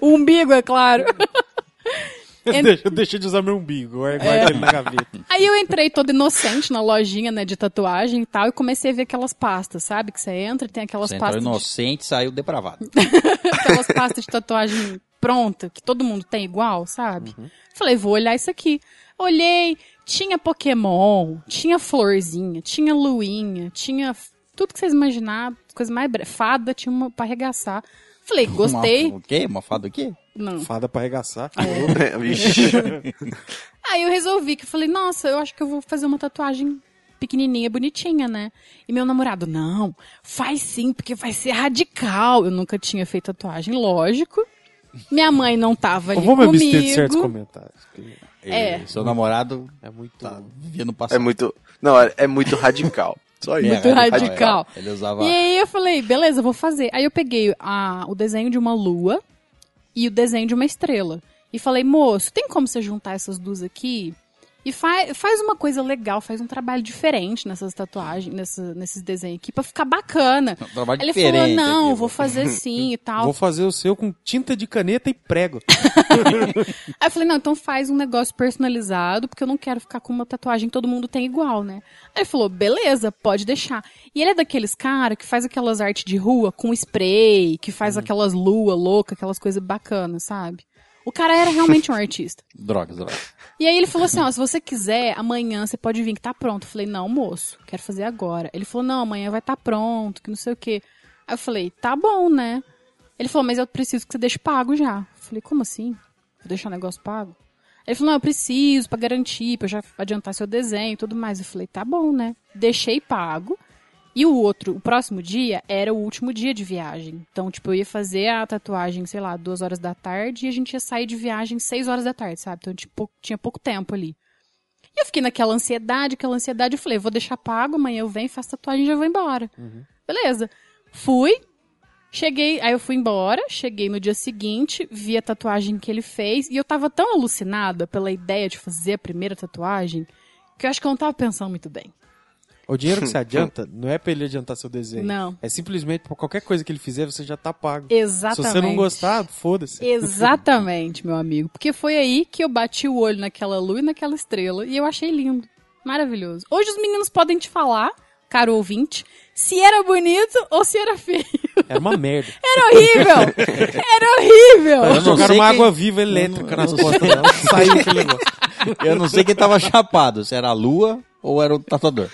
Speaker 7: O umbigo, é claro.
Speaker 9: Eu deixei- eu deixei de usar meu umbigo, agora guarda ele na gaveta.
Speaker 7: Aí eu entrei toda inocente na lojinha, né, de tatuagem e tal, e comecei a ver aquelas pastas, sabe? Que você entra e tem aquelas
Speaker 5: Você entrou
Speaker 7: pastas. de-
Speaker 5: inocente, saiu depravado.
Speaker 7: aquelas pastas de tatuagem pronta, que todo mundo tem igual, sabe?
Speaker 9: Uhum.
Speaker 7: Falei, vou olhar isso aqui. Olhei, tinha Pokémon, tinha florzinha, tinha luinha, tinha f- tudo que vocês imaginaram, coisa mais bre... fada, tinha uma pra arregaçar. Falei, gostei.
Speaker 5: Uma, o quê? Uma fada o quê?
Speaker 7: Não.
Speaker 9: Fada pra arregaçar.
Speaker 10: Vixe.
Speaker 7: Aí eu resolvi que eu falei, nossa, eu acho que eu vou fazer uma tatuagem pequenininha, bonitinha, né? E meu namorado, não, faz sim, porque vai ser radical. Eu nunca tinha feito tatuagem, lógico. Minha mãe não tava
Speaker 9: Eu
Speaker 7: ali
Speaker 9: vou me
Speaker 7: comigo.
Speaker 9: abster de certos comentários. que
Speaker 7: É.
Speaker 5: E seu namorado
Speaker 9: É muito.
Speaker 5: tá vivendo no
Speaker 10: É
Speaker 5: passado.
Speaker 10: muito. Não, é é muito radical. Só isso.
Speaker 7: muito radical.
Speaker 5: é. Ele usava...
Speaker 7: E aí eu falei, beleza, eu vou fazer. Aí eu peguei a- o desenho de uma lua e o desenho de uma estrela. E falei, moço, tem como você juntar essas duas aqui? E fa- faz uma coisa legal, faz um trabalho diferente nessas tatuagens, nessa- nesses desenhos aqui, pra ficar bacana.
Speaker 5: um trabalho
Speaker 7: Ele
Speaker 5: diferente.
Speaker 7: falou, não,
Speaker 5: aqui,
Speaker 7: vou fazer sim e tal.
Speaker 9: Vou fazer o seu com tinta de caneta e prego.
Speaker 7: Aí eu falei, não, então faz um negócio personalizado, porque eu não quero ficar com uma tatuagem que todo mundo tem igual, né? Aí ele falou, beleza, pode deixar. E ele é daqueles cara que faz aquelas artes de rua com spray, que faz aquelas lua louca, aquelas coisas bacanas, sabe? O cara era realmente um artista.
Speaker 5: Drogas, drogas.
Speaker 7: E aí ele falou assim, ó, se você quiser, amanhã você pode vir que tá pronto. Eu falei, não, moço, quero fazer agora. Ele falou, não, amanhã vai tá pronto, que não sei o quê. Aí eu falei, tá bom, né? Ele falou, mas eu preciso que você deixe pago já. Eu falei, como assim? Vou deixar o negócio pago? Ele falou, não, eu preciso pra garantir, pra eu já adiantar seu desenho e tudo mais. Eu falei, tá bom, né? Deixei pago. E o outro, o próximo dia, era o último dia de viagem. Então, tipo, eu ia fazer a tatuagem, sei lá, duas horas da tarde e a gente ia sair de viagem seis horas da tarde, sabe? Então, tipo, tinha pouco tempo ali. E eu fiquei naquela ansiedade, aquela ansiedade. Eu falei, vou deixar pago, amanhã eu venho, faço tatuagem e já vou embora. Beleza. Fui, cheguei, aí eu fui embora, cheguei no dia seguinte, vi a tatuagem que ele fez e eu tava tão alucinada pela ideia de fazer a primeira tatuagem que eu acho que eu não tava pensando muito bem.
Speaker 9: O dinheiro que você adianta não é pra ele adiantar seu desenho.
Speaker 7: Não.
Speaker 9: É simplesmente por qualquer coisa que ele fizer, você já tá pago.
Speaker 7: Exatamente.
Speaker 9: Se você não gostar, foda-se.
Speaker 7: Exatamente, meu amigo. Porque foi aí que eu bati o olho naquela lua e naquela estrela e eu achei lindo. Maravilhoso. Hoje os meninos podem te falar, caro ouvinte, se era bonito ou se era feio.
Speaker 9: Era uma merda.
Speaker 7: Era horrível! Era
Speaker 9: Eles
Speaker 5: Eu
Speaker 7: horrível!
Speaker 5: não
Speaker 9: jogaram
Speaker 5: sei
Speaker 9: uma
Speaker 5: quem-
Speaker 9: água viva elétrica
Speaker 5: Eu
Speaker 9: nas
Speaker 5: não- eu não
Speaker 9: costas dela. Saiu aquele negócio.
Speaker 5: Eu não sei quem tava chapado, se era a lua ou era o tatuador.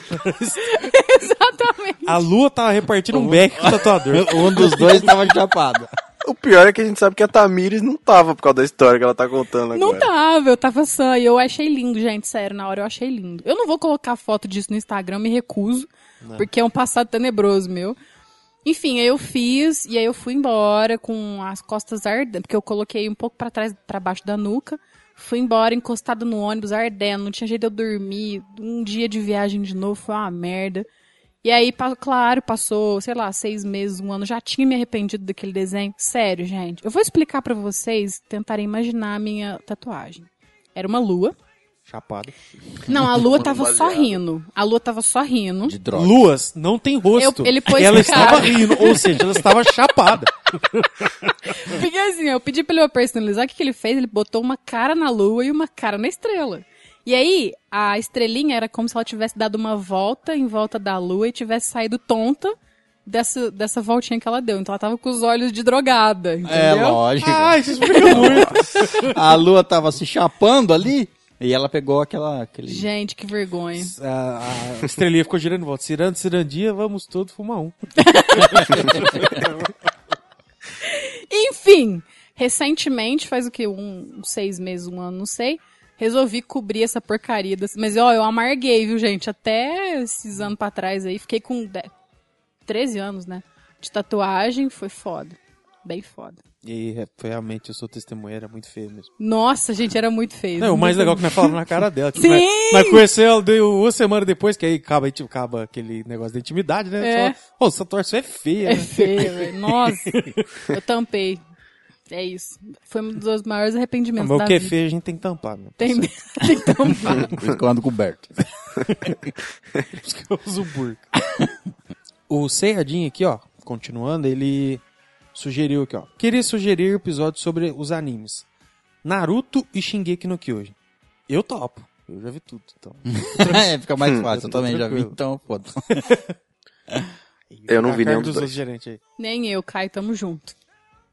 Speaker 7: Exatamente.
Speaker 9: A lua tava repartindo um beck com o tatuador.
Speaker 5: Um dos dois tava chapado.
Speaker 10: O pior é que a gente sabe que a Tamires não tava por causa da história que ela tá contando agora.
Speaker 7: Não tava, eu tava sã e eu achei lindo, gente, sério, na hora eu achei lindo. Eu não vou colocar foto disso no Instagram, me recuso, porque é um passado tenebroso meu. Enfim, aí eu fiz e aí eu fui embora com as costas ardendo, porque eu coloquei um pouco pra trás, pra baixo da nuca. Fui embora encostado no ônibus, ardendo, não tinha jeito de eu dormir. Um dia de viagem de novo foi uma merda. E aí, pa- claro, passou, sei lá, seis meses, um ano, já tinha me arrependido daquele desenho. Sério, gente. Eu vou explicar pra vocês tentarem imaginar a minha tatuagem. Era uma lua.
Speaker 9: Chapado.
Speaker 7: Não, a lua tava só
Speaker 8: Baseado.
Speaker 7: rindo. A lua tava só rindo.
Speaker 5: De droga.
Speaker 9: Luas não tem rosto.
Speaker 7: Eu- ele pôs
Speaker 9: ela
Speaker 7: cara.
Speaker 9: estava rindo, ou seja, ela estava chapada.
Speaker 7: Porque assim, eu pedi pra ele personalizar, o que, que ele fez? Ele botou uma cara na lua e uma cara na estrela. E aí, a estrelinha era como se ela tivesse dado uma volta em volta da lua e tivesse saído tonta dessa, dessa voltinha que ela deu. Então ela tava com os olhos de drogada, entendeu?
Speaker 5: É lógico.
Speaker 7: Ah,
Speaker 9: Ai, isso explica muito.
Speaker 5: A lua tava se chapando ali e ela pegou aquela. Aquele...
Speaker 7: Gente, que vergonha.
Speaker 9: A, a estrelinha ficou girando em volta. Cirando, cirandia, vamos todos fumar um.
Speaker 7: Enfim, recentemente, faz o que? Um, uns seis meses, um ano, não sei. Resolvi cobrir essa porcaria. desse- Mas, ó, eu amarguei, viu, gente? Até esses anos pra trás aí, fiquei com de- 13 anos, né? De tatuagem, foi foda. Bem foda.
Speaker 9: E é, foi realmente, eu sou testemunha, era muito feio mesmo.
Speaker 7: Nossa, gente, era muito feio.
Speaker 9: Não, o mais legal é que nós falamos na cara dela. Tipo,
Speaker 7: Sim!
Speaker 9: Nós, nós conhecemos ela deu uma semana depois, que aí acaba, aí, tipo, acaba aquele negócio da intimidade, né?
Speaker 7: É.
Speaker 9: Só, Ô, essa torção é feia,
Speaker 7: É
Speaker 9: né?
Speaker 7: feio, velho. Nossa, eu tampei. É isso. Foi um dos maiores arrependimentos
Speaker 9: Mas o
Speaker 7: da
Speaker 9: que é
Speaker 7: vida.
Speaker 9: feio a gente tem que tampar, né?
Speaker 7: Tem, tem que tampar.
Speaker 5: Por isso que eu ando coberto.
Speaker 9: Por isso que eu uso burca. o Serradinho aqui, ó, continuando, ele sugeriu aqui, ó. Queria sugerir um episódio sobre os animes. Naruto e Shingeki no Kyojin. Eu topo. Eu já vi tudo, então.
Speaker 5: é, fica mais fácil. Eu
Speaker 9: tô
Speaker 5: também já vi,
Speaker 9: tranquilo.
Speaker 5: então, foda.
Speaker 10: Eu não
Speaker 9: A
Speaker 10: vi
Speaker 9: cara
Speaker 10: nenhum
Speaker 9: dos
Speaker 10: dos dois.
Speaker 9: outros gerentes aí.
Speaker 7: Nem eu, Caio, tamo junto.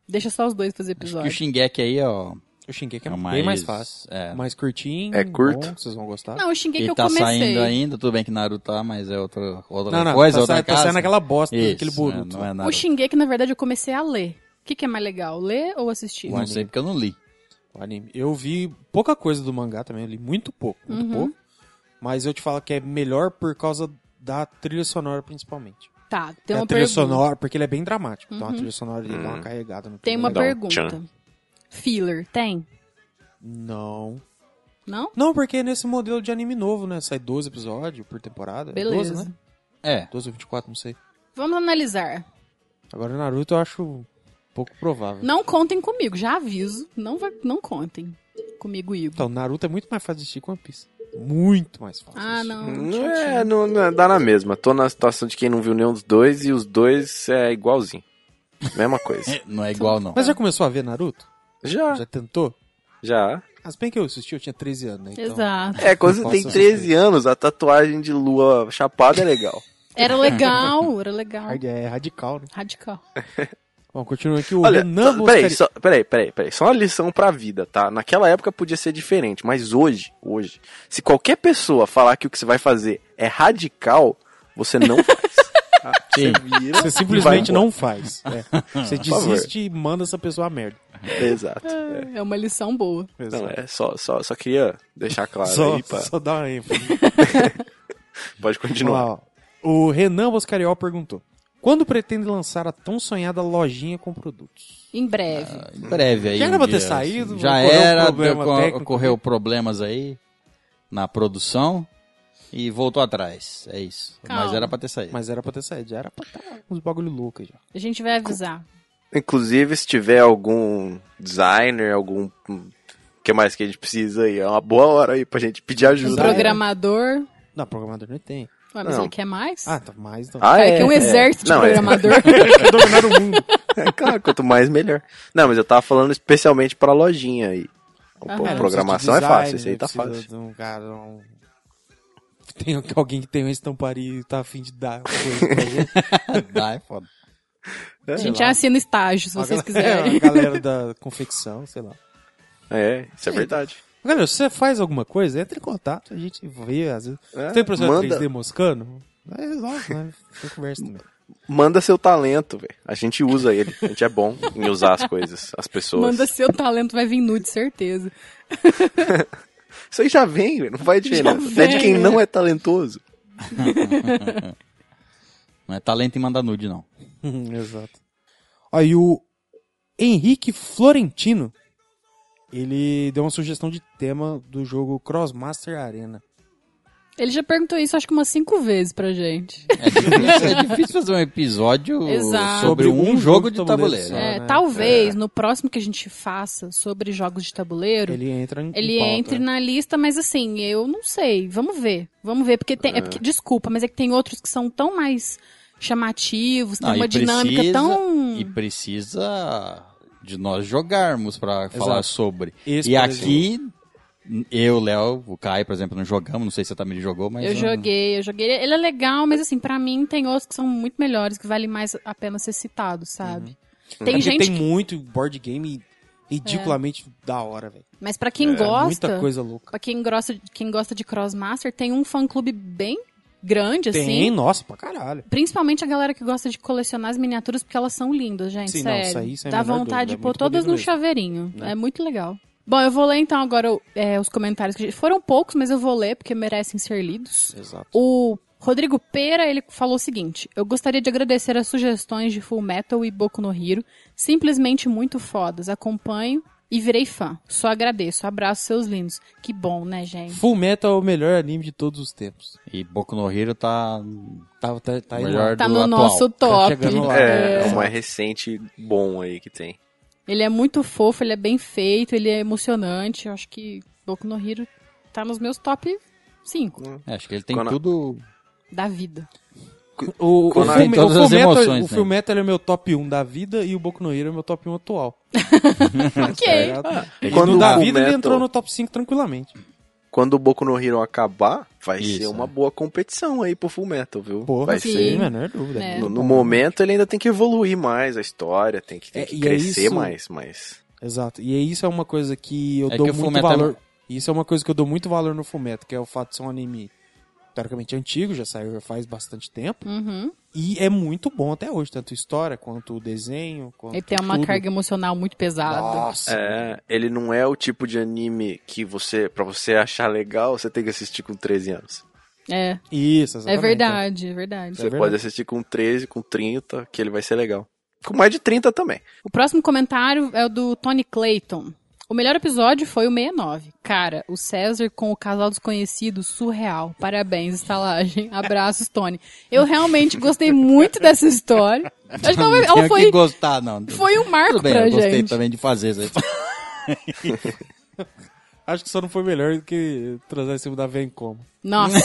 Speaker 7: Deixa só os dois
Speaker 5: Acho
Speaker 7: fazer
Speaker 5: que o
Speaker 7: episódio.
Speaker 5: Shingeki aí, ó.
Speaker 9: O Shingeki é,
Speaker 5: É
Speaker 9: bem
Speaker 5: mais-
Speaker 9: mais fácil.
Speaker 5: é.
Speaker 9: Mais curtinho.
Speaker 10: É curto.
Speaker 9: bom, vocês vão gostar.
Speaker 7: Não, eu xinguei que
Speaker 5: Ele
Speaker 7: eu
Speaker 5: tá
Speaker 7: comecei.
Speaker 5: saindo ainda, tudo bem que Naruto tá, mas é outra, outra
Speaker 9: Não, não,
Speaker 5: coisa,
Speaker 9: tá,
Speaker 5: outra
Speaker 9: sa- tá
Speaker 5: casa.
Speaker 9: saindo aquela bosta,
Speaker 5: Isso,
Speaker 9: aquele
Speaker 5: é,
Speaker 9: Boruto.
Speaker 5: não é
Speaker 7: O
Speaker 5: Naruto.
Speaker 7: Shingeki, na verdade, eu comecei a ler. O que, que é mais legal, ler ou assistir?
Speaker 5: Não sei porque eu não li.
Speaker 9: O anime. Eu vi pouca coisa do mangá também, eu li muito pouco, muito
Speaker 7: Uhum.
Speaker 9: pouco. Mas eu te falo que é melhor por causa da trilha sonora, principalmente.
Speaker 7: Tá,
Speaker 9: É
Speaker 7: tem
Speaker 9: a
Speaker 7: uma
Speaker 9: trilha
Speaker 7: pergunta. Uhum.
Speaker 9: sonora, porque ele é bem dramático. Então a trilha sonora ele
Speaker 10: Uhum.
Speaker 9: dá uma carregada no
Speaker 7: Tem
Speaker 9: primeiro
Speaker 7: uma
Speaker 9: lugar.
Speaker 7: pergunta. Filler, tem?
Speaker 9: Não.
Speaker 7: Não?
Speaker 9: Não, porque é nesse modelo de anime novo, né? Sai 12 episódios por temporada.
Speaker 7: Beleza.
Speaker 9: 12, né?
Speaker 5: É.
Speaker 9: 12 ou 24, não sei.
Speaker 7: Vamos analisar.
Speaker 9: Agora Naruto eu acho pouco provável.
Speaker 7: Não contem comigo, já aviso. Não, vai, não contem comigo, Igor.
Speaker 5: Tá.
Speaker 9: Então, Naruto é muito mais fácil de assistir que One Piece. Muito mais fácil. de
Speaker 7: Ah,
Speaker 9: assistir.
Speaker 7: não.
Speaker 10: Não
Speaker 7: chatinho.
Speaker 10: é, não, não, dá na mesma. Tô na situação de quem não viu nenhum dos dois e os dois é igualzinho. Mesma coisa.
Speaker 5: Não é igual, não.
Speaker 9: Mas já começou a ver Naruto?
Speaker 7: Ah.
Speaker 10: Já,
Speaker 9: Já tentou?
Speaker 10: já.
Speaker 9: Mas bem que eu assisti, eu tinha 13 anos, né? Então...
Speaker 7: Exato.
Speaker 10: É, quando você
Speaker 9: Nossa,
Speaker 10: tem
Speaker 9: eu
Speaker 10: 13 anos, a tatuagem de lua chapada é legal.
Speaker 7: Era legal, era legal.
Speaker 9: Hard- É radical, né?
Speaker 7: Radical.
Speaker 9: Bom, continua aqui o
Speaker 10: Olha,
Speaker 9: Renan
Speaker 10: só- peraí,
Speaker 9: Boscari-
Speaker 10: só, peraí, peraí, peraí. Só uma lição pra vida, tá? Naquela época podia ser diferente, mas hoje, hoje, se qualquer pessoa falar que o que você vai fazer é radical, você não faz. Tá? Você vira
Speaker 9: Ah, Você
Speaker 10: e
Speaker 9: simplesmente
Speaker 10: vai embora.
Speaker 9: não faz. É. Você
Speaker 10: favor.
Speaker 9: desiste e manda essa pessoa a merda.
Speaker 10: Exato. É.
Speaker 7: É uma lição boa.
Speaker 10: Não, é só, só, só queria deixar claro
Speaker 9: só,
Speaker 10: aí, pra-
Speaker 9: só dá uma ênfase.
Speaker 10: pode
Speaker 9: Vamos
Speaker 10: continuar.
Speaker 9: lá, ó. O Renan Boscariol perguntou: Quando pretende lançar a tão sonhada lojinha com produtos?
Speaker 7: Em breve.
Speaker 5: Em breve aí.
Speaker 9: Já era
Speaker 5: um
Speaker 9: pra ter
Speaker 5: dia,
Speaker 9: saído,
Speaker 5: Já
Speaker 9: ocorreu um
Speaker 5: era,
Speaker 9: problema
Speaker 5: deu-
Speaker 9: técnico.
Speaker 5: ocorreu problemas aí na produção e voltou atrás. É isso.
Speaker 7: Calma.
Speaker 5: Mas era pra ter saído.
Speaker 9: Mas era pra ter saído, já era pra estar uns bagulho louco aí já.
Speaker 7: A gente vai avisar.
Speaker 10: Inclusive, se tiver algum designer, algum. O que mais que a gente precisa aí? É uma boa hora aí pra gente pedir
Speaker 7: Um
Speaker 10: ajuda.
Speaker 7: programador.
Speaker 9: Não, programador não tem.
Speaker 7: Ué, mas
Speaker 10: Não.
Speaker 7: ele quer mais?
Speaker 9: Ah, tá mais. Então.
Speaker 10: Ah,
Speaker 7: Cara, que é um exército de
Speaker 10: Não, é.
Speaker 7: programador.
Speaker 9: dominar o mundo.
Speaker 10: É claro, quanto mais melhor. Não, mas eu tava falando especialmente pra lojinha aí. O-
Speaker 7: Aham.
Speaker 10: pô,
Speaker 7: É, não
Speaker 10: programação é fácil, isso aí tá fácil.
Speaker 9: um Tem um, alguém que tem uma estamparia e tá afim de dar coisa pra gente.
Speaker 5: Dá, é foda.
Speaker 7: A gente assina estágio, se vocês
Speaker 9: A galera-
Speaker 7: quiserem.
Speaker 9: A galera da confecção, sei lá.
Speaker 10: É, isso é verdade.
Speaker 9: Galera, se você faz alguma coisa, entra em contato, a gente vê. Às vezes.
Speaker 10: É,
Speaker 9: Você tem processo
Speaker 10: manda-
Speaker 9: 3D moscando? É, resolve, né? Eu converso também.
Speaker 10: Manda seu talento, velho. A gente usa ele. A gente é bom em usar as coisas, as pessoas.
Speaker 7: Manda seu talento, vai vir nude, certeza.
Speaker 10: Isso aí já vem, velho. Não vai de quem
Speaker 7: Já
Speaker 10: não. Não é de
Speaker 7: vem,
Speaker 10: quem
Speaker 7: né?
Speaker 10: não é talentoso.
Speaker 5: Não é talento em mandar nude, não.
Speaker 9: Hum, Exato. Aí o Henrique Florentino ele deu uma sugestão de tema do jogo Crossmaster Arena.
Speaker 7: Ele já perguntou isso acho que umas cinco vezes pra gente.
Speaker 5: Tá,
Speaker 11: É difícil, é difícil fazer um episódio
Speaker 7: Exato.
Speaker 11: sobre um jogo de tabuleiro.
Speaker 9: só.
Speaker 11: né?
Speaker 7: É,
Speaker 9: né?
Speaker 7: Talvez no próximo que a gente faça sobre jogos de tabuleiro, ele,
Speaker 9: Ele entra em em pauta. né?
Speaker 7: entre na lista, mas assim, eu não sei. Vamos ver. Vamos ver, porque tem. é porque- desculpa, mas é que tem outros que são tão mais chamativos, tem
Speaker 11: Não,
Speaker 7: uma
Speaker 11: e
Speaker 7: dinâmica
Speaker 11: precisa-
Speaker 7: tão.
Speaker 11: E precisa de nós jogarmos pra falar
Speaker 9: Exato.
Speaker 11: sobre.
Speaker 9: Esse,
Speaker 11: e
Speaker 9: por
Speaker 11: aqui, eu, Léo, o Kai, por exemplo, não jogamos, não sei se você também jogou, mas...
Speaker 7: Eu joguei, eu joguei. Ele é legal, mas assim, pra mim tem outros que são muito melhores, que vale mais a pena ser citado, sabe? Tem
Speaker 9: É Porque
Speaker 7: gente.
Speaker 9: tem
Speaker 7: que-
Speaker 9: muito board game ridiculamente da hora, velho.
Speaker 7: Mas pra quem gosta.
Speaker 9: É, Muita coisa louca.
Speaker 7: Pra quem gosta, quem gosta de Crossmaster, tem um fã clube bem grande,
Speaker 9: Tem,
Speaker 7: assim.
Speaker 9: nossa, pra caralho.
Speaker 7: Principalmente a galera que gosta de colecionar as miniaturas, porque elas são lindas, gente.
Speaker 9: Sim, não,
Speaker 7: sério.
Speaker 9: isso aí, sem a
Speaker 7: Dá
Speaker 9: menor
Speaker 7: vontade
Speaker 9: dúvida, é
Speaker 7: de
Speaker 9: muito né?
Speaker 7: pôr todas
Speaker 9: bonito
Speaker 7: no
Speaker 9: mesmo.
Speaker 7: chaveirinho. É muito legal. Bom, eu vou ler então agora é, os comentários que foram poucos, mas eu vou ler porque merecem ser lidos.
Speaker 9: Exato.
Speaker 7: O Rodrigo Pera, ele falou o seguinte: Eu gostaria de agradecer as sugestões de Full Metal e Boku no Hiro, simplesmente muito fodas. Acompanho e virei fã. Só agradeço. Abraço, seus lindos. Que bom, né, gente?
Speaker 9: Full Metal é o melhor anime de todos os tempos.
Speaker 11: E Boku no Hero tá
Speaker 9: Tá, tá, tá aí
Speaker 11: melhor
Speaker 7: Tá
Speaker 11: do
Speaker 7: no
Speaker 11: atual.
Speaker 7: nosso top.
Speaker 9: chegando lá.
Speaker 10: É, é o
Speaker 9: É.
Speaker 10: mais recente bom aí que tem.
Speaker 7: Ele é muito fofo, ele é bem feito, ele é emocionante. Eu acho que Boku no Hero tá nos meus top 5
Speaker 11: É, acho que ele tem
Speaker 10: Quando-
Speaker 11: tudo...
Speaker 7: da vida.
Speaker 9: O, o,
Speaker 10: Quando-
Speaker 9: Full-
Speaker 11: Tem todas
Speaker 9: o Full
Speaker 11: as
Speaker 9: Metal-
Speaker 11: emoções,
Speaker 9: o
Speaker 11: né?
Speaker 9: Full Metal é o meu top 1 da vida e o Boku no Hero é o meu top 1 atual.
Speaker 7: ok.
Speaker 9: E
Speaker 10: Quando
Speaker 9: no da
Speaker 10: o
Speaker 9: vida ele
Speaker 10: Fullmetal-
Speaker 9: entrou no top 5 tranquilamente.
Speaker 10: Quando o Boku no Hero acabar, vai
Speaker 11: Isso,
Speaker 10: ser uma
Speaker 11: né?
Speaker 10: boa competição aí pro Full Metal, viu?
Speaker 9: Porra, né?
Speaker 10: vai
Speaker 7: sim.
Speaker 9: Sem
Speaker 10: ser.
Speaker 9: a menor dúvida.
Speaker 7: É.
Speaker 10: No, no momento ele ainda tem que evoluir mais a história, tem que, tem
Speaker 9: É,
Speaker 10: que
Speaker 9: e é
Speaker 10: crescer
Speaker 9: isso-
Speaker 10: mais, mas.
Speaker 9: Exato. E isso é uma coisa que eu
Speaker 11: É
Speaker 9: dou
Speaker 11: que o
Speaker 9: muito
Speaker 11: Fullmetal é-
Speaker 9: valor. Isso é uma coisa que eu dou muito valor no Fullmetal, que é o fato de ser um anime teoricamente antigo, já saiu já faz bastante tempo.
Speaker 7: Uhum.
Speaker 9: E é muito bom até hoje, tanto história quanto o desenho. Quanto
Speaker 7: Ele tem uma
Speaker 9: tudo. Ah,
Speaker 7: carga emocional muito pesada.
Speaker 9: Nossa.
Speaker 10: É, ele não é o tipo de anime que você, para você achar legal, você tem que assistir com 13 anos.
Speaker 7: É,
Speaker 9: Isso,
Speaker 7: é
Speaker 9: exatamente.
Speaker 7: verdade, é verdade.
Speaker 10: Você
Speaker 9: verdade.
Speaker 10: pode assistir com 13, com 30, que ele vai ser legal. Com mais de 30 também.
Speaker 7: O próximo comentário é o do Tony Clayton. O melhor episódio foi o 69. Cara, o César com o casal desconhecido, surreal. Parabéns, estalagem. Abraços, Tony. Eu realmente gostei muito dessa história. Acho que ela, ela
Speaker 11: Não tem que
Speaker 7: foi,
Speaker 11: gostar, não.
Speaker 7: foi um marco
Speaker 11: Tudo bem,
Speaker 7: pra
Speaker 11: eu gostei
Speaker 7: gente.
Speaker 11: também de fazer né? isso aí.
Speaker 9: Acho que só não foi melhor do que trazer em cima da Vem Como.
Speaker 7: Nossa.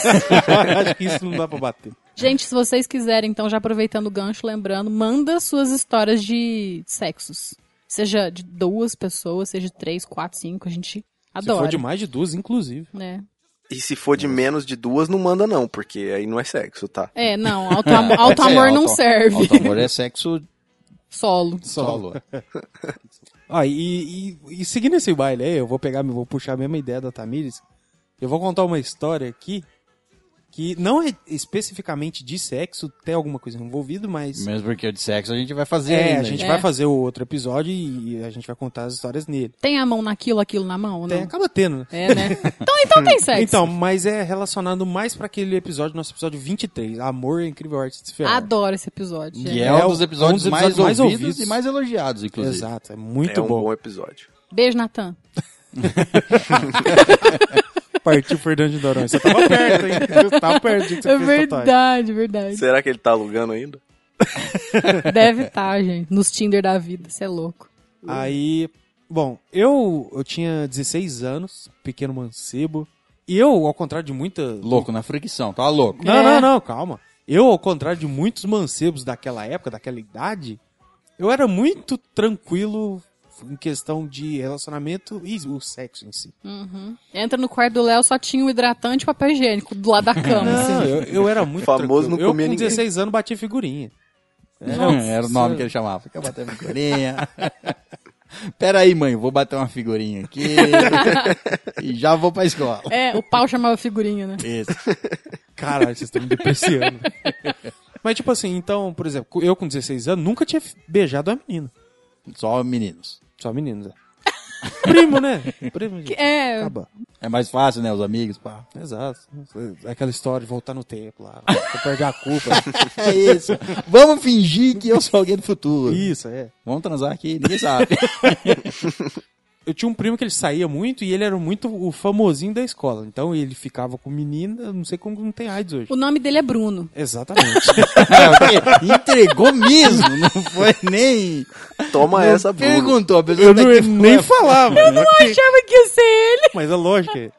Speaker 9: Acho que isso não dá pra bater.
Speaker 7: gente, se vocês quiserem, então, já aproveitando o gancho, lembrando, manda suas histórias de sexos. Seja de duas pessoas, seja de três, quatro, cinco. A gente
Speaker 9: Se for
Speaker 7: adora.
Speaker 9: de mais de duas, inclusive.
Speaker 7: né?
Speaker 10: E se for de menos de duas, não manda não, porque aí não é sexo, tá?
Speaker 7: É, não. Auto-amor não serve.
Speaker 11: Alto amor é sexo
Speaker 7: Solo.
Speaker 11: solo.
Speaker 9: Ah, e, e- e seguindo esse baile aí, eu vou pegar, vou puxar a mesma ideia da Tamires. Eu vou contar uma história aqui que não é especificamente de sexo, tem alguma coisa envolvida, mas
Speaker 11: Mesmo porque de sexo a gente vai fazer
Speaker 9: é,
Speaker 11: ainda,
Speaker 9: a gente
Speaker 11: né?
Speaker 9: vai fazer o outro episódio e a gente vai contar as histórias nele.
Speaker 7: Tem a mão naquilo, aquilo na mão,
Speaker 9: Tem,
Speaker 7: né?
Speaker 9: acaba tendo, né?
Speaker 7: É, né? Então, então tem sexo.
Speaker 9: Então, mas é relacionado mais pra aquele episódio, nosso episódio 23, Amor e Incrível Arte de se Ferrar.
Speaker 7: Adoro esse episódio. gente.
Speaker 11: E é,
Speaker 9: É
Speaker 11: um dos episódios,
Speaker 9: um dos
Speaker 11: mais,
Speaker 9: episódios mais
Speaker 11: ouvidos
Speaker 9: ouvidos.
Speaker 11: e mais elogiados, inclusive.
Speaker 9: Exato, é muito
Speaker 10: é um
Speaker 9: bom.
Speaker 10: bom episódio.
Speaker 7: Beijo, Natan.
Speaker 9: Partiu Fernando de Noronha. Você tava perto, hein? Você tava perto de que você
Speaker 7: É
Speaker 9: fez tatuagem.
Speaker 7: verdade, verdade.
Speaker 10: Será que ele tá alugando ainda?
Speaker 7: Deve estar, gente. Nos Tinder da vida. Você é louco.
Speaker 9: Aí, bom, eu, eu tinha 16 anos, pequeno mancebo. E eu, ao contrário de muita.
Speaker 11: Louco na fricção, tá louco.
Speaker 9: Não,
Speaker 7: É.
Speaker 9: não, não, calma. Eu, ao contrário de muitos mancebos daquela época, daquela idade, eu era muito tranquilo em questão de relacionamento e o sexo em si.
Speaker 7: Uhum. Entra no quarto do Léo, só tinha um hidratante e papel higiênico do lado da cama. assim.
Speaker 9: Não, eu, eu era muito
Speaker 10: Famoso
Speaker 9: tranquilo.
Speaker 10: não
Speaker 9: Eu,
Speaker 10: comia
Speaker 9: com
Speaker 10: ninguém.
Speaker 9: 16 anos, batia figurinha.
Speaker 11: É, Era o nome que ele chamava. Fica batendo figurinha. Pera aí, mãe, vou bater uma figurinha aqui e já vou pra escola.
Speaker 7: É, o pau chamava figurinha, né?
Speaker 11: Isso.
Speaker 9: Caralho, vocês estão me depreciando. Mas, tipo assim, então, por exemplo, eu com 16 anos nunca tinha beijado uma menina.
Speaker 11: Só meninos.
Speaker 9: Só meninos, é. Primo, né? Primo, gente.
Speaker 7: É.
Speaker 9: Acaba.
Speaker 11: É mais fácil, né? Os amigos, pá.
Speaker 9: Exato. Aquela história de voltar no tempo lá. Você perde a culpa.
Speaker 11: É isso. Vamos fingir que eu sou alguém do futuro.
Speaker 9: Isso, é.
Speaker 11: Vamos transar aqui, ninguém sabe.
Speaker 9: Eu tinha um primo que ele saía muito e ele era muito o famosinho da escola. Então ele ficava com menina, não sei como não tem AIDS hoje.
Speaker 7: O nome dele é Bruno.
Speaker 9: Exatamente.
Speaker 11: Entregou mesmo, não foi nem.
Speaker 10: Toma
Speaker 11: não
Speaker 10: essa, Bruno.
Speaker 11: Perguntou, a pessoa
Speaker 9: Eu
Speaker 11: até
Speaker 9: não,
Speaker 11: que
Speaker 9: eu
Speaker 11: ficou-
Speaker 9: nem falava.
Speaker 7: Achava que ia ser ele.
Speaker 9: Mas é lógico. é.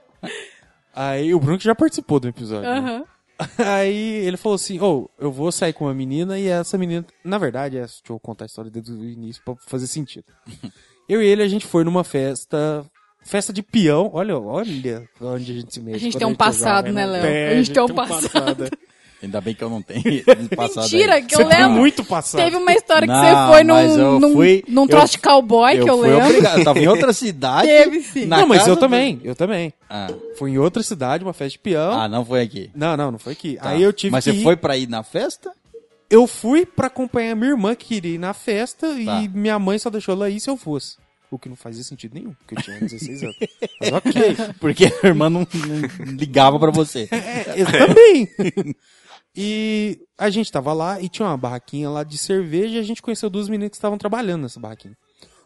Speaker 9: Aí o Bruno que já participou do episódio. né?
Speaker 7: Aham.
Speaker 9: Aí ele falou assim: Ô, eu vou sair com uma menina e essa menina. Na verdade, é, deixa eu contar a história desde o início pra fazer sentido. eu e ele, a gente foi numa festa. Festa de peão. Olha, olha onde a gente se mexe.
Speaker 7: A gente
Speaker 9: quando
Speaker 7: tem um
Speaker 9: é
Speaker 7: passado,
Speaker 9: jovem,
Speaker 7: né, Léo?
Speaker 9: É,
Speaker 7: A gente tem um passado.
Speaker 11: Ainda bem que eu não tenho passado
Speaker 7: Mentira,
Speaker 11: aí.
Speaker 7: que eu
Speaker 9: Tem
Speaker 7: lembro.
Speaker 9: muito passado.
Speaker 7: Teve um uma história que
Speaker 11: Não,
Speaker 7: você foi
Speaker 11: mas eu
Speaker 7: num, num,
Speaker 11: fui-
Speaker 7: num
Speaker 11: eu-
Speaker 7: troço de cowboy, que eu
Speaker 11: fui
Speaker 7: lembro.
Speaker 11: obrigado, tava em outra cidade.
Speaker 7: Teve, sim. Então?
Speaker 11: na
Speaker 9: Não, mas
Speaker 11: casa
Speaker 9: eu
Speaker 11: do-
Speaker 9: também, eu também.
Speaker 11: Ah,
Speaker 9: Fui em outra cidade, uma festa de peão.
Speaker 11: ah, não foi aqui.
Speaker 9: Não, não, não foi aqui.
Speaker 11: Tá.
Speaker 9: Aí eu tive
Speaker 11: Mas
Speaker 9: que
Speaker 11: você
Speaker 9: ir-
Speaker 11: foi pra ir na festa?
Speaker 9: Eu fui pra acompanhar minha irmã que queria ir na festa
Speaker 11: Tá.
Speaker 9: e minha mãe só deixou ela ir se eu fosse. O que não fazia sentido nenhum, porque eu tinha 16 anos. Mas ok.
Speaker 11: Porque a irmã não, não ligava pra você.
Speaker 9: É, eu também. E a gente tava lá e tinha uma barraquinha lá de cerveja e a gente conheceu duas meninas que estavam trabalhando nessa barraquinha.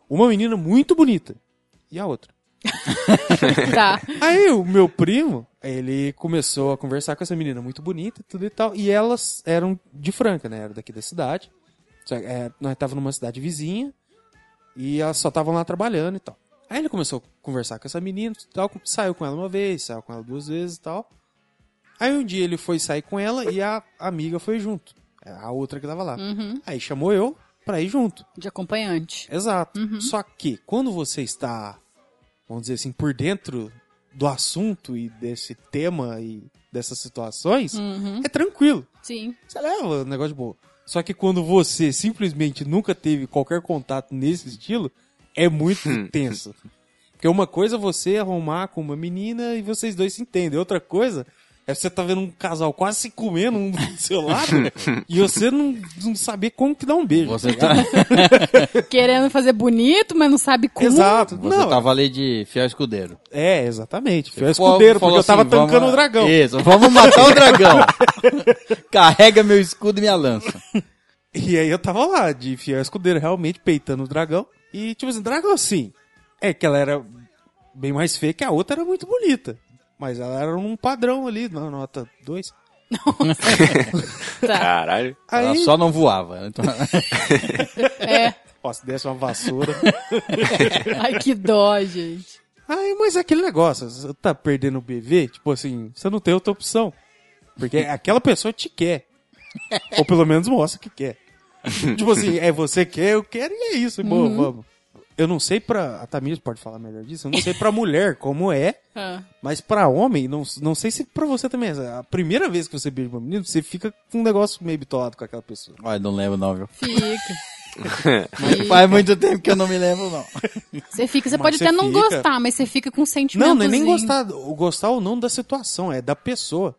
Speaker 9: Uma menina muito bonita e a outra.
Speaker 7: Tá.
Speaker 9: Aí o meu primo, ele começou a conversar com essa menina muito bonita e tudo e tal. E elas eram de Franca, né? Era daqui da cidade. Só que, é, nós tava numa cidade vizinha e elas só estavam lá trabalhando e tal. Aí ele começou a conversar com essa menina e tal. Saiu com ela uma vez, saiu com ela duas vezes e tal. Aí um dia ele foi sair com ela e a amiga foi junto. é, A outra que tava lá.
Speaker 7: Uhum.
Speaker 9: Aí chamou eu pra ir junto.
Speaker 7: De acompanhante.
Speaker 9: Exato. Só que quando você está, vamos dizer assim, por dentro do assunto e desse tema e dessas situações,
Speaker 7: Uhum.
Speaker 9: é tranquilo.
Speaker 7: Sim.
Speaker 9: Você leva o negócio de boa. Só que quando você simplesmente nunca teve qualquer contato nesse estilo, é muito tenso. Porque uma coisa é você arrumar com uma menina e vocês dois se entendem. Outra coisa é você tá vendo um casal quase se comendo um do seu lado e você não, não saber como que dá um beijo.
Speaker 11: Você, tá,
Speaker 7: Querendo fazer bonito, mas não sabe como.
Speaker 9: Exato.
Speaker 11: você
Speaker 5: tá
Speaker 9: não,
Speaker 11: tava ali de fiel escudeiro.
Speaker 9: é, exatamente. Foi o
Speaker 11: Falou-
Speaker 9: escudeiro,
Speaker 11: falou
Speaker 9: porque eu tava
Speaker 11: assim,
Speaker 9: tancando
Speaker 11: vamos-
Speaker 9: o dragão.
Speaker 11: Isso, vamos matar o dragão. Carrega meu escudo e minha lança.
Speaker 9: E aí eu tava lá, de fiel escudeiro, realmente peitando o dragão. E, tipo assim, dragão assim. É que ela era bem mais feia que a outra, era muito bonita. Mas ela era num padrão ali, na nota 2.
Speaker 7: Tá.
Speaker 10: Caralho.
Speaker 11: Ela
Speaker 9: Aí,
Speaker 11: só não voava. Então,
Speaker 7: É.
Speaker 9: ó, se desse uma vassoura.
Speaker 7: Ai, que dó, gente.
Speaker 9: aí, mas é aquele negócio, você tá perdendo o bebê, tipo assim, você não tem outra opção. Porque aquela pessoa te quer. Ou pelo menos mostra que quer. tipo assim, é você quer, eu quero e é isso. e Boa, vamos. Eu não sei pra. A Tamires pode falar melhor disso. Eu não sei pra mulher como é.
Speaker 7: Ah,
Speaker 9: Mas pra homem, não, não sei se pra você também. é. A primeira vez que você beija uma menina, você fica com um negócio meio bitolado com aquela pessoa.
Speaker 11: olha, não lembro não, viu?
Speaker 7: fica.
Speaker 11: Faz muito tempo que eu não me lembro, não.
Speaker 7: Você fica, você
Speaker 9: Mas
Speaker 7: pode
Speaker 9: você
Speaker 7: até não
Speaker 9: fica-
Speaker 7: gostar, mas você fica com um sentimento.
Speaker 9: Não, não é nem gostar, o gostar ou não da situação, é da pessoa.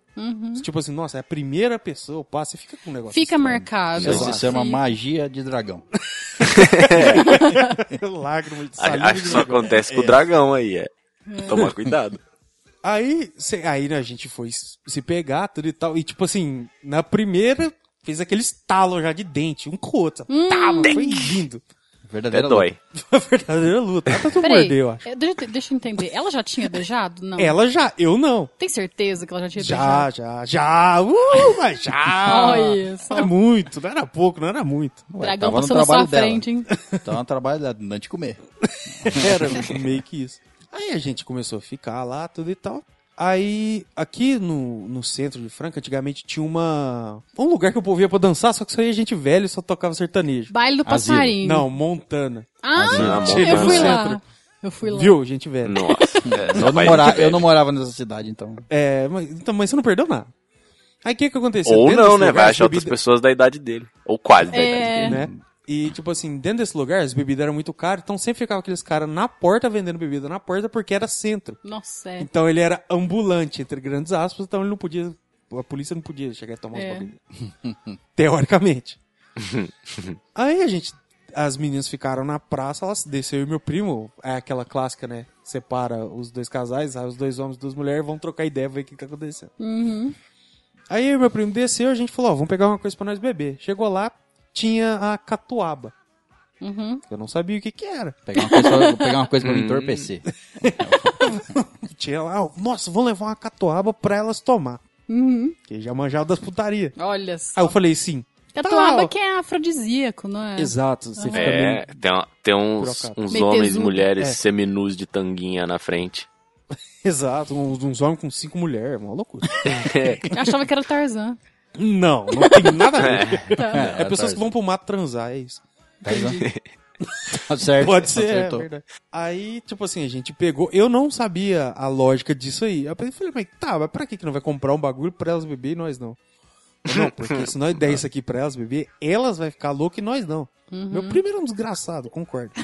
Speaker 9: Tipo assim, nossa, é a primeira pessoa, pá, você fica com um negócio.
Speaker 7: Uhum. Fica marcado.
Speaker 11: Isso se
Speaker 9: é
Speaker 11: chama
Speaker 7: Fica.
Speaker 11: magia de dragão.
Speaker 9: assim, lágrima de saliva
Speaker 10: Acho que
Speaker 9: de
Speaker 10: só
Speaker 9: dragão.
Speaker 10: acontece com o dragão aí, é. Toma cuidado.
Speaker 9: Aí, cê- aí né, a gente foi s- se pegar, tudo e tal. E tipo assim, na primeira, fez aquele estalo já de dente, um com o outro.
Speaker 7: Hum.
Speaker 9: Tá, mano, foi lindo.
Speaker 10: Até
Speaker 5: É
Speaker 11: Verdadeira
Speaker 10: É dói.
Speaker 9: Foi a verdadeira luta. Até tu
Speaker 7: Peraí,
Speaker 9: mordeu, eu acho.
Speaker 7: é, deixa, eu- deixa eu entender. Ela já tinha beijado? Não.
Speaker 9: Ela já, eu não.
Speaker 7: Tem certeza que ela já tinha
Speaker 9: Já,
Speaker 7: beijado?
Speaker 9: já, já, uh, mas já.
Speaker 7: Olha só.
Speaker 9: Era muito, não era pouco, não era muito.
Speaker 11: luta.
Speaker 7: O
Speaker 11: Ué,
Speaker 7: dragão
Speaker 11: tava no
Speaker 7: passou na sua
Speaker 11: trabalho dela.
Speaker 7: frente, hein?
Speaker 11: Tava no Então, trabalho dela, não te comer.
Speaker 9: Era meio que isso. Aí a gente começou a ficar lá, tudo e tal. Aí, aqui no, no centro de Franca, antigamente tinha uma. Um lugar que o povo ia pra dançar, só que só ia gente velha e só tocava sertanejo.
Speaker 7: Baile do
Speaker 11: Asilo.
Speaker 7: passarinho.
Speaker 9: Não, Montana.
Speaker 7: Ah,
Speaker 10: Não,
Speaker 7: eu
Speaker 10: Montana.
Speaker 7: fui
Speaker 9: no
Speaker 7: lá.
Speaker 9: centro.
Speaker 7: Eu fui lá.
Speaker 9: Viu, gente velha?
Speaker 10: Nossa. É, só
Speaker 11: Eu não,
Speaker 10: vai
Speaker 11: mora-
Speaker 10: muito
Speaker 11: eu
Speaker 10: velho.
Speaker 11: não morava nessa cidade, então.
Speaker 9: É, mas, então, mas você não perdeu nada. Aí o que que aconteceu?
Speaker 10: Ou
Speaker 9: Dentro
Speaker 10: não,
Speaker 9: desse
Speaker 10: né?
Speaker 9: lugar,
Speaker 10: Vai
Speaker 9: as
Speaker 10: achar outras
Speaker 9: bebidas-
Speaker 10: pessoas da idade dele. Ou quase da idade
Speaker 7: É,
Speaker 10: dele.
Speaker 9: né? E, tipo assim, dentro desse lugar, as bebidas eram muito caras, então sempre ficava aqueles caras na porta vendendo bebida na porta porque era centro.
Speaker 7: nossa, é.
Speaker 9: Então ele era ambulante, entre grandes aspas, então ele não podia. A polícia não podia chegar e tomar os
Speaker 7: É.
Speaker 9: bagulho. Teoricamente. Aí a gente. As meninas ficaram na praça, elas desceu e meu primo. É aquela clássica, né? Separa os dois casais, aí os dois homens e duas mulheres vão trocar ideia, ver o que que tá acontecendo.
Speaker 7: Uhum.
Speaker 9: Aí eu e meu primo desceu, a gente falou, ó, vamos pegar uma coisa pra nós beber. Chegou lá, tinha a catuaba.
Speaker 7: Uhum.
Speaker 9: Eu não sabia o que que era.
Speaker 11: Pegar uma coisa, pegar uma coisa pra me entorpecer.
Speaker 9: Tinha lá, ó, nossa, vou levar uma catuaba pra elas tomar.
Speaker 7: Uhum.
Speaker 9: Que já manjava das putaria.
Speaker 7: Olha só.
Speaker 9: Aí eu falei sim.
Speaker 7: Catuaba
Speaker 9: Tal.
Speaker 7: que é afrodisíaco, não é?
Speaker 9: Exato, você fica
Speaker 10: É,
Speaker 9: meio...
Speaker 10: tem, uma- tem uns,
Speaker 9: Trocado.
Speaker 10: uns
Speaker 7: Meio
Speaker 10: homens e
Speaker 7: tesudo.
Speaker 10: mulheres
Speaker 9: É.
Speaker 10: seminus de tanguinha na frente.
Speaker 9: Exato, um, uns, uns homens com cinco mulheres, uma loucura.
Speaker 7: Eu achava que era o Tarzan.
Speaker 9: não, não tem nada a ver.
Speaker 7: Tá.
Speaker 9: É, pessoas que vão pro mato transar, é isso.
Speaker 11: Tá certo.
Speaker 9: Pode ser, é,
Speaker 11: Acertou.
Speaker 9: verdade. Aí, tipo assim, a gente pegou. Eu não sabia a lógica disso aí. Aí eu falei, mas tá, mas pra que que não vai comprar um bagulho pra elas beber e nós não? Eu, Não, porque se nós der isso aqui pra elas beber, elas vai ficar loucas e nós não.
Speaker 7: Uhum.
Speaker 9: Meu primeiro é um desgraçado, concordo.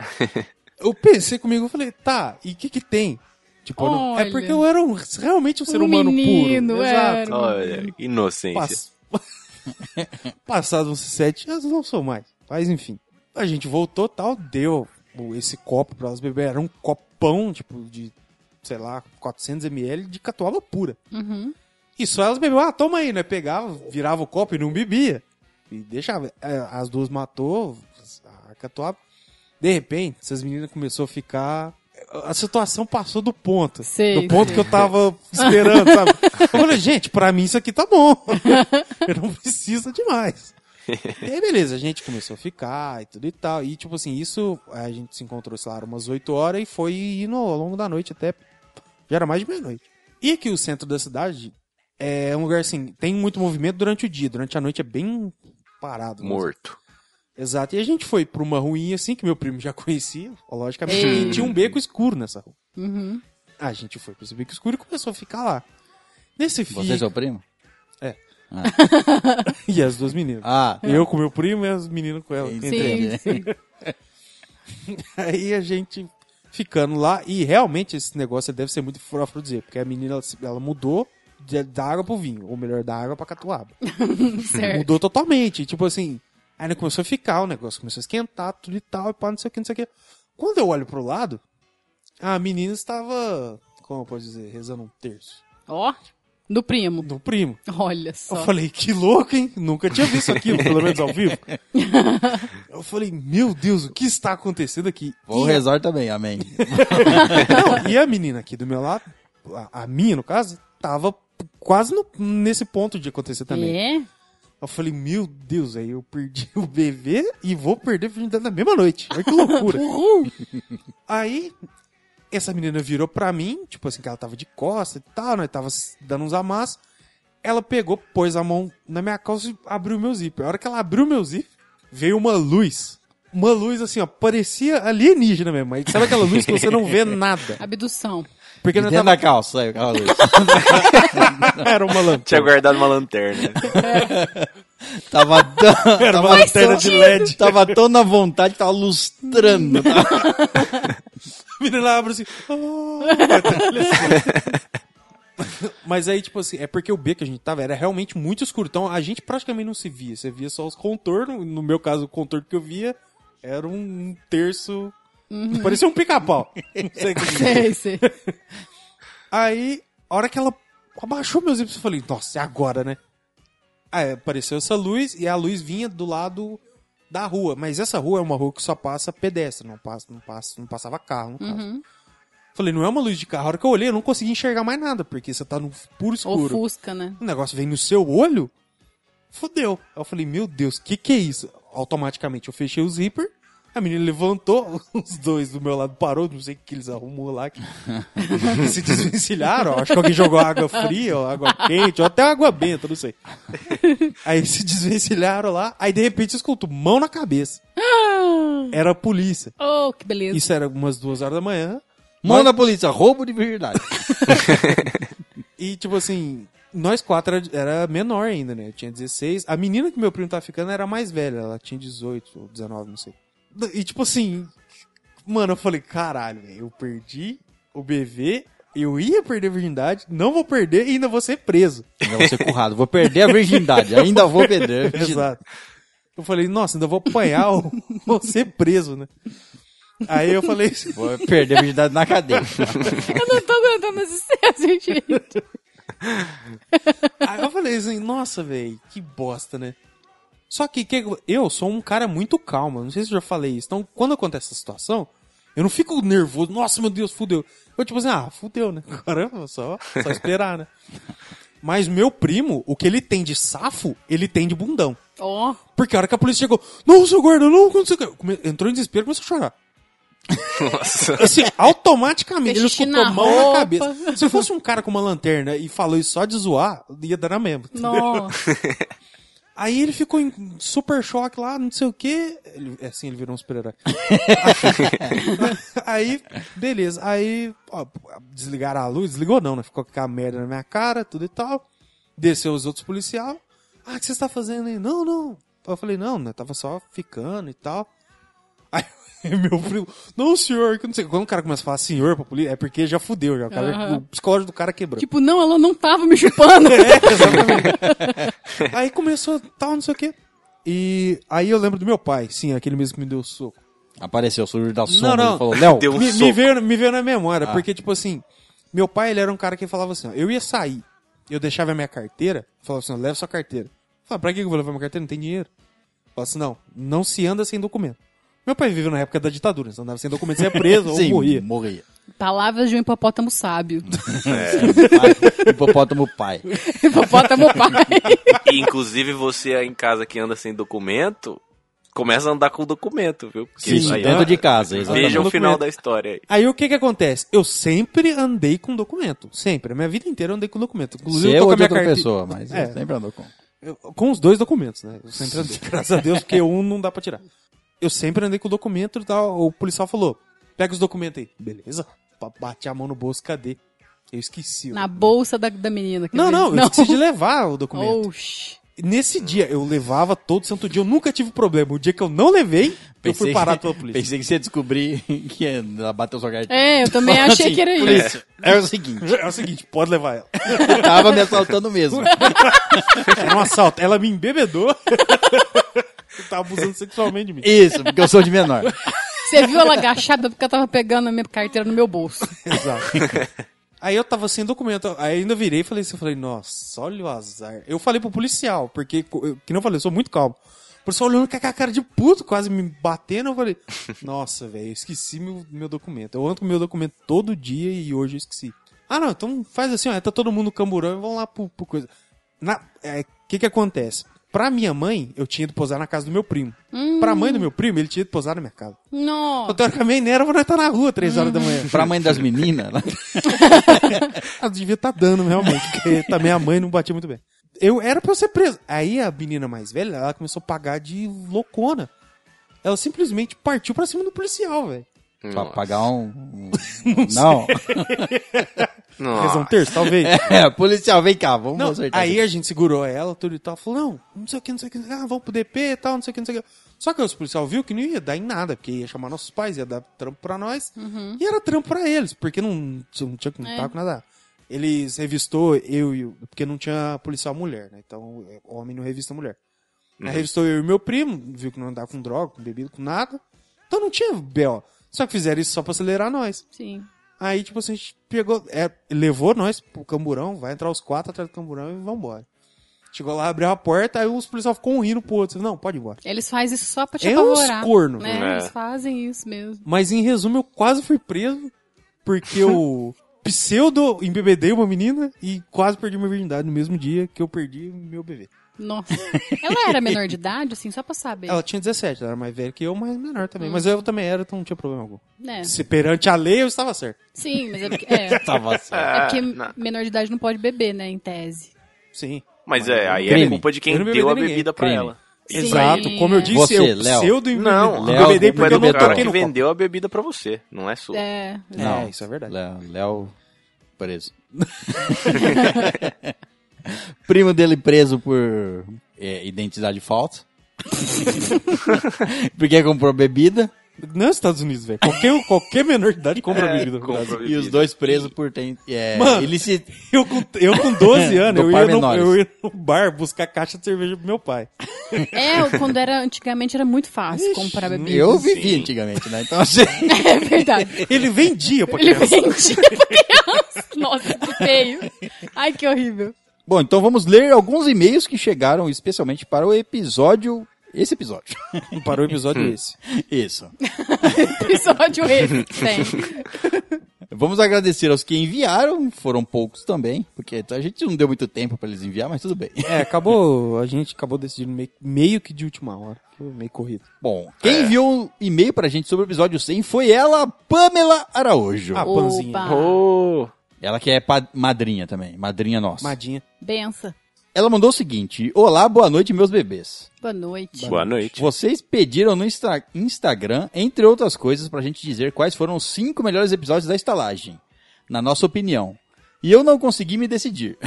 Speaker 9: eu pensei comigo, eu falei, tá, e o que que tem? Tipo, eu não- é
Speaker 7: Olha.
Speaker 9: porque eu era um- realmente um ser
Speaker 7: Um
Speaker 9: humano
Speaker 7: menino,
Speaker 9: puro.
Speaker 7: era. um
Speaker 9: Exato.
Speaker 10: Olha, que inocência.
Speaker 9: Pass... Passados uns sete anos, não sou mais. Mas enfim. A gente voltou tal, deu o- esse copo pra elas beber. Era um copão, tipo, de, sei lá, 400ml de catuaba pura.
Speaker 7: Uhum.
Speaker 9: E só elas bebiam, ah, toma aí, né? Pegava, virava o copo e não bebia. E deixava. É, As duas matou a catuaba. De repente, essas meninas começaram a ficar. A situação passou do ponto. assim.
Speaker 7: Sei,
Speaker 9: do ponto
Speaker 7: sei.
Speaker 9: que eu tava esperando, sabe? Eu falei, gente, pra mim isso aqui tá bom. Eu não preciso demais. E aí, beleza, a gente começou a ficar e tudo e tal. E, tipo assim, isso a gente se encontrou, sei lá, umas 8 horas e foi indo ao longo da noite até. Já era mais de meia-noite. E aqui o centro da cidade é um lugar assim, tem muito movimento durante o dia, durante a noite é bem parado. né? vamos dizer.
Speaker 10: Morto.
Speaker 9: Exato. E a gente foi pra uma ruinha assim, que meu primo já conhecia, logicamente,
Speaker 7: Ei.
Speaker 9: e tinha um beco escuro nessa rua.
Speaker 7: Uhum.
Speaker 9: A gente foi pra esse beco escuro e começou a ficar lá. Nesse fim.
Speaker 11: Você é seu primo?
Speaker 9: E as duas meninas.
Speaker 11: Ah,
Speaker 9: Eu com meu primo e as meninas com ela.
Speaker 11: Entendi.
Speaker 7: É. Sim,
Speaker 11: Entendi.
Speaker 7: sim.
Speaker 9: Aí a gente ficando lá, e realmente esse negócio deve ser muito fofo dizer, porque a menina ela, se- ela mudou de- da água pro vinho, ou melhor, da água pra catuaba.
Speaker 7: certo.
Speaker 9: Mudou totalmente. Tipo assim, aí né, começou a ficar, o negócio começou a esquentar, tudo e tal, e pá, não sei o que, não sei o que. Quando eu olho pro lado, a menina estava, como eu posso dizer, rezando um terço.
Speaker 7: Ó, do primo.
Speaker 9: Do primo.
Speaker 7: Olha
Speaker 9: Eu
Speaker 7: só.
Speaker 9: falei, que louco, hein? Nunca tinha visto aquilo, pelo menos ao vivo. eu falei, meu Deus, o que está acontecendo aqui?
Speaker 11: vou
Speaker 9: E-
Speaker 11: rezar também, amém.
Speaker 9: É Não, e a menina aqui do meu lado, a, a minha no caso, tava quase no- nesse ponto de acontecer também.
Speaker 7: É?
Speaker 9: Eu falei, meu Deus, aí eu perdi o bebê e vou perder a virgindade na mesma noite. Olha que loucura. aí, essa menina virou pra mim, tipo assim, que ela tava de costa e tal, né? Tava se dando uns amassos. Ela pegou, pôs a mão na minha calça e abriu meu zíper. A hora que ela abriu meu zíper, veio uma luz. Uma luz assim, ó, parecia alienígena mesmo. Aí, sabe aquela luz que você não vê nada?
Speaker 7: Abdução.
Speaker 9: Porque
Speaker 11: E
Speaker 9: não
Speaker 11: dentro
Speaker 9: tava
Speaker 11: da calça, aí, calma, Luiz.
Speaker 9: Era uma
Speaker 10: Tinha
Speaker 9: lanterna.
Speaker 10: guardado uma lanterna.
Speaker 11: Tava tão,
Speaker 9: Era uma lanterna de LED.
Speaker 11: tava tão na vontade, que tava lustrando.
Speaker 9: A menina abre assim. "Ah". Mas aí, tipo assim, é porque o B que a gente tava era realmente muito escuro. Então a gente praticamente não se via. Você via só os contornos. No meu caso, o contorno que eu via era um terço. Parecia um pica-pau. Não sei o que dizer.
Speaker 7: Sei, sei.
Speaker 9: Aí, a hora que ela abaixou meus zíper, eu falei, nossa, é agora, né? Aí apareceu essa luz e a luz vinha do lado da rua. Mas essa rua é uma rua que só passa pedestre, não passa, não passa, não passava carro, no caso.
Speaker 7: Uhum.
Speaker 9: Falei, não é uma luz de carro. A hora que eu olhei, eu não consegui enxergar mais nada, porque você tá no puro escuro.
Speaker 7: Ofusca, né?
Speaker 9: O negócio vem no seu olho, fodeu. Aí eu falei, meu Deus, que que é isso? Automaticamente eu fechei o zíper, a menina levantou, os dois do meu lado parou, não sei o que eles arrumou lá. Que... que se desvencilharam, ó. acho que alguém jogou água fria, ou água quente, ou até água benta, não sei. Aí se desvencilharam lá, aí de repente eu escuto, mão na cabeça. Era a polícia.
Speaker 7: Oh, que beleza.
Speaker 9: Isso era umas duas horas da manhã.
Speaker 11: Manda a polícia, roubo de virgindade.
Speaker 9: E, tipo assim, nós quatro era, era menor ainda, né? Eu tinha 16. A menina que meu primo tava ficando era mais velha. Ela tinha 18 ou 19, não sei. E, tipo assim, mano, eu falei, caralho, velho, eu perdi o BV, eu ia perder a virgindade, não vou perder e ainda vou ser preso.
Speaker 11: Ainda vou ser é currado, vou perder a virgindade, ainda vou
Speaker 5: É
Speaker 11: perder a virgindade.
Speaker 9: Exato. Eu falei, nossa, ainda vou apanhar ou vou ser preso, né? Aí eu falei,
Speaker 11: Vou perder a virgindade na cadeia.
Speaker 7: Eu não tô aguentando esse gente.
Speaker 9: Aí eu falei assim, nossa, velho, que bosta, né? Só que, que eu sou um cara muito calmo, não sei se eu já falei isso. Então, quando acontece essa situação, eu não fico nervoso, nossa, meu Deus, fudeu. Eu tipo assim, ah, fudeu, né? Caramba, só, só esperar, né? Mas meu primo, o que ele tem de safo, ele tem de bundão.
Speaker 7: Ó,
Speaker 9: Porque a hora que a polícia chegou, não, seu guarda, não, não sei o quê", come- entrou em desespero e começou a chorar.
Speaker 10: Nossa.
Speaker 9: Assim, automaticamente, ele
Speaker 7: Fez xixi
Speaker 9: escutou a
Speaker 7: na
Speaker 9: mão na
Speaker 7: roupa.
Speaker 9: cabeça. Se eu fosse um cara com uma lanterna e falou isso só de zoar, ia dar na mesma. entendeu?
Speaker 7: nossa.
Speaker 9: Aí ele ficou em super choque lá, não sei o quê. Ele- é assim, ele virou um super-herói. aí, beleza. Aí, ó, desligaram a luz. Desligou não, né? Ficou com a merda na minha cara, tudo e tal. Desceu os outros policiais. Ah, o que você está fazendo aí? Não, não. Eu falei, não, né? Tava só ficando e tal. Aí meu primo, não, senhor, que não sei. Quando o cara começa a falar senhor pra polícia, é porque já fudeu, já. O, cara-
Speaker 7: Aham.
Speaker 9: o psicológico do cara quebrou.
Speaker 7: Tipo, não, ela não tava me chupando.
Speaker 9: É. Aí começou tal, não sei o quê. E aí eu lembro do meu pai, sim, aquele mesmo que me deu o soco.
Speaker 11: Apareceu o surdo da
Speaker 9: Não,
Speaker 11: sombra
Speaker 9: não.
Speaker 11: e falou, Léo,
Speaker 10: Deu um
Speaker 9: me, me
Speaker 10: soco.
Speaker 9: veio, me veio na memória, porque, tipo assim, meu pai, ele era um cara que falava assim, ó, eu ia sair, eu deixava a minha carteira, falava assim, ó, leva sua carteira. Eu Falava, pra que eu vou levar minha carteira? Não tem dinheiro. Eu Falava assim, não, não se anda sem documento. Meu pai viveu na época da ditadura, se andava sem documento, você ia preso ou
Speaker 11: sim,
Speaker 9: morria.
Speaker 11: morria. É,
Speaker 7: Palavras de um hipopótamo sábio.
Speaker 11: Pai, hipopótamo pai.
Speaker 7: hipopótamo pai.
Speaker 10: E, inclusive, você aí em casa que anda sem documento, começa a andar com o documento, viu? Porque
Speaker 11: Sim,
Speaker 10: aí,
Speaker 11: dentro
Speaker 10: ó,
Speaker 11: de casa, exatamente.
Speaker 10: Veja o
Speaker 9: Documento.
Speaker 10: final da história aí.
Speaker 9: Aí o que que acontece? Eu sempre andei com documento, sempre. A minha vida inteira eu andei com documento. Inclusive,
Speaker 5: é
Speaker 11: Você
Speaker 9: eu tô
Speaker 11: ou
Speaker 9: com a
Speaker 11: de
Speaker 9: minha
Speaker 11: outra
Speaker 9: carteira.
Speaker 11: pessoa, mas
Speaker 9: É.
Speaker 11: sempre andou com.
Speaker 9: Eu- com os dois documentos, né? Eu sempre andei. Graças a Deus, porque um não dá pra tirar. Eu sempre andei com o documento e tal. O policial falou: pega os documentos aí. Beleza. Pra bater a mão no bolso, cadê? Eu esqueci.
Speaker 7: Na né? bolsa da, da menina. quer
Speaker 9: Não,
Speaker 7: dizer.
Speaker 9: não, eu esqueci de levar o
Speaker 7: Oh.
Speaker 9: documento.
Speaker 7: Oxi.
Speaker 9: Nesse dia, eu levava todo santo dia, eu nunca tive problema. O dia que eu não levei, eu fui parado pela polícia.
Speaker 11: Pensei que você ia descobrir que ela bateu sua carteira.
Speaker 7: É, eu também
Speaker 9: Assim,
Speaker 7: achei que era isso.
Speaker 11: Polícia, Assim, é o seguinte,
Speaker 9: É o seguinte, pode levar ela.
Speaker 11: tava me assaltando mesmo.
Speaker 9: Era um assalto. Ela me embebedou. Eu tava abusando sexualmente de mim.
Speaker 11: Isso, porque eu sou de menor.
Speaker 7: Você viu ela agachada porque eu tava pegando a minha carteira no meu bolso.
Speaker 9: Exato. Aí eu tava sem documento, aí ainda virei e falei assim, eu falei, nossa, olha o azar. Eu falei pro policial, porque, co- eu- que não falei, eu sou muito calmo. O policial olhando com a cara de puto, quase me batendo, eu falei, nossa, velho, eu esqueci meu, meu documento. Eu ando com meu documento todo dia e hoje eu esqueci. Ah, não, então faz assim, ó, tá todo mundo no camburão e vamos lá pro, pro coisa. O que que acontece? Pra minha mãe, eu tinha ido posar na casa do meu primo. Pra mãe do meu primo, ele tinha ido posar na minha casa. Então,
Speaker 7: Nossa.
Speaker 9: teoricamente, nem era pra nós estar na rua três horas da manhã.
Speaker 11: Pra mãe das meninas, né? ela-
Speaker 9: Ela Ah, devia estar dando, realmente, porque também a mãe não batia muito bem. Eu era pra eu ser preso. Aí a menina mais velha, ela começou a pagar de loucona. Ela simplesmente partiu pra cima do policial, velho.
Speaker 11: pra
Speaker 10: Nossa.
Speaker 11: pagar um... um- Não.
Speaker 9: Razão
Speaker 10: Nossa.
Speaker 9: terça, um talvez.
Speaker 11: É, policial, vem cá, vamos
Speaker 9: Não,
Speaker 11: acertar.
Speaker 9: aí a gente segurou ela, tudo e tal, falou, não, não sei o que, não sei o que, ah, vamos pro DP e tal, não sei o que, não sei o que. Só que os policial viu que não ia dar em nada, porque ia chamar nossos pais, ia dar trampo pra nós, e era trampo pra eles, porque não, não tinha contato com nada. Eles revistou eu e o... Porque não tinha policial mulher, né? Então, é, homem não revista mulher.
Speaker 11: Uhum.
Speaker 9: Aí revistou eu e meu primo, viu que não andava com droga, com bebida, com nada. Então não tinha B.O. Só que fizeram isso só pra acelerar nós.
Speaker 7: Sim.
Speaker 9: Aí, tipo assim, a gente pegou, é, levou nós pro camburão, vai entrar os quatro atrás do camburão e vambora. Chegou lá, abriu a porta, aí os policiais ficam um rindo pro outro. Não, pode ir embora.
Speaker 7: Eles fazem isso só pra te
Speaker 9: É uns
Speaker 7: apavorar.
Speaker 9: corno.
Speaker 7: né?
Speaker 10: É.
Speaker 7: Eles fazem isso mesmo.
Speaker 9: Mas em resumo, eu quase fui preso porque eu pseudo embebedei uma menina e quase perdi minha virgindade no mesmo dia que eu perdi meu bebê.
Speaker 7: Nossa. Ela era menor de idade, assim, só pra saber.
Speaker 9: Ela tinha 17, ela era mais velha que eu, mas menor
Speaker 7: Hum.
Speaker 9: também. Mas eu também era, então não tinha problema algum.
Speaker 7: Né?
Speaker 9: Se perante a lei, eu estava certo.
Speaker 7: Sim, mas é porque, é,
Speaker 11: Tava certo.
Speaker 7: É
Speaker 9: Ah,
Speaker 7: porque
Speaker 10: não.
Speaker 7: menor de idade não pode beber, né, em tese.
Speaker 9: Sim.
Speaker 10: Mas é, aí é
Speaker 11: Crime.
Speaker 10: culpa de
Speaker 9: Eu
Speaker 10: quem
Speaker 9: não
Speaker 10: deu a
Speaker 9: bebedei
Speaker 10: bebida pra
Speaker 11: Crime.
Speaker 10: ela.
Speaker 7: Sim.
Speaker 9: Exato, como eu disse,
Speaker 11: Você,
Speaker 9: eu
Speaker 11: Léo.
Speaker 9: pseudo
Speaker 10: Não,
Speaker 9: embebedei
Speaker 10: Léo, a
Speaker 9: embebedei
Speaker 10: culpa é
Speaker 9: porque eu
Speaker 10: do
Speaker 9: não
Speaker 10: cara
Speaker 9: toquei
Speaker 10: que
Speaker 9: no copo.
Speaker 10: vendeu a bebida pra você, não é sua.
Speaker 7: É.
Speaker 9: Não. É, isso é verdade.
Speaker 11: Léo, Léo preso. Primo dele preso por é, identidade falsa. Porque comprou bebida.
Speaker 9: Não é nos Estados Unidos, velho. Qualquer, qualquer menor de idade compra bebida. no
Speaker 10: compra
Speaker 9: Brasil.
Speaker 10: bebida.
Speaker 11: E os dois presos por tem, é,
Speaker 9: Mano.
Speaker 11: ilici-
Speaker 9: Eu com, eu com 12 anos,
Speaker 11: Do
Speaker 9: eu
Speaker 11: par
Speaker 9: ia, no,
Speaker 11: menores.
Speaker 9: eu ia no bar buscar caixa de cerveja pro meu pai.
Speaker 7: É, eu- quando era antigamente era muito fácil comprar bebida.
Speaker 11: Eu vivi antigamente, né? Então assim.
Speaker 7: É verdade.
Speaker 9: Ele vendia pra
Speaker 7: Ele
Speaker 9: criança.
Speaker 7: vendia pra criança. Nossa, que feio. Ai, que horrível.
Speaker 5: Bom, então vamos ler alguns e-mails que chegaram especialmente para o episódio. Esse episódio.
Speaker 9: Para o episódio
Speaker 10: Hum.
Speaker 9: esse.
Speaker 5: Isso.
Speaker 7: Episódio esse. Tem.
Speaker 5: Vamos agradecer aos que enviaram, foram poucos também, porque a gente não deu muito tempo para eles enviar, mas tudo bem.
Speaker 9: É, acabou. A gente acabou decidindo meio, meio que de última hora. Foi meio corrido.
Speaker 5: Bom,
Speaker 9: É.
Speaker 5: quem enviou um e-mail pra gente sobre o episódio 100 foi ela, Pamela Araújo.
Speaker 9: Ah, panzinha.
Speaker 7: Opa.
Speaker 10: Oh,
Speaker 5: Ela que é pa- madrinha também, madrinha nossa.
Speaker 9: Madinha.
Speaker 7: Benção.
Speaker 5: Ela mandou o seguinte: Olá, boa noite, meus bebês.
Speaker 7: Boa noite.
Speaker 10: boa noite.
Speaker 5: Vocês pediram no Insta- Instagram, entre outras coisas, pra gente dizer quais foram os cinco melhores episódios da estalagem, na nossa opinião. E eu não consegui me decidir.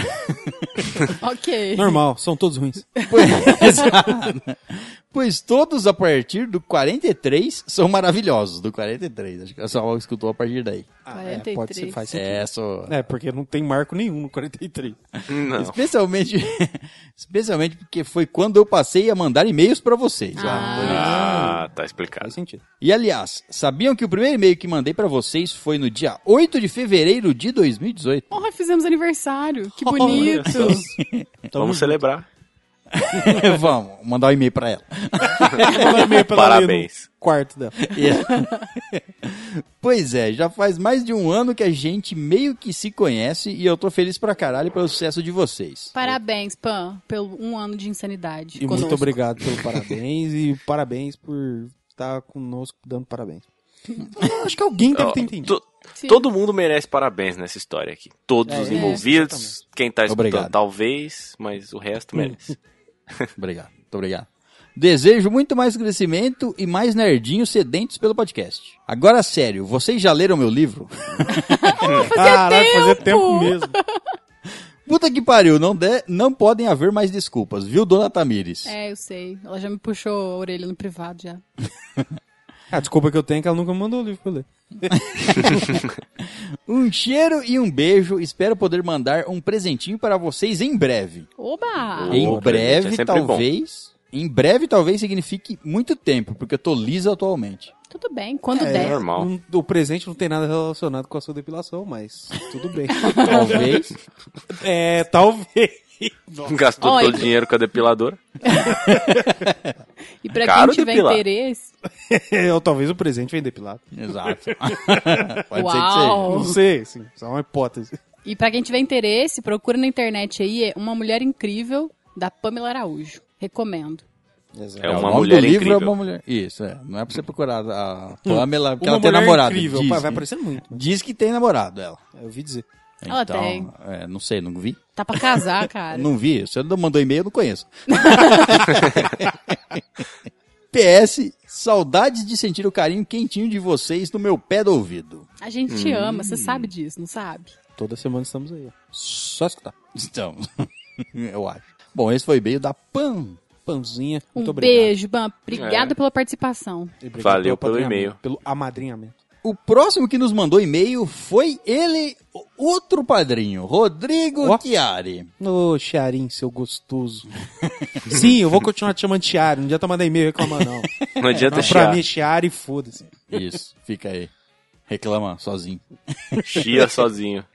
Speaker 7: Ok.
Speaker 9: Normal, são todos ruins.
Speaker 5: Exato. pois todos a partir do 43 são maravilhosos. Do 43, acho que a sua escutou a partir daí.
Speaker 7: 43.
Speaker 9: é, pode ser, faz sentido.
Speaker 5: É, só...
Speaker 9: É, porque não tem marco nenhum no 43.
Speaker 10: Não.
Speaker 5: Especialmente, especialmente porque foi quando eu passei a mandar e-mails pra vocês.
Speaker 10: Ah, tá
Speaker 9: Faz
Speaker 10: explicado.
Speaker 9: sentido.
Speaker 5: E aliás, sabiam que o primeiro e-mail que mandei pra vocês foi no dia 8 de fevereiro de 2018?
Speaker 7: Porra, fizemos aniversário. Que bonito.
Speaker 10: Vamos celebrar.
Speaker 5: Vamos mandar um e-mail pra ela.
Speaker 9: Manda e-mail pra ela ler no
Speaker 10: Parabéns.
Speaker 9: Quarto dela.
Speaker 5: pois é, já faz mais de um ano que a gente meio que se conhece e eu tô feliz pra caralho pelo sucesso de vocês.
Speaker 7: Parabéns, Pan, pelo um ano de insanidade.
Speaker 9: E muito
Speaker 7: conosco.
Speaker 9: obrigado pelo parabéns e parabéns por estar conosco dando parabéns. Acho que alguém deve
Speaker 10: Ó,
Speaker 9: ter entendido.
Speaker 10: to-
Speaker 7: Sim.
Speaker 10: Todo mundo merece parabéns nessa história aqui. Todos os
Speaker 7: é,
Speaker 10: envolvidos, quem tá escutando,
Speaker 5: Obrigado.
Speaker 10: talvez, mas o resto merece.
Speaker 5: Obrigado, muito obrigado. Desejo muito mais crescimento e mais nerdinhos sedentos pelo podcast. Agora, sério, vocês já leram meu livro?
Speaker 9: Caralho, fazia
Speaker 7: tempo.
Speaker 9: tempo mesmo.
Speaker 5: Puta que pariu, não, de- não podem haver mais desculpas, viu, dona Tamires?
Speaker 7: É, eu sei. Ela já me puxou a orelha no privado já.
Speaker 9: A desculpa que eu tenho é que ela nunca me mandou o livro pra eu ler.
Speaker 5: Um cheiro e um beijo, espero poder mandar um presentinho para vocês em breve.
Speaker 7: Oba!
Speaker 10: Ei.
Speaker 5: em
Speaker 10: Boa, presente é
Speaker 5: breve,
Speaker 10: sempre
Speaker 5: talvez. Em breve, talvez signifique muito tempo, porque eu tô liso atualmente.
Speaker 7: Tudo bem, quando
Speaker 10: É,
Speaker 7: der.
Speaker 10: normal.
Speaker 9: Não- o presente não tem nada relacionado com a sua depilação, mas tudo bem.
Speaker 5: Talvez.
Speaker 9: é, talvez.
Speaker 10: Gastou
Speaker 7: Olha.
Speaker 10: todo o dinheiro com a depiladora.
Speaker 7: E pra
Speaker 10: Caro
Speaker 7: quem tiver
Speaker 10: depilar.
Speaker 7: interesse,
Speaker 9: Ou talvez o presente vem depilado.
Speaker 5: Exato. Pode
Speaker 7: Uau.
Speaker 9: Não sei, assim, só uma hipótese.
Speaker 7: e para quem tiver interesse, procura na internet aí é uma mulher incrível da Pamela Araújo. Recomendo.
Speaker 10: É
Speaker 5: É,
Speaker 10: uma
Speaker 5: o nome
Speaker 10: mulher
Speaker 5: do livro é
Speaker 10: incrível.
Speaker 5: uma mulher. Isso, é. Não é pra você procurar a Pamela, porque ela
Speaker 9: Hum. Uma mulher
Speaker 5: tem namorado.
Speaker 9: Incrível.
Speaker 5: Diz,
Speaker 9: Pá,
Speaker 5: que-
Speaker 9: vai aparecer muito.
Speaker 5: diz que tem namorado ela.
Speaker 9: né? Eu ouvi dizer.
Speaker 7: Ela tem.
Speaker 5: é, não sei, não vi.
Speaker 7: Tá pra casar, cara.
Speaker 5: Não vi. Você não mandou e-mail, eu não conheço. PS, saudades de sentir o carinho quentinho de vocês no meu pé do ouvido.
Speaker 7: A gente te ama, você sabe disso, não sabe?
Speaker 9: Toda semana estamos aí. ó. Só escutar.
Speaker 5: Então, eu acho. Bom, esse foi o e-mail da Pan.
Speaker 9: Panzinha,
Speaker 7: Um
Speaker 9: muito obrigado.
Speaker 7: beijo, Ban. Obrigada
Speaker 10: É.
Speaker 7: pela participação.
Speaker 9: E obrigado
Speaker 10: Valeu pelo
Speaker 9: apadrinhamento,
Speaker 10: e-mail.
Speaker 9: Pelo amadrinhamento.
Speaker 5: O próximo que nos mandou e-mail foi ele, o- outro padrinho, Rodrigo
Speaker 9: Ó.
Speaker 5: Chiari.
Speaker 9: Ô, Chiarim, seu gostoso. Sim, eu vou continuar te chamando de Chiari. Não adianta mandar e-mail reclamar, não.
Speaker 10: Não adianta
Speaker 9: Mas pra
Speaker 10: chiar.
Speaker 9: mim é Chiari e foda-se.
Speaker 5: Isso, fica aí. Reclama sozinho.
Speaker 10: Chia sozinho.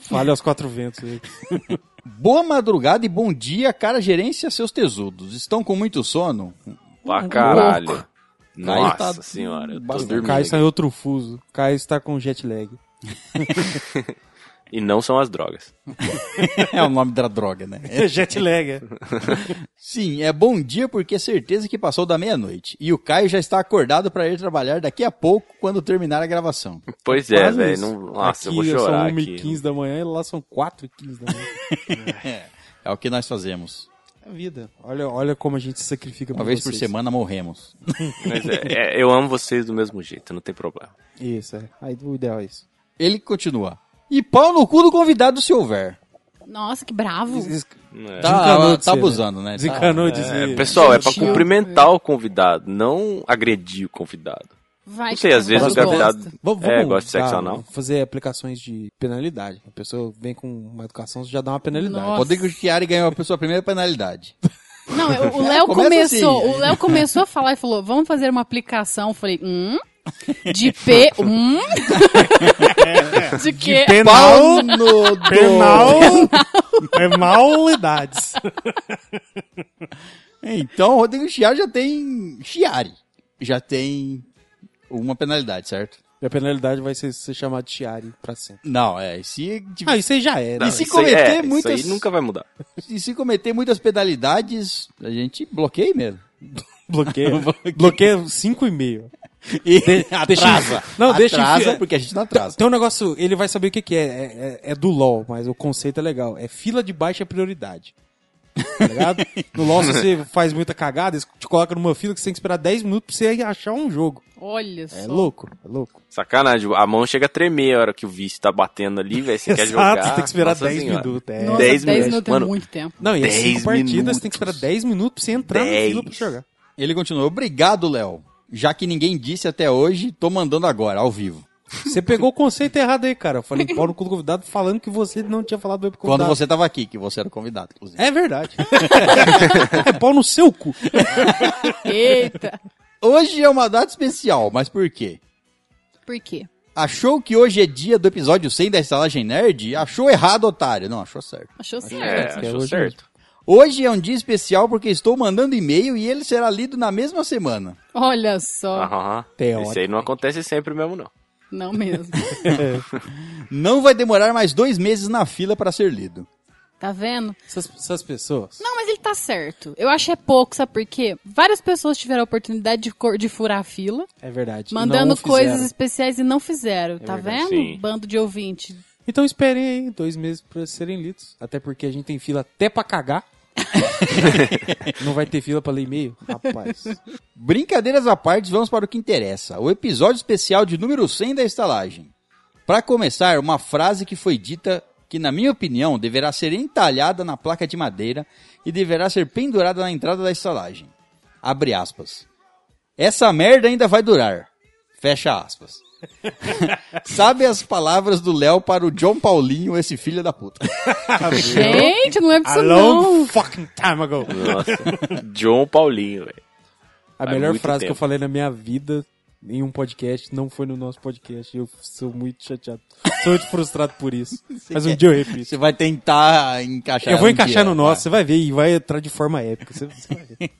Speaker 9: Fale aos quatro ventos aí.
Speaker 5: Boa madrugada e bom dia, cara gerência, seus tesudos. Estão com muito sono?
Speaker 10: Pra caralho. Nossa
Speaker 5: Caio tá
Speaker 10: senhora, eu tô
Speaker 5: bastante.
Speaker 10: dormindo.
Speaker 9: Caio
Speaker 10: aqui.
Speaker 9: está em outro fuso. Caio está com jet lag.
Speaker 10: E não são as drogas.
Speaker 5: É o nome da droga, né?
Speaker 9: jet lag, é.
Speaker 5: Sim, é bom dia porque é certeza que passou da meia-noite. E o Caio já está acordado para ir trabalhar daqui a pouco quando terminar a gravação.
Speaker 10: Pois é,
Speaker 9: Quase
Speaker 10: velho.
Speaker 9: isso.
Speaker 10: não-
Speaker 9: aqui
Speaker 10: Nossa, eu vou chorar
Speaker 9: são 1 e
Speaker 10: aqui.
Speaker 9: 15 da manhã e lá são 4 e 15 da manhã.
Speaker 5: É o que nós fazemos.
Speaker 9: É a vida. Olha, olha como a gente se sacrifica
Speaker 5: Uma vez por
Speaker 9: vocês.
Speaker 5: semana morremos.
Speaker 10: Mas é, é, eu amo vocês do mesmo jeito, não tem problema.
Speaker 9: Isso, é. Aí o ideal é isso.
Speaker 5: Ele continua. E pau no cu do convidado se houver.
Speaker 7: Nossa, que bravo.
Speaker 10: É.
Speaker 5: Tá,
Speaker 9: Desencanou de
Speaker 5: tá
Speaker 9: ser, né?
Speaker 5: abusando, né? Tá-
Speaker 9: Desencanou de dizer.
Speaker 10: É, pessoal, é pra
Speaker 7: Gentil.
Speaker 10: cumprimentar o convidado, não agredir o convidado.
Speaker 7: Vai
Speaker 10: Não
Speaker 7: que
Speaker 10: sei, às vezes o
Speaker 7: gosta.
Speaker 10: convidado
Speaker 9: Vamos, vamos
Speaker 10: é, gosta de sexo
Speaker 9: dar-
Speaker 10: anal.
Speaker 9: fazer aplicações de penalidade. A pessoa vem com uma educação, já dá uma penalidade.
Speaker 7: Nossa.
Speaker 5: Tá. Rodrigo Chiari ganhou a sua primeira penalidade.
Speaker 7: Não, eu- o
Speaker 5: Começa
Speaker 7: Léo
Speaker 9: É,
Speaker 7: começou,
Speaker 5: assim.
Speaker 7: o Léo começou a falar e falou: "Vamos fazer uma aplicação". Eu falei: "Hum?" De P. Hum? De que?
Speaker 5: Pau
Speaker 9: penal,
Speaker 5: no do-
Speaker 9: penal, é maulidades.
Speaker 5: Então, Rodrigo Chiari já tem. Chiari. Já tem uma penalidade, certo?
Speaker 9: E a penalidade vai ser, ser chamado de Chiari pra sempre.
Speaker 5: Não, é. e Se,
Speaker 9: Ah, isso aí já era.
Speaker 10: Não,
Speaker 5: e se
Speaker 10: isso aí-
Speaker 5: cometer
Speaker 10: é,
Speaker 5: muitas.
Speaker 10: Isso aí nunca vai mudar.
Speaker 5: E se cometer muitas penalidades, a gente bloqueia mesmo.
Speaker 9: Bloqueia. Bloqueia 5,5.
Speaker 5: E
Speaker 9: deixa
Speaker 5: atrasa.
Speaker 9: enfi- não, deixa
Speaker 5: atrasa,
Speaker 9: enfiar.
Speaker 5: porque a gente não atrasa.
Speaker 9: Tem um negócio, ele vai saber o que, que é. É, é- é do LOL, mas o conceito é legal. É fila de baixa prioridade. Tá ligado? No LOL, se você faz muita cagada, eles te colocam numa fila que você tem que esperar 10 minutos pra você achar um jogo.
Speaker 7: Olha só.
Speaker 9: É louco, é louco.
Speaker 10: Sacanagem, tipo, a mão chega a tremer a hora que o vice tá batendo ali, velho. Você quer jogar.
Speaker 9: Exato, você tem que esperar
Speaker 10: Nossa
Speaker 9: 10
Speaker 10: Senhora.
Speaker 9: minutos. É.
Speaker 7: Nossa, 10
Speaker 10: 10 minutos,
Speaker 7: minutos é
Speaker 10: mano.
Speaker 7: muito tempo.
Speaker 9: Não, e é
Speaker 10: 10
Speaker 9: cinco partidas, você tem que esperar
Speaker 10: minutos.
Speaker 9: 10 minutos pra você entrar na
Speaker 10: 10.
Speaker 9: fila pra jogar.
Speaker 5: então- Ele continua. Obrigado, Léo. Já que ninguém disse até hoje, tô mandando agora, ao vivo.
Speaker 9: Você pegou o conceito errado aí, cara. Eu falei, pau no cu do convidado, falando que você não tinha falado bem pro
Speaker 5: Quando
Speaker 9: convidado.
Speaker 5: você tava aqui, que você era o convidado, inclusive.
Speaker 9: É verdade. é pau no seu cu.
Speaker 10: É,
Speaker 7: Eita.
Speaker 5: Hoje é uma data especial, mas por quê?
Speaker 7: Por quê?
Speaker 5: Achou que hoje é dia do episódio 100 da Estalagem Nerd? Achou errado, otário. Não, achou certo.
Speaker 7: Achou
Speaker 10: É,
Speaker 7: certo.
Speaker 10: achou
Speaker 9: hoje
Speaker 10: certo.
Speaker 5: Hoje é um dia especial porque estou mandando e-mail e ele será lido na mesma semana.
Speaker 7: Olha só.
Speaker 10: Aham.
Speaker 9: Teórico.
Speaker 10: Isso aí não acontece sempre mesmo, não.
Speaker 7: Não mesmo.
Speaker 5: Não vai demorar mais dois meses na fila para ser lido.
Speaker 7: Tá vendo?
Speaker 9: Essas, essas pessoas.
Speaker 7: Não, mas ele tá certo. Eu acho é pouco, sabe por quê? Várias pessoas tiveram a oportunidade de, cor- de furar a fila,
Speaker 9: É verdade.
Speaker 7: mandando
Speaker 9: não fizeram.
Speaker 7: coisas especiais e não fizeram. tá vendo?
Speaker 10: É sim.
Speaker 7: Bando de ouvinte.
Speaker 9: Então esperem aí dois meses pra serem lidos. Até porque a gente tem fila até pra cagar. não vai ter fila pra ler e-mail? Rapaz.
Speaker 5: Brincadeiras à parte, vamos para o que interessa. O episódio especial de número 100 da estalagem. Para começar, uma frase que foi dita que, na minha opinião, deverá ser entalhada na placa de madeira e deverá ser pendurada na entrada da estalagem. Abre aspas. Essa merda ainda vai durar. Fecha aspas. Sabe as palavras do Léo para o John Paulinho, esse filho da puta?
Speaker 7: Gente, não é pra
Speaker 9: A
Speaker 7: isso
Speaker 9: long
Speaker 7: não.
Speaker 9: fucking
Speaker 10: Tá,
Speaker 9: time ago.
Speaker 10: Nossa. John Paulinho, velho.
Speaker 9: A
Speaker 10: Faz
Speaker 9: melhor
Speaker 10: muito
Speaker 9: frase que eu
Speaker 10: tempo.
Speaker 9: falei na minha vida em um podcast não foi no nosso podcast. Eu sou muito chateado. Sou muito frustrado por isso. Mas um dia eu repito.
Speaker 5: Você vai tentar encaixar.
Speaker 9: Eu vou
Speaker 5: um dia,
Speaker 9: encaixar no
Speaker 5: vai.
Speaker 9: nosso, você vai ver e vai entrar de forma épica. Você, você vai ver.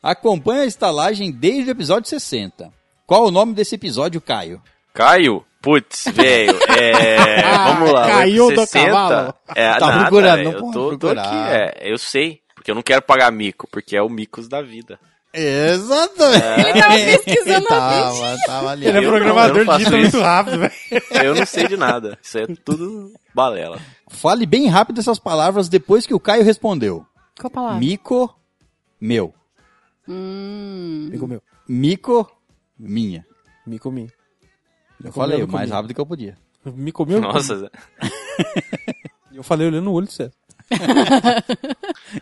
Speaker 5: Acompanha a estalagem desde o episódio 60. Qual o nome desse episódio, Caio?
Speaker 10: Caio? Putz, velho. É. Vamos lá.
Speaker 9: Ah, Caiu do
Speaker 10: 860?
Speaker 9: cavalo.
Speaker 10: É,
Speaker 5: Tá
Speaker 10: nada,
Speaker 5: procurando,
Speaker 10: velho,
Speaker 5: não
Speaker 10: eu
Speaker 5: pode
Speaker 10: tô, tô
Speaker 5: procurar.
Speaker 10: aqui, é. Eu sei. Porque eu não quero pagar mico, porque é o micos da vida.
Speaker 5: Exatamente.
Speaker 7: Ele tava
Speaker 9: É.
Speaker 7: pesquisando a vida.
Speaker 5: tava, tava ali.
Speaker 9: Ele é
Speaker 10: Eu não, eu
Speaker 9: programador
Speaker 10: não faço
Speaker 9: digita
Speaker 10: isso.
Speaker 9: muito rápido, velho.
Speaker 10: Eu não sei de nada. Isso é tudo balela.
Speaker 5: Fale bem rápido essas palavras depois que o Caio respondeu.
Speaker 7: Qual a palavra?
Speaker 5: Mico, meu.
Speaker 7: Hum.
Speaker 9: Amigo meu,
Speaker 5: Mico, minha.
Speaker 9: me comi.
Speaker 5: Eu
Speaker 9: Mico
Speaker 5: falei
Speaker 9: meu,
Speaker 5: o mais
Speaker 9: comi.
Speaker 5: rápido que eu podia.
Speaker 9: Me comeu?
Speaker 10: Nossa,
Speaker 9: Eu falei olhando no olho do céu.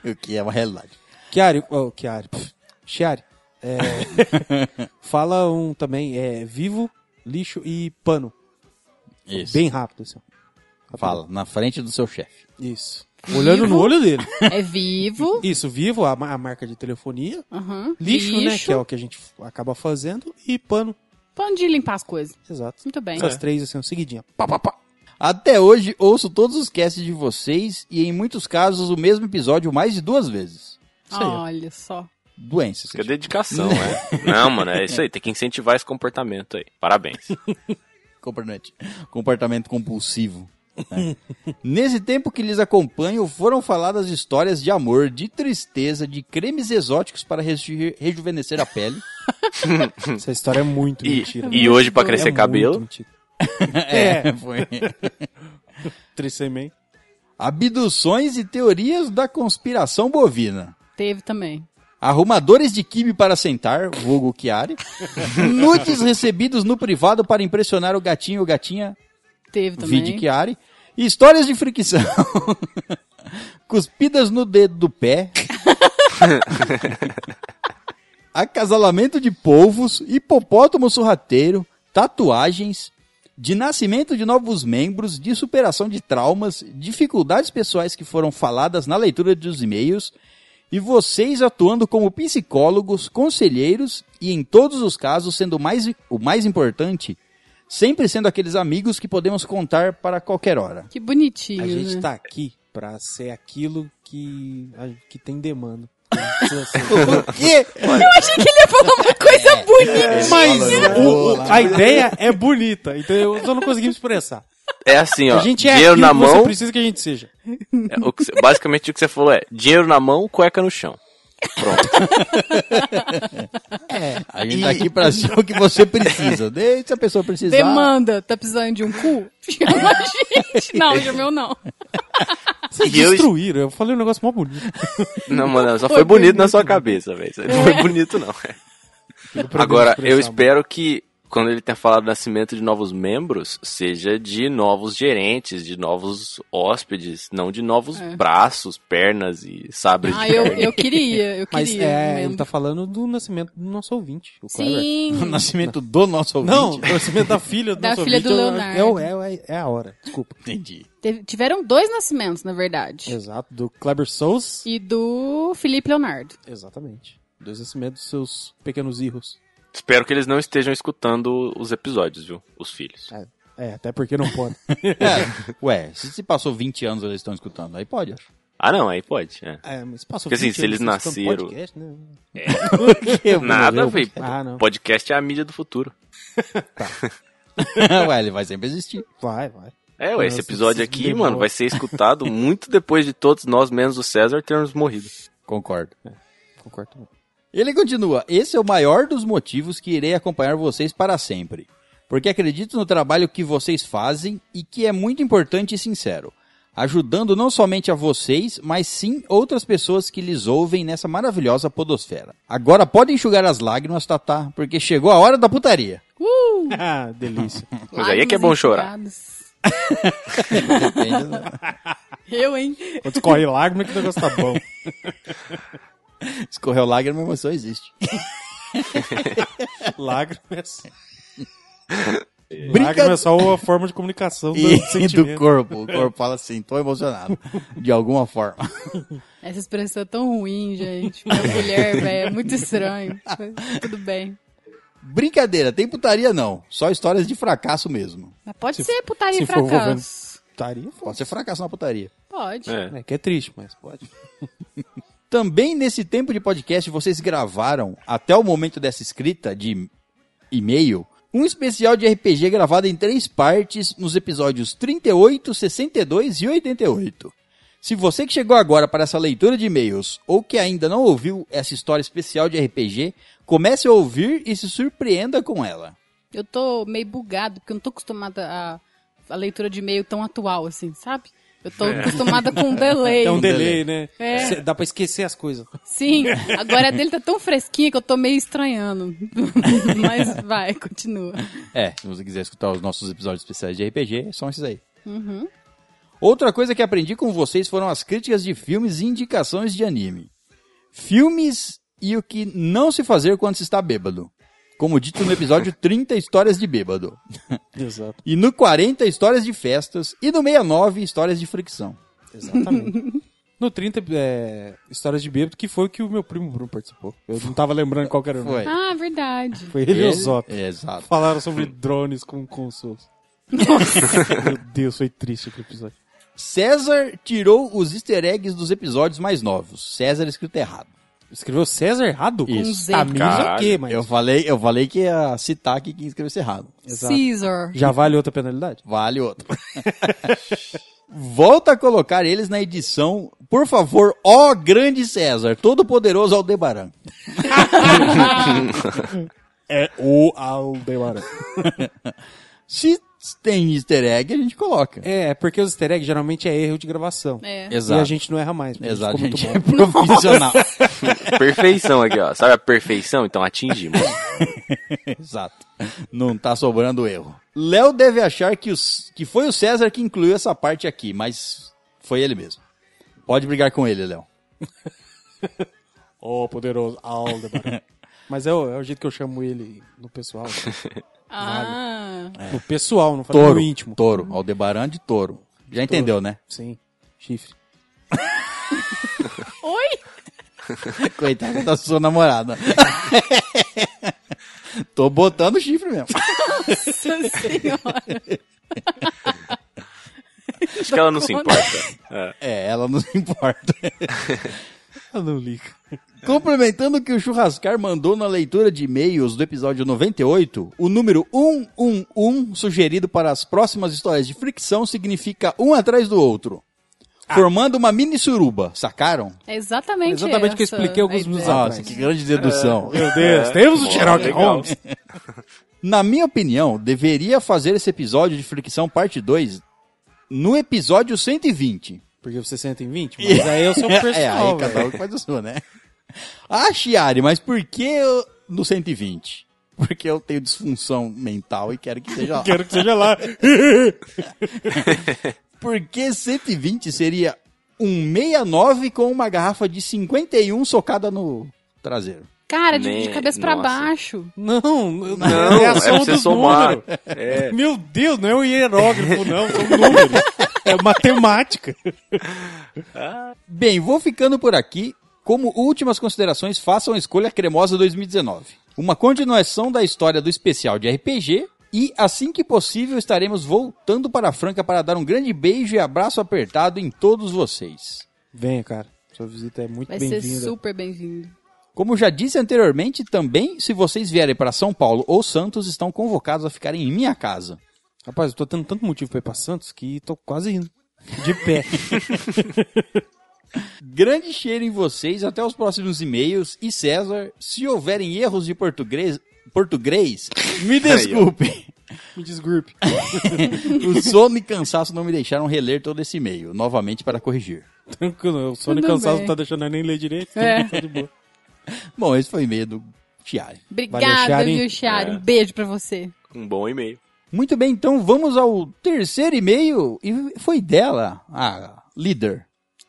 Speaker 5: O que é uma realidade.
Speaker 9: Chiari, oh, Chiari, pff, Chiari, é, fala um também, é vivo, lixo e pano.
Speaker 5: Isso.
Speaker 9: Bem rápido, assim. ó.
Speaker 5: Fala, na frente do seu chefe.
Speaker 9: Isso. Olhando no olho dele.
Speaker 7: É vivo.
Speaker 9: Isso, vivo, a, ma- a marca de telefonia.
Speaker 7: Aham.
Speaker 9: Lixo, né, que é o que a gente f- acaba fazendo. E pano,
Speaker 7: Pano de limpar as coisas.
Speaker 9: exato.
Speaker 7: Muito bem.
Speaker 9: Essas três, assim, ó, seguidinha.
Speaker 5: Pá, pá, pá. Até hoje ouço todos os casts de vocês e em muitos casos o mesmo episódio mais de duas vezes.
Speaker 9: Isso aí, ó.
Speaker 7: Olha só.
Speaker 5: Doenças.
Speaker 10: isso é dedicação, é. Não, mano, é isso aí. Tem que incentivar esse comportamento aí. Parabéns.
Speaker 5: Comportamento, comportamento compulsivo. né? Nesse tempo que lhes acompanho, foram faladas histórias de amor, de tristeza, de cremes exóticos para reju- rejuvenescer a pele.
Speaker 9: Essa história é muito
Speaker 10: Hum. E,
Speaker 9: mentira. né?
Speaker 10: e hoje, pra
Speaker 7: É
Speaker 10: crescer cabelo,
Speaker 5: é, foi.
Speaker 9: Tricemem.
Speaker 5: Abduções e teorias da conspiração bovina.
Speaker 7: Teve também.
Speaker 5: Arrumadores de quibe para sentar, vulgo Chiari. Nudes recebidos no privado para impressionar o gatinho ou gatinha,
Speaker 7: Teve também.
Speaker 5: vide
Speaker 9: é-
Speaker 5: Chiari. E histórias de fricção. Cuspidas no dedo do pé. Acasalamento de polvos, hipopótamo sorrateiro, tatuagens, de nascimento de novos membros, de superação de traumas, dificuldades pessoais que foram faladas na leitura dos e-mails E vocês atuando como psicólogos, conselheiros e, em todos os casos, sendo mais, o mais importante, sempre sendo aqueles amigos que podemos contar para qualquer hora.
Speaker 7: Que bonitinho.
Speaker 9: A gente
Speaker 7: né?
Speaker 9: tá aqui pra ser aquilo que, a- que tem demanda.
Speaker 7: Eu achei que ele ia falar uma coisa
Speaker 9: É,
Speaker 7: bonita.
Speaker 9: Mas o- o-
Speaker 10: né?
Speaker 9: a ideia é bonita, então eu só não consegui me expressar.
Speaker 10: É assim, ó.
Speaker 9: A gente é
Speaker 10: dinheiro
Speaker 9: aquilo
Speaker 10: na
Speaker 9: que você
Speaker 10: mão.
Speaker 9: precisa que a gente seja.
Speaker 10: é, o que você- basicamente o que você falou é dinheiro na mão, cueca no chão. Pronto.
Speaker 5: A gente tá aqui para ser o que você precisa. Deixa a pessoa precisar.
Speaker 7: Demanda, tá precisando de um cu? Chama a gente. Não, o meu não.
Speaker 9: Vocês
Speaker 10: E eu-
Speaker 9: destruíram, eu falei um negócio mó bonito.
Speaker 10: Não, mano, só
Speaker 7: foi
Speaker 10: foi bonito na
Speaker 7: bonito,
Speaker 10: sua cabeça, velho. Isso aí Não
Speaker 9: É.
Speaker 10: foi bonito, não. Agora, eu espero que quando ele tenha falado do nascimento de novos membros, seja de novos gerentes, de novos hóspedes, não de novos
Speaker 9: É.
Speaker 10: braços, pernas e sabres
Speaker 7: Ah,
Speaker 10: de
Speaker 7: eu,
Speaker 10: perna.
Speaker 7: eu queria, eu queria.
Speaker 9: Mas é, então,
Speaker 7: mesmo.
Speaker 9: ele tá falando do nascimento do nosso ouvinte, o Kleber.
Speaker 7: Sim.
Speaker 5: O nascimento do nosso ouvinte.
Speaker 9: Não, o nascimento da filha do
Speaker 7: Da
Speaker 9: nosso
Speaker 7: filha
Speaker 9: ouvinte,
Speaker 7: do
Speaker 9: eu-
Speaker 7: Leonardo.
Speaker 9: É, é, é a hora, desculpa.
Speaker 5: Entendi.
Speaker 7: Teve- tiveram dois nascimentos, na verdade.
Speaker 9: Exato, do Kleber Souls.
Speaker 7: E do Felipe Leonardo.
Speaker 9: Exatamente. Dois nascimentos dos seus pequenos erros.
Speaker 10: Espero que eles não estejam escutando os episódios, viu? Os filhos.
Speaker 9: É, até porque não pode.
Speaker 5: É, ué, se se passou 20 anos eles estão escutando, aí pode. acho.
Speaker 10: Ah, não, aí pode. é.
Speaker 9: É, mas passou
Speaker 10: Porque, assim,
Speaker 9: 20
Speaker 10: se eles
Speaker 9: anos escutando
Speaker 10: nasceram-
Speaker 9: podcast, né?
Speaker 10: Nada, velho.
Speaker 9: Ah, não.
Speaker 10: Podcast é a mídia do futuro.
Speaker 5: ué, ele vai sempre existir.
Speaker 9: Vai, vai.
Speaker 10: É, ué,
Speaker 9: Nossa,
Speaker 10: esse episódio
Speaker 9: vocês me
Speaker 10: aqui, mano,
Speaker 9: demoram.
Speaker 10: vai ser escutado muito depois de todos nós, menos o César, termos morrido.
Speaker 5: Concordo.
Speaker 9: Concordo. também.
Speaker 5: Ele continua: Esse é o maior dos motivos que irei acompanhar vocês para sempre. Porque acredito no trabalho que vocês fazem e que é muito importante e sincero, ajudando não somente a vocês, mas sim outras pessoas que lhes ouvem nessa maravilhosa podosfera. Agora pode enxugar as lágrimas, Tatá, porque chegou a hora da putaria.
Speaker 7: Uh!
Speaker 9: Ah, delícia.
Speaker 10: Mas aí é que é bom chorar.
Speaker 7: enxugadas.
Speaker 5: Entende?
Speaker 7: Eu, hein?
Speaker 9: Quando escorre lágrima que o negócio tá bom.
Speaker 5: Escorreu lágrima, a emoção existe.
Speaker 9: Lágrimas.
Speaker 5: Brinca-
Speaker 9: Lágrima é só uma forma de comunicação do
Speaker 5: E do
Speaker 9: sentimento.
Speaker 5: corpo. O corpo fala assim, tô emocionado. De alguma forma.
Speaker 7: Essa expressão é tão ruim, gente. Minha mulher, velho, é muito estranho. Mas Tudo bem.
Speaker 5: Brincadeira, tem putaria não. Só histórias de fracasso mesmo.
Speaker 7: Mas pode
Speaker 9: Se-
Speaker 7: ser putaria
Speaker 9: se
Speaker 7: e
Speaker 9: for envolvendo-
Speaker 7: fracasso.
Speaker 9: Estaria foda.
Speaker 5: Pode ser fracasso na putaria.
Speaker 7: Pode.
Speaker 10: É.
Speaker 9: É, que é triste, mas pode.
Speaker 5: Também nesse tempo de podcast, vocês gravaram, até o momento dessa escrita de e-mail, um especial de RPG gravado em três partes nos episódios 38, 62 e 88. Se você que chegou agora para essa leitura de e-mails ou que ainda não ouviu essa história especial de RPG, comece a ouvir e se surpreenda com ela.
Speaker 7: Eu tô meio bugado, porque eu não tô acostumada a, a leitura de e-mail tão atual, assim, sabe? Eu tô acostumada com um delay.
Speaker 9: É um delay,
Speaker 5: delay.
Speaker 9: né?
Speaker 7: É.
Speaker 9: Cê- Dá pra esquecer as coisas.
Speaker 7: Sim, agora a dele tá tão fresquinha que eu tô meio estranhando. Mas vai, continua.
Speaker 5: É, se você quiser escutar os nossos episódios especiais de RPG, são é esses aí.
Speaker 7: Uhum.
Speaker 5: Outra coisa que aprendi com vocês foram as críticas de filmes e indicações de anime. Filmes e o que não se fazer quando se está bêbado. Como dito no episódio 30, histórias de bêbado.
Speaker 9: Exato.
Speaker 5: E no 40, histórias de festas. E no 69, histórias de fricção.
Speaker 9: Exatamente. No 30, é, Histórias de Bêbado, que foi o que o meu primo Bruno participou. Eu não tava lembrando qual que era o nome.
Speaker 5: Foi. é,
Speaker 7: Ah, verdade.
Speaker 9: Foi ele é e o Zop.
Speaker 5: Exato. Hum.
Speaker 9: Falaram sobre drones com consoles. meu Deus, foi triste aquele episódio.
Speaker 5: César tirou os easter eggs dos episódios mais novos. César escrito errado.
Speaker 9: Escreveu César errado?
Speaker 5: Isso.
Speaker 7: Um Z.
Speaker 9: Tamiz
Speaker 10: Caralho.
Speaker 9: ok, mas...
Speaker 5: Eu falei, eu falei que ia citar aqui quem escreveu errado.
Speaker 9: Exato.
Speaker 7: Caesar.
Speaker 9: Já vale outra penalidade?
Speaker 5: Vale outro. Volta a colocar eles na edição, por favor, ó grande César, todo poderoso Aldebaran.
Speaker 9: É o Aldebaran.
Speaker 5: Se tem easter egg, a gente coloca.
Speaker 9: É, é porque os easter eggs geralmente é erro de gravação.
Speaker 7: É.
Speaker 9: E a gente não erra mais. porque
Speaker 5: Exato,
Speaker 9: ficou muito
Speaker 5: gente é
Speaker 9: bom.
Speaker 5: profissional.
Speaker 10: É, Perfeição aqui, ó. Sabe a perfeição? Então atingi, mano.
Speaker 5: Exato. Não tá sobrando erro. Léo deve achar que, os, que foi o César que incluiu essa parte aqui, mas foi ele mesmo. Pode brigar com ele, Léo.
Speaker 9: Ó, poderoso Aldebaran. Mas é o, é o jeito que eu chamo ele no pessoal.
Speaker 7: Ah,
Speaker 9: No pessoal, não falei
Speaker 5: Touro.
Speaker 9: no íntimo.
Speaker 5: Touro. Aldebaran de touro. Já entendeu, né?
Speaker 9: Sim, chifre.
Speaker 7: oi?
Speaker 5: Coitada da sua namorada. Tô botando chifre mesmo.
Speaker 7: Nossa senhora.
Speaker 10: Acho que ela não se importa. É.
Speaker 5: É, ela não se importa.
Speaker 9: Eu não ligo.
Speaker 5: Complementando o que o Churrascar mandou na leitura de e-mails do episódio 98, o número 111 sugerido para as próximas histórias de fricção significa um atrás do outro, formando uma mini suruba, sacaram?
Speaker 7: É exatamente
Speaker 9: Exatamente o que eu
Speaker 7: essa
Speaker 9: expliquei alguns
Speaker 7: a
Speaker 9: minutos
Speaker 7: ideia.
Speaker 9: atrás.
Speaker 5: Nossa, que grande dedução.
Speaker 9: Meu Deus, temos o Sherlock Holmes.
Speaker 5: Na minha opinião, deveria fazer esse episódio de fricção parte 2 no episódio 120.
Speaker 9: Porque você senta em 20, mas aí eu sou um
Speaker 5: É, aí
Speaker 9: personal,
Speaker 5: cada um
Speaker 9: velho.
Speaker 5: que faz o seu, né? Ah, Chiari, mas por que eu- no 120? Porque eu tenho disfunção mental e quero que seja lá.
Speaker 9: Quero um que seja lá.
Speaker 5: Por que 120 seria um 69 com uma garrafa de 51 socada no traseiro?
Speaker 7: Cara, de, de
Speaker 10: Nem-
Speaker 7: cabeça pra
Speaker 10: nossa.
Speaker 7: baixo.
Speaker 9: Não, não,
Speaker 10: Não,
Speaker 9: é
Speaker 10: é
Speaker 9: a
Speaker 10: pra
Speaker 9: soma
Speaker 10: você
Speaker 9: dos
Speaker 10: somar.
Speaker 9: números.
Speaker 10: É.
Speaker 9: Meu Deus, não é um hierógrafo, não. São números. É matemática.
Speaker 5: Bem, vou ficando por aqui. Como últimas considerações, façam a escolha cremosa 2019. Uma continuação da história do especial de RPG. E assim que possível estaremos voltando para a Franca para dar um grande beijo e abraço apertado em todos vocês.
Speaker 9: Venha, cara. Sua visita é muito
Speaker 7: Vai ser
Speaker 9: bem-vinda.
Speaker 7: super bem-vindo.
Speaker 5: Como já disse anteriormente, também se vocês vierem para São Paulo ou Santos, estão convocados a ficarem em minha casa.
Speaker 9: Rapaz, eu tô tendo tanto motivo pra ir pra Santos que tô quase indo. De pé.
Speaker 5: Grande cheiro em vocês, até os próximos e-mails. E César, se houverem erros de português, português me desculpe.
Speaker 9: Me desgrupe.
Speaker 5: o sono e cansaço não me deixaram reler todo esse e-mail, novamente para corrigir.
Speaker 9: Tranquilo, o Sony
Speaker 7: Tudo
Speaker 9: cansado
Speaker 7: bem.
Speaker 9: não tá deixando eu nem ler direito.
Speaker 7: É.
Speaker 9: Tá de boa.
Speaker 5: Bom, esse foi o e-mail do Tiari.
Speaker 9: Valeu,
Speaker 7: Obrigada,
Speaker 9: Chiari.
Speaker 7: viu, Chiari? Um beijo pra você.
Speaker 10: Um bom e-mail.
Speaker 5: Muito bem, então vamos ao terceiro e-mail. E foi dela, a líder.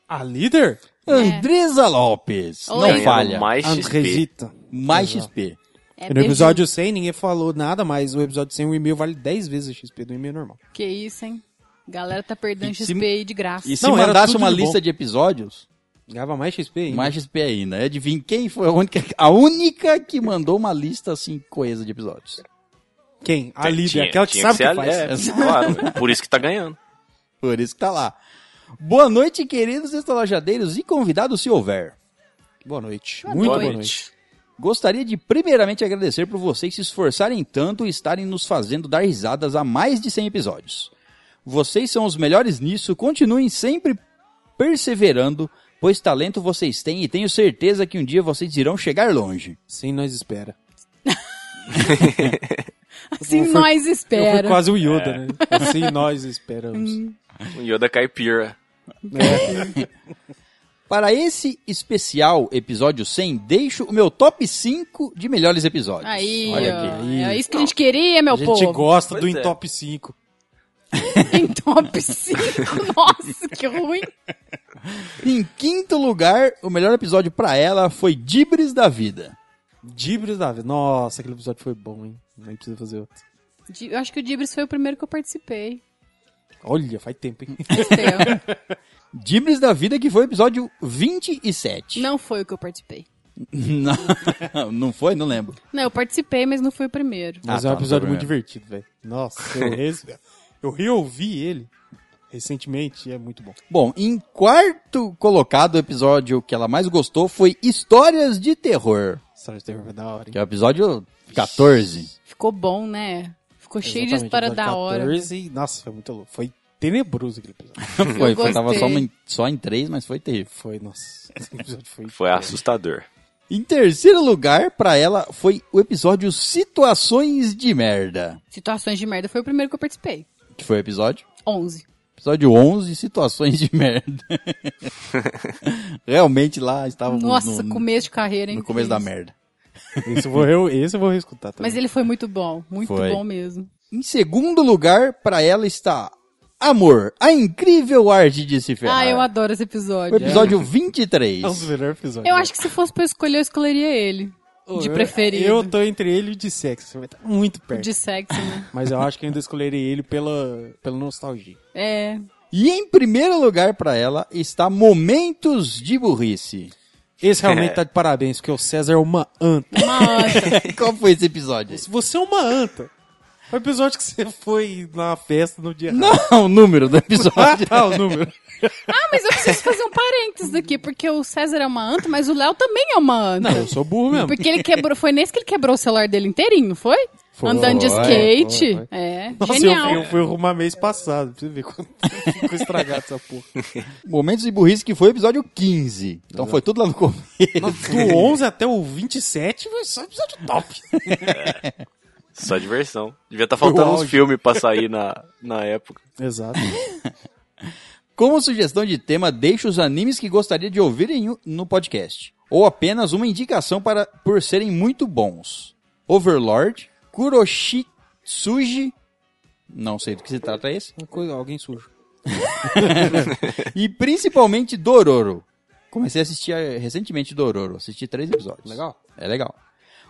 Speaker 9: A líder?
Speaker 5: Andresa Lopes.
Speaker 7: Oi.
Speaker 5: Não falha.
Speaker 10: Mais XP.
Speaker 9: Andresita.
Speaker 5: Mais XP.
Speaker 7: É
Speaker 9: no
Speaker 7: beijo.
Speaker 9: episódio 100 ninguém falou nada, mas o episódio 100 o e-mail vale 10 vezes o XP do e-mail normal.
Speaker 7: Que isso, hein? Galera tá perdendo
Speaker 5: E se-
Speaker 7: XP aí de graça.
Speaker 5: E se
Speaker 9: Não, era
Speaker 5: mandasse
Speaker 9: tudo
Speaker 5: uma
Speaker 9: de bom.
Speaker 5: lista de episódios,
Speaker 9: Ganhava mais XP ainda.
Speaker 5: mais XP ainda. Adivinha quem foi a única, a única que mandou uma lista assim coesa de episódios.
Speaker 9: Quem? A
Speaker 10: Tinha-
Speaker 9: líder,
Speaker 10: tinha-
Speaker 9: aquela que
Speaker 10: tinha
Speaker 9: sabe o
Speaker 10: ser
Speaker 9: que,
Speaker 10: a-
Speaker 9: faz.
Speaker 10: é, claro, por isso que tá ganhando.
Speaker 5: Por isso que tá lá. Boa noite, queridos estalajadeiros e convidados, se houver.
Speaker 9: Boa noite.
Speaker 7: Boa
Speaker 9: Muito
Speaker 7: noite.
Speaker 9: boa noite.
Speaker 5: Gostaria de primeiramente agradecer por vocês se esforçarem tanto e estarem nos fazendo dar risadas há mais de 100 episódios. Vocês são os melhores nisso, continuem sempre perseverando, pois talento vocês têm e tenho certeza que um dia vocês irão chegar longe.
Speaker 9: Sim, nós espera.
Speaker 7: assim
Speaker 9: eu fui-
Speaker 7: nós
Speaker 9: Eu fui
Speaker 7: espera. Hum,
Speaker 9: quase o Yoda,
Speaker 10: É.
Speaker 9: né? Assim nós esperamos.
Speaker 10: O Yoda Caipira.
Speaker 5: Para esse especial episódio 100, deixo o meu top 5 de melhores episódios.
Speaker 7: Aí,
Speaker 5: Olha
Speaker 7: ó.
Speaker 9: aqui.
Speaker 7: É isso que a gente queria,
Speaker 9: a
Speaker 7: meu
Speaker 9: gente
Speaker 7: povo.
Speaker 9: gosta do
Speaker 10: Pois
Speaker 9: em
Speaker 10: é.
Speaker 9: top 5.
Speaker 7: Em top 5. Então, Nossa, que ruim.
Speaker 5: Em quinto lugar, o melhor episódio para ela foi Dibres da Vida.
Speaker 9: Dibris da vida. Nossa, aquele episódio foi bom, hein? Nem precisa fazer outro.
Speaker 7: Di- Eu acho que o Dibris foi o primeiro que eu participei.
Speaker 9: Olha, faz tempo, hein?
Speaker 5: Ah,
Speaker 7: Faz tempo.
Speaker 5: Dibres da Vida, que foi o episódio 27.
Speaker 7: Não foi o que eu participei.
Speaker 5: Não, não foi? Não lembro.
Speaker 7: Não, eu participei, mas não fui o primeiro.
Speaker 9: Mas é
Speaker 5: Ah,
Speaker 9: um
Speaker 5: tá, não
Speaker 9: episódio
Speaker 5: tem
Speaker 9: muito
Speaker 5: problema.
Speaker 9: divertido, velho. Nossa, eu, res... eu reouvi ele recentemente e é muito bom.
Speaker 5: Bom, em quarto colocado, o episódio que ela mais gostou foi Histórias de Terror,
Speaker 9: Star Terror foi da hora, hein?
Speaker 5: que é o episódio 14.
Speaker 7: Ficou bom, né?
Speaker 5: é
Speaker 7: Ficou cheio de
Speaker 9: Exatamente,
Speaker 7: história
Speaker 9: episódio
Speaker 7: da hora.
Speaker 9: 14, nossa, foi muito louco. Foi tenebroso aquele episódio.
Speaker 5: Foi, foi tava
Speaker 7: gostei.
Speaker 5: só, uma em- só em três, mas foi terrível.
Speaker 9: Foi, nossa. Esse episódio foi.
Speaker 10: Foi assustador.
Speaker 5: Em terceiro lugar, pra ela, foi o episódio Situações de Merda.
Speaker 7: Situações de merda foi o primeiro que eu participei.
Speaker 5: Que foi o episódio?
Speaker 7: 11.
Speaker 5: Episódio 11, Situações de Merda. Realmente lá estávamos
Speaker 7: Nossa,
Speaker 5: no,
Speaker 7: começo de carreira, hein?
Speaker 5: no começo da merda.
Speaker 9: Esse eu vou, re... Esse eu vou reescutar também.
Speaker 7: Mas ele foi muito bom. Muito
Speaker 5: Foi.
Speaker 7: bom mesmo.
Speaker 5: Em segundo lugar, pra ela está Amor, a incrível arte de se ferrar.
Speaker 7: Ah, eu adoro esse
Speaker 5: O
Speaker 7: episódio.
Speaker 5: episódio
Speaker 9: É um dos
Speaker 5: 23.
Speaker 9: melhores episódios.
Speaker 7: Eu acho que se fosse pra eu escolher, eu escolheria ele.
Speaker 9: Ô,
Speaker 7: de
Speaker 9: eu-
Speaker 7: preferido.
Speaker 9: Eu tô entre ele e o de sexo. Você vai estar muito perto.
Speaker 7: De sexo, né?
Speaker 9: Mas eu acho que ainda escolheria ele pela, pela nostalgia.
Speaker 7: É.
Speaker 5: E em primeiro lugar pra ela está Momentos de Burrice.
Speaker 9: Esse realmente tá de parabéns, porque o César é uma anta.
Speaker 5: Qual foi esse episódio?
Speaker 9: Se você é uma anta, foi o episódio que você foi na festa no dia. errado.
Speaker 5: Não, o número do episódio.
Speaker 9: Ah, o número.
Speaker 7: Ah, mas eu preciso fazer um parênteses aqui, porque o César é uma anta, mas o Léo também é uma anta.
Speaker 9: Não, eu sou burro mesmo.
Speaker 7: Porque ele quebrou, foi nesse que ele quebrou o celular dele inteirinho, não foi?
Speaker 9: Foi.
Speaker 7: Andando de
Speaker 5: Foi,
Speaker 7: skate.
Speaker 9: foi, foi.
Speaker 7: É,
Speaker 9: Nossa, eu, um
Speaker 7: genial.
Speaker 9: eu fui arrumar mês passado, pra você ver quanto ficou estragado essa porra.
Speaker 5: Momentos de burrice que foi o episódio 15. Então foi tudo lá no começo.
Speaker 9: Do 11 até o 27 foi só um episódio top.
Speaker 10: Só diversão. Devia estar faltando uns filmes pra sair na, na época.
Speaker 9: Exato.
Speaker 5: Como sugestão de tema, deixe os animes que gostaria de ouvir em um- no podcast. Ou apenas uma indicação para por serem muito bons. Overlord, Kuroshitsuji, não sei do que se trata esse,
Speaker 9: Uma coisa, alguém sujo.
Speaker 5: e principalmente Dororo. Comecei a assistir eh, recentemente Dororo, assisti três episódios.
Speaker 9: Legal.
Speaker 5: É legal.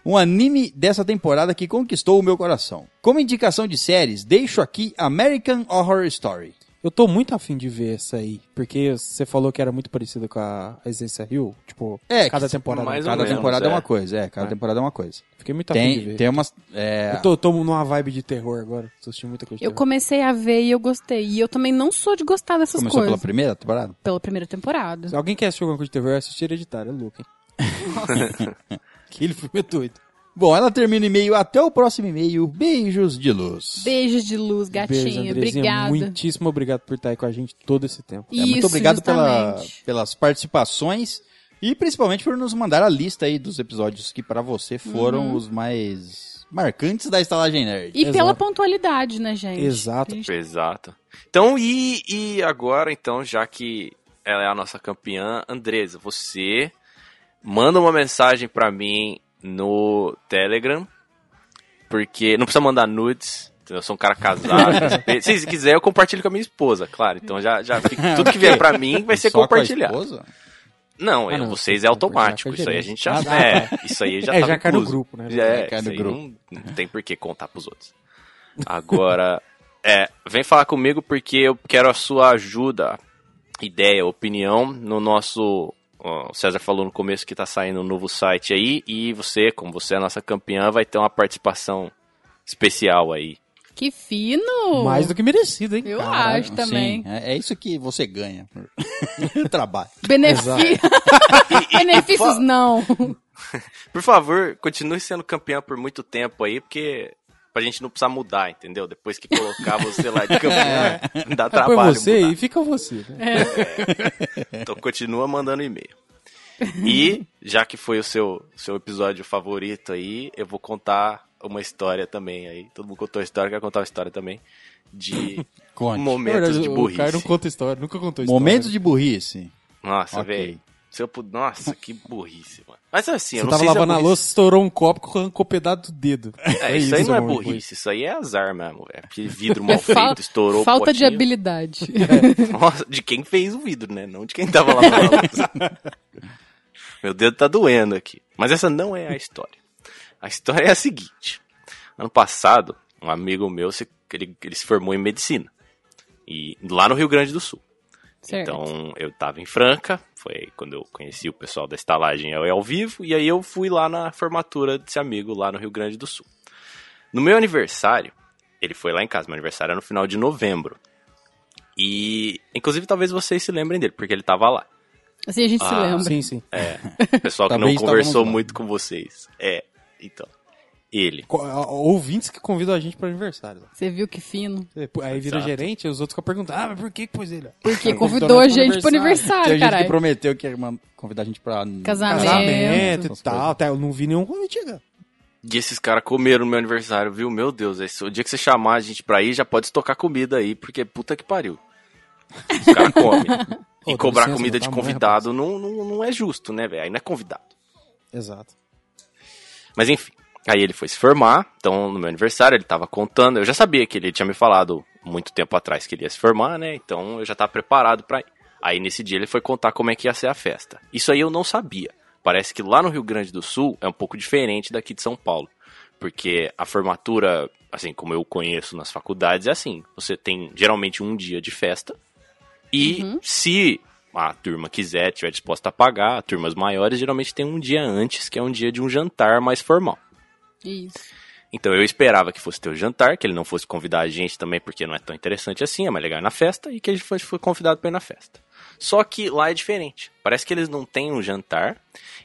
Speaker 5: Um anime dessa temporada que conquistou o meu coração. Como indicação de séries, deixo aqui American Horror Story.
Speaker 9: Eu tô muito afim de ver essa aí, porque você falou que era muito parecido com a Essência Hill, tipo,
Speaker 5: É,
Speaker 9: cada
Speaker 5: que-
Speaker 9: temporada. um
Speaker 10: mais ou
Speaker 5: Cada
Speaker 10: menos,
Speaker 5: temporada é.
Speaker 10: é.
Speaker 5: uma coisa, é, cada temporada é uma coisa.
Speaker 9: Fiquei muito afim de
Speaker 5: Tem,
Speaker 9: ver.
Speaker 5: tem umas. é,
Speaker 9: Eu tô, tô numa vibe de terror agora, tô assistindo muita coisa de
Speaker 7: Eu
Speaker 9: terror.
Speaker 7: comecei a ver e eu gostei. E eu também não sou de gostar dessas
Speaker 5: Começou
Speaker 7: coisas.
Speaker 5: pela primeira temporada?
Speaker 7: Pela primeira temporada.
Speaker 9: Se alguém quer assistir alguma coisa de terror, assiste Hereditário, é louco, hein? Aquele filme é doido.
Speaker 5: Bom, ela termina o e-mail. Até o próximo e-mail. Beijos de luz.
Speaker 7: Beijos de luz,
Speaker 9: Beijo,
Speaker 7: gatinha.
Speaker 9: Andrezinha.
Speaker 7: Obrigada.
Speaker 9: Muitíssimo obrigado por estar aí com a gente todo esse tempo.
Speaker 5: É, muito
Speaker 7: Isso,
Speaker 5: obrigado pela,
Speaker 7: justamente.
Speaker 5: pelas participações e principalmente por nos mandar a lista aí dos episódios que pra você foram os mais marcantes da Estalagem Nerd.
Speaker 7: Uhum. E
Speaker 9: Exato.
Speaker 7: pela pontualidade, né, gente?
Speaker 9: Exato.
Speaker 7: A gente-
Speaker 10: Exato. Então, e, e agora, então, já que ela é a nossa campeã, Andresa, você manda uma mensagem pra mim no Telegram, porque não precisa mandar nudes, eu sou um cara casado. Se se quiser, eu compartilho com a minha esposa, claro. Então, já, já fica- tudo que vier pra mim vai ser
Speaker 5: Só com a
Speaker 10: compartilhado.
Speaker 5: esposa?
Speaker 10: Não,
Speaker 9: Ah,
Speaker 10: é,
Speaker 9: não,
Speaker 10: vocês
Speaker 9: tem que
Speaker 10: é automático.
Speaker 9: compartilhar
Speaker 10: Isso
Speaker 9: com a
Speaker 10: aí a gente
Speaker 9: gerente.
Speaker 10: já.
Speaker 9: Ah,
Speaker 10: é, isso aí já
Speaker 9: é,
Speaker 10: tá
Speaker 9: já cai no
Speaker 10: incluso.
Speaker 9: grupo, né?
Speaker 10: Já é,
Speaker 5: cai no
Speaker 10: isso aí
Speaker 5: grupo.
Speaker 10: Não, não tem por que contar pros outros. Agora, é, vem falar comigo porque eu quero a sua ajuda, ideia, opinião no nosso. ó, O César falou no começo que tá saindo um novo site aí e você, como você é a nossa campeã, vai ter uma participação especial aí.
Speaker 7: Que fino!
Speaker 9: Mais do que merecido, hein?
Speaker 7: Eu
Speaker 9: Caralho.
Speaker 7: acho também.
Speaker 5: Sim, é, é isso que você ganha por trabalho.
Speaker 7: Benefi- Benefícios, não.
Speaker 10: Por favor, continue sendo campeã por muito tempo aí, porque pra gente não precisar mudar, entendeu? Depois que colocar você lá de campeã, dá
Speaker 9: É por
Speaker 10: trabalho.
Speaker 9: você
Speaker 10: mudar. É.
Speaker 9: e fica você. Né?
Speaker 10: Então continua mandando e-mail. E, já que foi o seu, seu episódio favorito aí, eu vou contar uma história também aí. Todo mundo contou a história, quer contar uma história também. De
Speaker 5: Conte.
Speaker 10: momentos
Speaker 9: Na verdade,
Speaker 10: de
Speaker 9: O cara
Speaker 10: burrice.
Speaker 9: não conta história, nunca contou história.
Speaker 5: Momentos de burrice.
Speaker 10: Nossa,
Speaker 5: Ok.
Speaker 10: velho. Se eu pud- Nossa, que burrice, mano. Mas assim, eu
Speaker 9: Você
Speaker 10: não
Speaker 9: tava
Speaker 10: sei se é
Speaker 9: lavando a
Speaker 10: burrice.
Speaker 9: louça, estourou um copo, arrancou pedaço do dedo.
Speaker 10: É, isso aí não é
Speaker 9: amor.
Speaker 10: burrice, isso aí é azar mesmo. É porque vidro mal
Speaker 7: Fa-
Speaker 10: feito, estourou o
Speaker 7: Falta de
Speaker 10: potinho.
Speaker 7: habilidade.
Speaker 10: Nossa, de quem fez o vidro, né? Não de quem tava lá na balança. Meu dedo tá doendo aqui. Mas essa não é a história. A história é a seguinte. Ano passado, um amigo meu, se, ele, ele se formou em medicina. E lá no Rio Grande do Sul.
Speaker 7: Certo.
Speaker 10: Então, eu tava em Franca, foi quando eu conheci o pessoal da estalagem ao- ao vivo, e aí eu fui lá na formatura desse amigo lá no Rio Grande do Sul. No meu aniversário, ele foi lá em casa, meu aniversário era no final de novembro. E, inclusive, talvez vocês se lembrem dele, porque ele tava lá.
Speaker 7: Assim a gente se
Speaker 10: Ah,
Speaker 7: lembra.
Speaker 9: Sim, sim.
Speaker 10: O pessoal que não
Speaker 5: Talvez estávamos
Speaker 10: conversou
Speaker 5: lá.
Speaker 10: muito com vocês. É, então. Ele.
Speaker 9: Co- a- Ouvintes que convidam a gente para aniversário. É,
Speaker 7: Você viu que fino?
Speaker 9: Aí vira
Speaker 10: Exato.
Speaker 9: gerente e os outros ficam perguntando: Ah, mas por que que pôs ele?
Speaker 7: Porque
Speaker 9: Tá
Speaker 7: convidou a
Speaker 9: convidando
Speaker 7: gente pro
Speaker 5: Tem
Speaker 7: aniversário,
Speaker 5: gente que
Speaker 7: caralho.
Speaker 5: prometeu que ia man- convidar a gente pra...
Speaker 7: Casamento.
Speaker 9: Casamento e
Speaker 5: Essas
Speaker 9: tal.
Speaker 5: coisas.
Speaker 9: Até eu não vi nenhum convite chegar.
Speaker 10: E esses caras comeram no meu aniversário, viu? Meu Deus, esse, o dia que você chamar a gente pra ir, já pode estocar comida aí, porque puta que pariu. Os caras comem.
Speaker 9: Ô,
Speaker 10: e
Speaker 9: dá
Speaker 10: cobrar
Speaker 9: licença, um
Speaker 10: comida
Speaker 9: meu
Speaker 10: de
Speaker 9: tamanho,
Speaker 10: convidado não, não, não é justo, né, velho? Aí não é convidado.
Speaker 9: Exato.
Speaker 10: Mas enfim, aí ele foi se formar, então no meu aniversário ele tava contando, eu já sabia que ele tinha me falado muito tempo atrás que ele ia se formar, né? Então eu já tava preparado pra ir. Aí nesse dia ele foi contar como é que ia ser a festa. Isso aí eu não sabia. Parece que lá no Rio Grande do Sul é um pouco diferente daqui de São Paulo. Porque a formatura, assim como eu conheço nas faculdades, é assim: você tem geralmente um dia de festa, e se a turma quiser, tiver disposta a pagar, turmas maiores geralmente tem um dia antes, que é um dia de um jantar mais formal.
Speaker 7: Isso.
Speaker 10: Então eu esperava que fosse ter o jantar, que ele não fosse convidar a gente também, porque não é tão interessante assim, é mais legal ir na festa, e que a gente fosse foi convidado para ir na festa. Só que lá é diferente. Parece que eles não têm um jantar,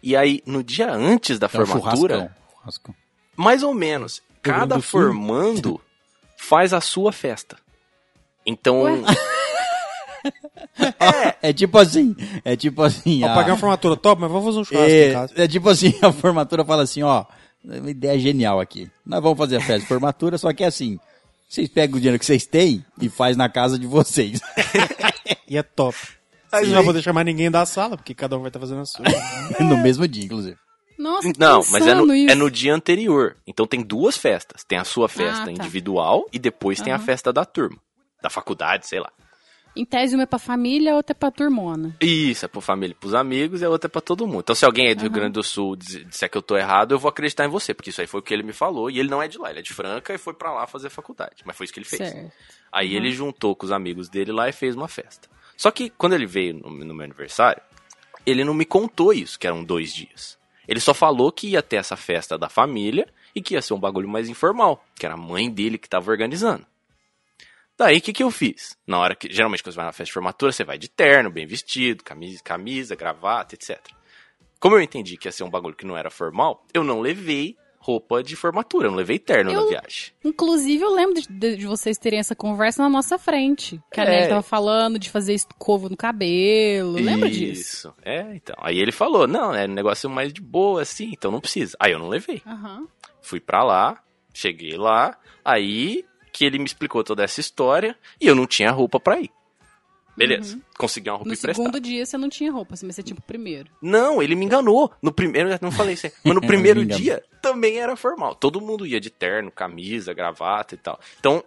Speaker 10: e aí no dia antes da
Speaker 11: um
Speaker 10: formatura,
Speaker 11: churrascão, churrascão.
Speaker 10: mais ou menos, cada
Speaker 9: do filme.
Speaker 10: formando faz a sua festa. Então,
Speaker 11: É tipo assim, é tipo assim.
Speaker 9: Vou
Speaker 11: a-
Speaker 9: pagar uma formatura top, mas vamos fazer um churrasco em casa.
Speaker 11: é, é tipo assim, a formatura fala assim, ó, uma ideia genial aqui. Nós vamos fazer a festa de formatura, só que é assim, vocês pegam o dinheiro que vocês têm e faz na casa de vocês.
Speaker 9: E é top.
Speaker 10: Aí-
Speaker 9: Aí não vou deixar mais ninguém da sala, porque cada um vai estar fazendo a sua.
Speaker 11: no mesmo dia, inclusive.
Speaker 7: Nossa, que
Speaker 10: Não, mas é no,
Speaker 7: insano isso.
Speaker 10: é no dia anterior. Então tem duas festas. Tem a sua festa
Speaker 7: Ah, tá.
Speaker 10: individual e depois tem a festa da turma. Da faculdade, sei lá.
Speaker 7: Em tese, uma é pra família, a outra é pra turmona.
Speaker 10: Isso, é pra família, pros amigos e a outra é pra todo mundo. Então se alguém aí do Rio Grande do Sul dis- disser que eu tô errado, eu vou acreditar em você, porque isso aí foi o que ele me falou. E ele não é de lá, ele é de Franca e foi pra lá fazer faculdade. Mas foi isso que ele fez.
Speaker 7: Certo.
Speaker 10: Aí ele juntou com os amigos dele lá e fez uma festa. Só que quando ele veio no, no meu aniversário, ele não me contou isso, que eram dois dias. Ele só falou que ia ter essa festa da família e que ia ser um bagulho mais informal, que era a mãe dele que estava organizando. Daí o que, que eu fiz? Na hora que. Geralmente, quando você vai na festa de formatura, você vai de terno, bem vestido, camisa, camisa gravata, etc. Como eu entendi que ia ser um bagulho que não era formal, eu não levei roupa de formatura, eu não levei terno
Speaker 7: Eu-
Speaker 10: na viagem.
Speaker 7: Inclusive, eu lembro de, de- de vocês terem essa conversa na nossa frente. Que a
Speaker 10: É.
Speaker 7: Nelly tava falando de fazer escovo no cabelo. Lembra disso?
Speaker 10: Isso. É, então. Aí ele falou: não, é um negócio mais de boa assim, então não precisa. Aí eu não levei.
Speaker 7: Aham.
Speaker 10: Fui pra lá, cheguei lá, aí que ele me explicou toda essa história e eu não tinha roupa pra ir. Beleza, consegui uma roupa
Speaker 7: Uhum. No
Speaker 10: emprestada.
Speaker 7: segundo dia, você não tinha roupa, assim, mas você tinha pro primeiro.
Speaker 10: Não, ele me enganou. No primeiro, eu não falei isso, aí, mas no primeiro
Speaker 11: Me enganou.
Speaker 10: dia também era formal. Todo mundo ia de terno, camisa, gravata e tal. Então,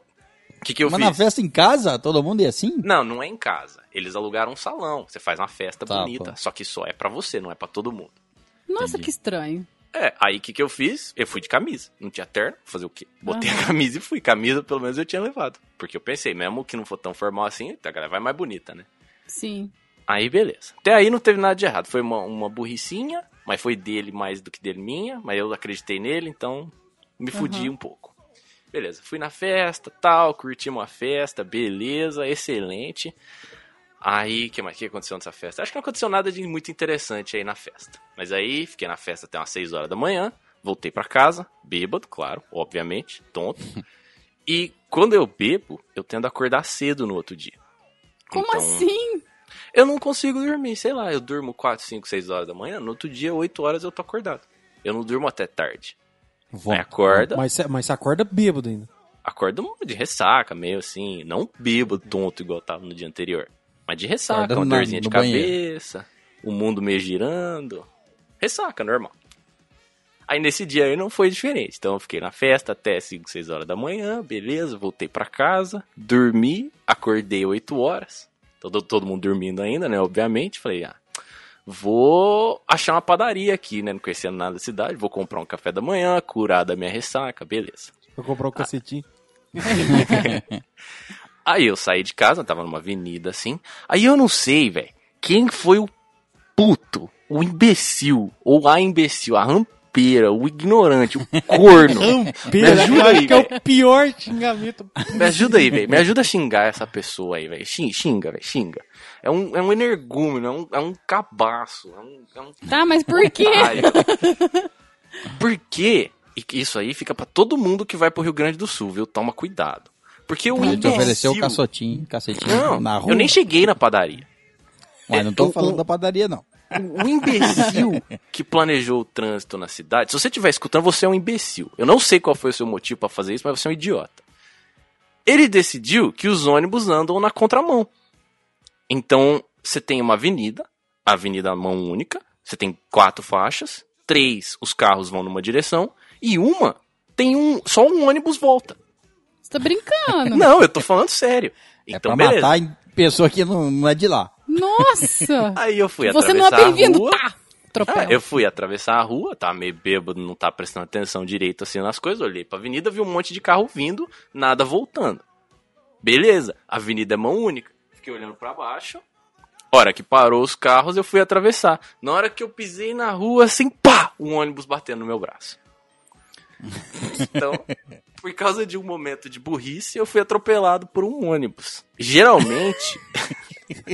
Speaker 10: o que que eu
Speaker 11: Mas
Speaker 10: fiz?
Speaker 11: na festa em casa, todo mundo é assim?
Speaker 10: Não, não é em casa. Eles alugaram um salão. Você faz uma festa
Speaker 11: Tá,
Speaker 10: bonita,
Speaker 11: pô.
Speaker 10: só que só é pra você, não é pra todo mundo.
Speaker 7: Nossa,
Speaker 11: Entendi.
Speaker 7: que estranho.
Speaker 10: É, aí o que, que eu fiz? Eu fui de camisa. Não tinha terno, fazer o quê? Botei a camisa e fui. Camisa, pelo menos, eu tinha levado. Porque eu pensei, mesmo que não for tão formal assim, a galera vai mais bonita, né?
Speaker 7: Sim.
Speaker 10: Aí, beleza. Até aí não teve nada de errado. Foi uma, uma burricinha, mas foi dele mais do que dele minha. Mas eu acreditei nele, então me fudi um pouco. Beleza, fui na festa, tal, curtimos a festa, beleza, excelente. Aí, que mais? O que aconteceu nessa festa? Acho que não aconteceu nada de muito interessante aí na festa. Mas aí, fiquei na festa até umas 6 horas da manhã, voltei pra casa, bêbado, claro, obviamente, tonto. e quando eu bebo, eu tendo a acordar cedo no outro dia.
Speaker 7: Como
Speaker 10: Então,
Speaker 7: assim?
Speaker 10: eu não consigo dormir, sei lá, eu durmo 4, 5, 6 horas da manhã, no outro dia, 8 horas eu tô acordado. Eu não durmo até tarde. Aí acorda,
Speaker 9: Mas, cê- mas você acorda bêbado ainda.
Speaker 10: acorda de ressaca, meio assim, não bebo tonto igual eu tava no dia anterior, mas de ressaca,
Speaker 11: Acorda
Speaker 10: uma
Speaker 11: na-
Speaker 10: dorzinha de
Speaker 11: no banheiro.
Speaker 10: cabeça, o mundo meio girando, ressaca, normal. Aí nesse dia aí não foi diferente, então eu fiquei na festa até 5, 6 horas da manhã, beleza, voltei pra casa, dormi, acordei 8 horas, todo, todo mundo dormindo ainda, né, obviamente, falei, ah, Vou achar uma padaria aqui, né? Não conhecendo nada da cidade. Vou comprar um café da manhã, curar da minha ressaca, beleza.
Speaker 9: Pra comprar o
Speaker 10: Ah.
Speaker 9: cacetinho.
Speaker 10: Aí eu saí de casa, tava numa avenida assim. Aí eu não sei, velho, quem foi o puto, o imbecil, ou a imbecil, a rampeira, o ignorante, o corno. Me
Speaker 9: Pera,
Speaker 10: ajuda
Speaker 9: eu acho
Speaker 10: aí,
Speaker 9: que é
Speaker 10: velho.
Speaker 9: o pior xingamento.
Speaker 10: Me ajuda aí, velho. Me ajuda a xingar essa pessoa aí, velho. Xing- Xinga, velho, xinga. É um, é um energúmeno, é um, é um cabaço, é um- é um
Speaker 7: Tá, mas por quê?
Speaker 10: otário. Porque, e que isso aí fica pra todo mundo que vai pro Rio Grande do Sul, viu? Toma cuidado. Porque o
Speaker 11: Ele te ofereceu o
Speaker 10: imbecil-
Speaker 11: caçotinho, cacetinho
Speaker 10: Não,
Speaker 11: na rua.
Speaker 10: eu nem cheguei na padaria.
Speaker 11: Mas não
Speaker 10: eu-
Speaker 11: tô falando da padaria, não.
Speaker 10: O imbecil que planejou o trânsito na cidade, se você estiver escutando, você é um imbecil. Eu não sei qual foi o seu motivo pra fazer isso, mas você é um idiota. Ele decidiu que os ônibus andam na contramão. Então, você tem uma avenida, a avenida mão única, você tem quatro faixas, três os carros vão numa direção e uma tem um, só um ônibus volta.
Speaker 7: Você tá brincando.
Speaker 10: Não, eu tô falando sério.
Speaker 11: É
Speaker 10: Então,
Speaker 11: pra
Speaker 10: beleza.
Speaker 11: matar em pessoa que não, não é de lá.
Speaker 7: Nossa!
Speaker 10: Aí eu fui
Speaker 7: Você não é
Speaker 10: atravessar a
Speaker 7: bem-vindo,
Speaker 10: rua.
Speaker 7: tá?
Speaker 10: Ah,
Speaker 7: Tropel.
Speaker 10: eu fui atravessar a rua, tá meio bêbado, não tá prestando atenção direito assim nas coisas, olhei pra avenida, vi um monte de carro vindo, nada voltando. Beleza, a avenida é mão única. Fiquei olhando pra baixo. Hora que parou os carros, eu fui atravessar. Na hora que eu pisei na rua, assim, pá! Um ônibus batendo no meu braço. Então, por causa de um momento de burrice, eu fui atropelado por um ônibus. Geralmente,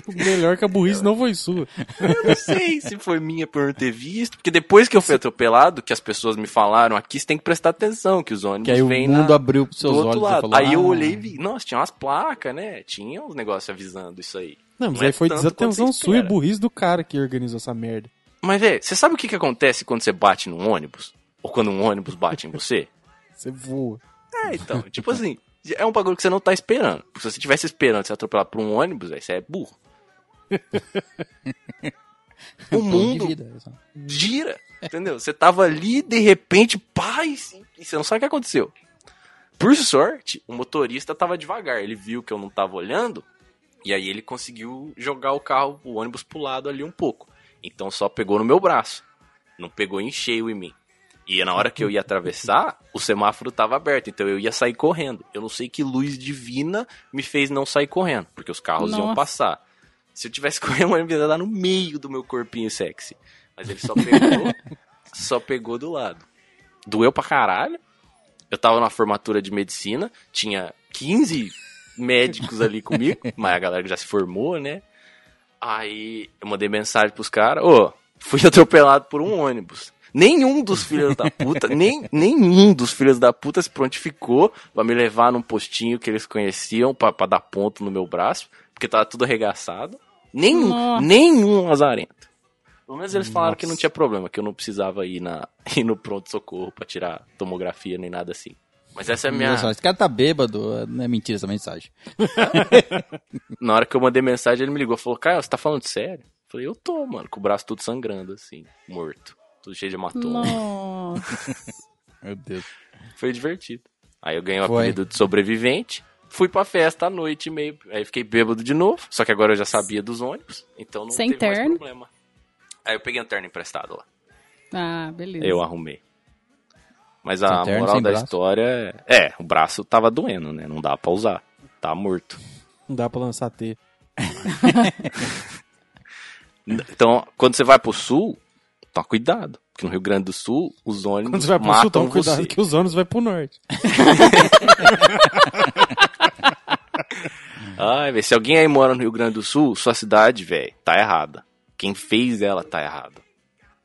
Speaker 9: Melhor que a burrice não foi sua.
Speaker 10: eu não sei se foi minha por não ter visto, porque depois que eu fui atropelado, que as pessoas me falaram aqui, você tem que prestar atenção, que os ônibus
Speaker 5: Que aí o
Speaker 10: vêm
Speaker 5: mundo
Speaker 10: na...
Speaker 5: abriu pros seus
Speaker 10: do
Speaker 5: olhos
Speaker 10: outro
Speaker 5: e
Speaker 10: lado.
Speaker 5: falou,
Speaker 10: aí eu
Speaker 5: "Ah."
Speaker 10: olhei e vi, nossa, tinha umas placas, né? Tinha uns negócios avisando isso aí.
Speaker 9: Não, mas
Speaker 10: é
Speaker 9: aí foi
Speaker 10: tanto quanto
Speaker 9: desatenção
Speaker 10: você
Speaker 9: sua e
Speaker 10: espera.
Speaker 9: burrice do cara que organizou essa merda.
Speaker 10: Mas, velho, você sabe o que, que acontece quando você bate num ônibus? Ou quando um ônibus bate em você?
Speaker 9: Você voa.
Speaker 10: É, então, tipo assim, é um bagulho que você não tá esperando. Porque se você tivesse esperando ser atropelado por um ônibus, velho, você é burro. o
Speaker 5: Então,
Speaker 10: mundo gira, entendeu? Você tava ali, de repente, pá, e se- e você não sabe o que aconteceu. Por sorte, o motorista tava devagar, ele viu que eu não tava olhando, e aí ele conseguiu jogar o carro, o ônibus pro lado ali um pouco. Então só pegou no meu braço, não pegou em cheio em mim. E na hora que eu ia atravessar, o semáforo tava aberto, então eu ia sair correndo. Eu não sei que luz divina me fez não sair correndo, porque os carros iam
Speaker 7: Nossa.
Speaker 10: passar. Se eu tivesse correndo, o ônibus ia dar no meio do meu corpinho sexy. Mas ele só pegou, só pegou do lado. Doeu pra caralho. Eu tava na formatura de medicina, tinha 15 médicos ali comigo, mas a galera que já se formou, né? Aí eu mandei mensagem pros caras, ô, fui atropelado por um ônibus. Nenhum dos filhos da puta, nem, nenhum dos filhos da puta se prontificou pra me levar num postinho que eles conheciam pra, pra dar ponto no meu braço, porque tava tudo arregaçado. Nenhum,
Speaker 7: Nossa.
Speaker 10: nenhum azarento. Pelo menos eles falaram que não tinha problema, que eu não precisava ir, na, ir no pronto-socorro pra tirar tomografia nem nada assim. Mas essa é a minha.
Speaker 5: Nossa, Esse cara tá bêbado. Não é mentira essa mensagem.
Speaker 10: Na hora que eu mandei mensagem, ele me ligou falou: Caio, você tá falando sério? Eu falei, eu tô, mano, com o braço todo sangrando, assim, morto. Tudo cheio de hematoma.
Speaker 7: Nossa.
Speaker 5: Meu Deus.
Speaker 10: Foi divertido. Aí eu ganhei o
Speaker 5: Foi.
Speaker 10: apelido de sobrevivente. Fui pra festa à noite e meio. Aí fiquei bêbado de novo. Só que agora eu já sabia dos ônibus. Então não
Speaker 7: Sem
Speaker 10: teve mais
Speaker 7: terno?
Speaker 10: problema. Aí eu peguei um terno emprestado lá.
Speaker 7: Ah, beleza.
Speaker 10: Eu arrumei. Mas
Speaker 5: Sem
Speaker 10: a
Speaker 5: terno,
Speaker 10: moral
Speaker 5: sem
Speaker 10: da
Speaker 5: braço?
Speaker 10: história é. É, o braço tava doendo, né? Não dá pra usar. Tá morto.
Speaker 9: Não dá pra lançar T.
Speaker 10: Então, quando você vai pro sul, toma cuidado. Porque no Rio Grande do Sul, os ônibus
Speaker 9: Quando você vai pro
Speaker 10: matam
Speaker 9: sul, toma
Speaker 10: você.
Speaker 9: cuidado que os ônibus vai pro norte.
Speaker 10: Ai, velho, se alguém aí mora no Rio Grande do Sul, sua cidade, velho, tá errada. Quem fez ela tá errada.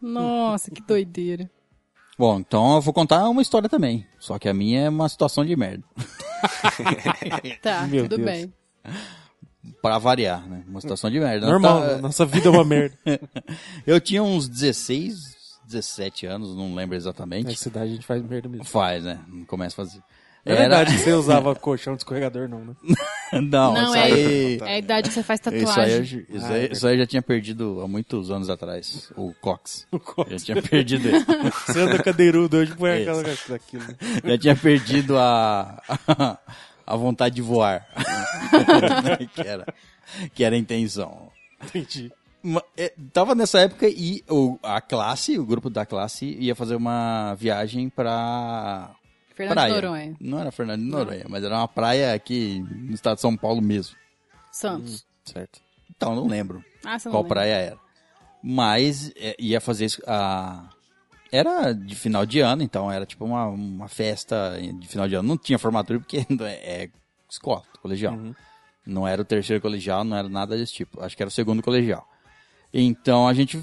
Speaker 7: Nossa, que doideira.
Speaker 5: Bom, então eu vou contar uma história também. Só que a minha é uma situação de merda.
Speaker 7: Tá,
Speaker 9: Meu
Speaker 7: tudo
Speaker 9: Deus.
Speaker 7: bem.
Speaker 5: Pra variar, né? Uma situação de
Speaker 10: Então
Speaker 5: merda.
Speaker 9: Normal,
Speaker 5: Tá-
Speaker 9: nossa vida é uma merda.
Speaker 5: Eu tinha uns 16, 17 anos, não lembro exatamente.
Speaker 9: Na É, cidade a gente faz merda mesmo.
Speaker 5: Faz, né? Não começa a fazer.
Speaker 9: É verdade que você usava colchão de escorregador, não, né?
Speaker 5: não,
Speaker 7: Não,
Speaker 5: isso
Speaker 7: é-
Speaker 5: aí.
Speaker 7: É a idade que você faz
Speaker 5: Isso aí, eu
Speaker 7: tatuagem.
Speaker 5: ju-
Speaker 9: Ah, é
Speaker 5: isso, aí,
Speaker 9: verdade.
Speaker 5: isso aí eu já tinha perdido há muitos anos atrás. O Cox. Eu tinha perdido ele.
Speaker 9: Você anda cadeirudo hoje, põe
Speaker 5: Isso.
Speaker 9: aquela né? daquilo.
Speaker 5: já tinha perdido a, a, vontade de voar. que, era, que era a intenção.
Speaker 9: Entendi.
Speaker 5: Ma- é, tava nessa época e o, a classe, o grupo da classe, ia fazer uma viagem pra
Speaker 7: Fernando
Speaker 5: praia.
Speaker 7: de Noronha.
Speaker 5: Não era Fernando de Noronha, mas era uma praia aqui no estado de São Paulo mesmo.
Speaker 7: Santos.
Speaker 5: Certo. Então, não lembro
Speaker 7: Ah, você não
Speaker 5: qual
Speaker 7: lembra.
Speaker 5: praia era. Mas é, ia fazer isso- a. Era de final de ano, então era tipo uma, uma festa de final de ano. Não tinha formatura porque ainda é, é escola, colegial. Não era o terceiro colegial, não era nada desse tipo. Acho que era o segundo colegial. Então a gente.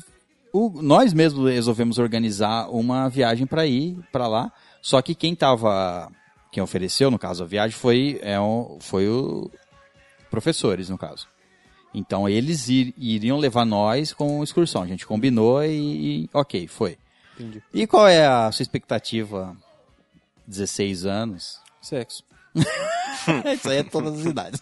Speaker 5: o- nós mesmos resolvemos organizar uma viagem para ir para lá. Só que quem tava. Quem ofereceu, no caso, a viagem foi, é, o- foi o. Professores, no caso. Então eles ir- iriam levar nós com excursão. A gente combinou e, e- ok, foi.
Speaker 9: Entendi.
Speaker 5: E qual é a sua expectativa? 16 anos?
Speaker 9: Sexo.
Speaker 5: Isso aí é todas as idades.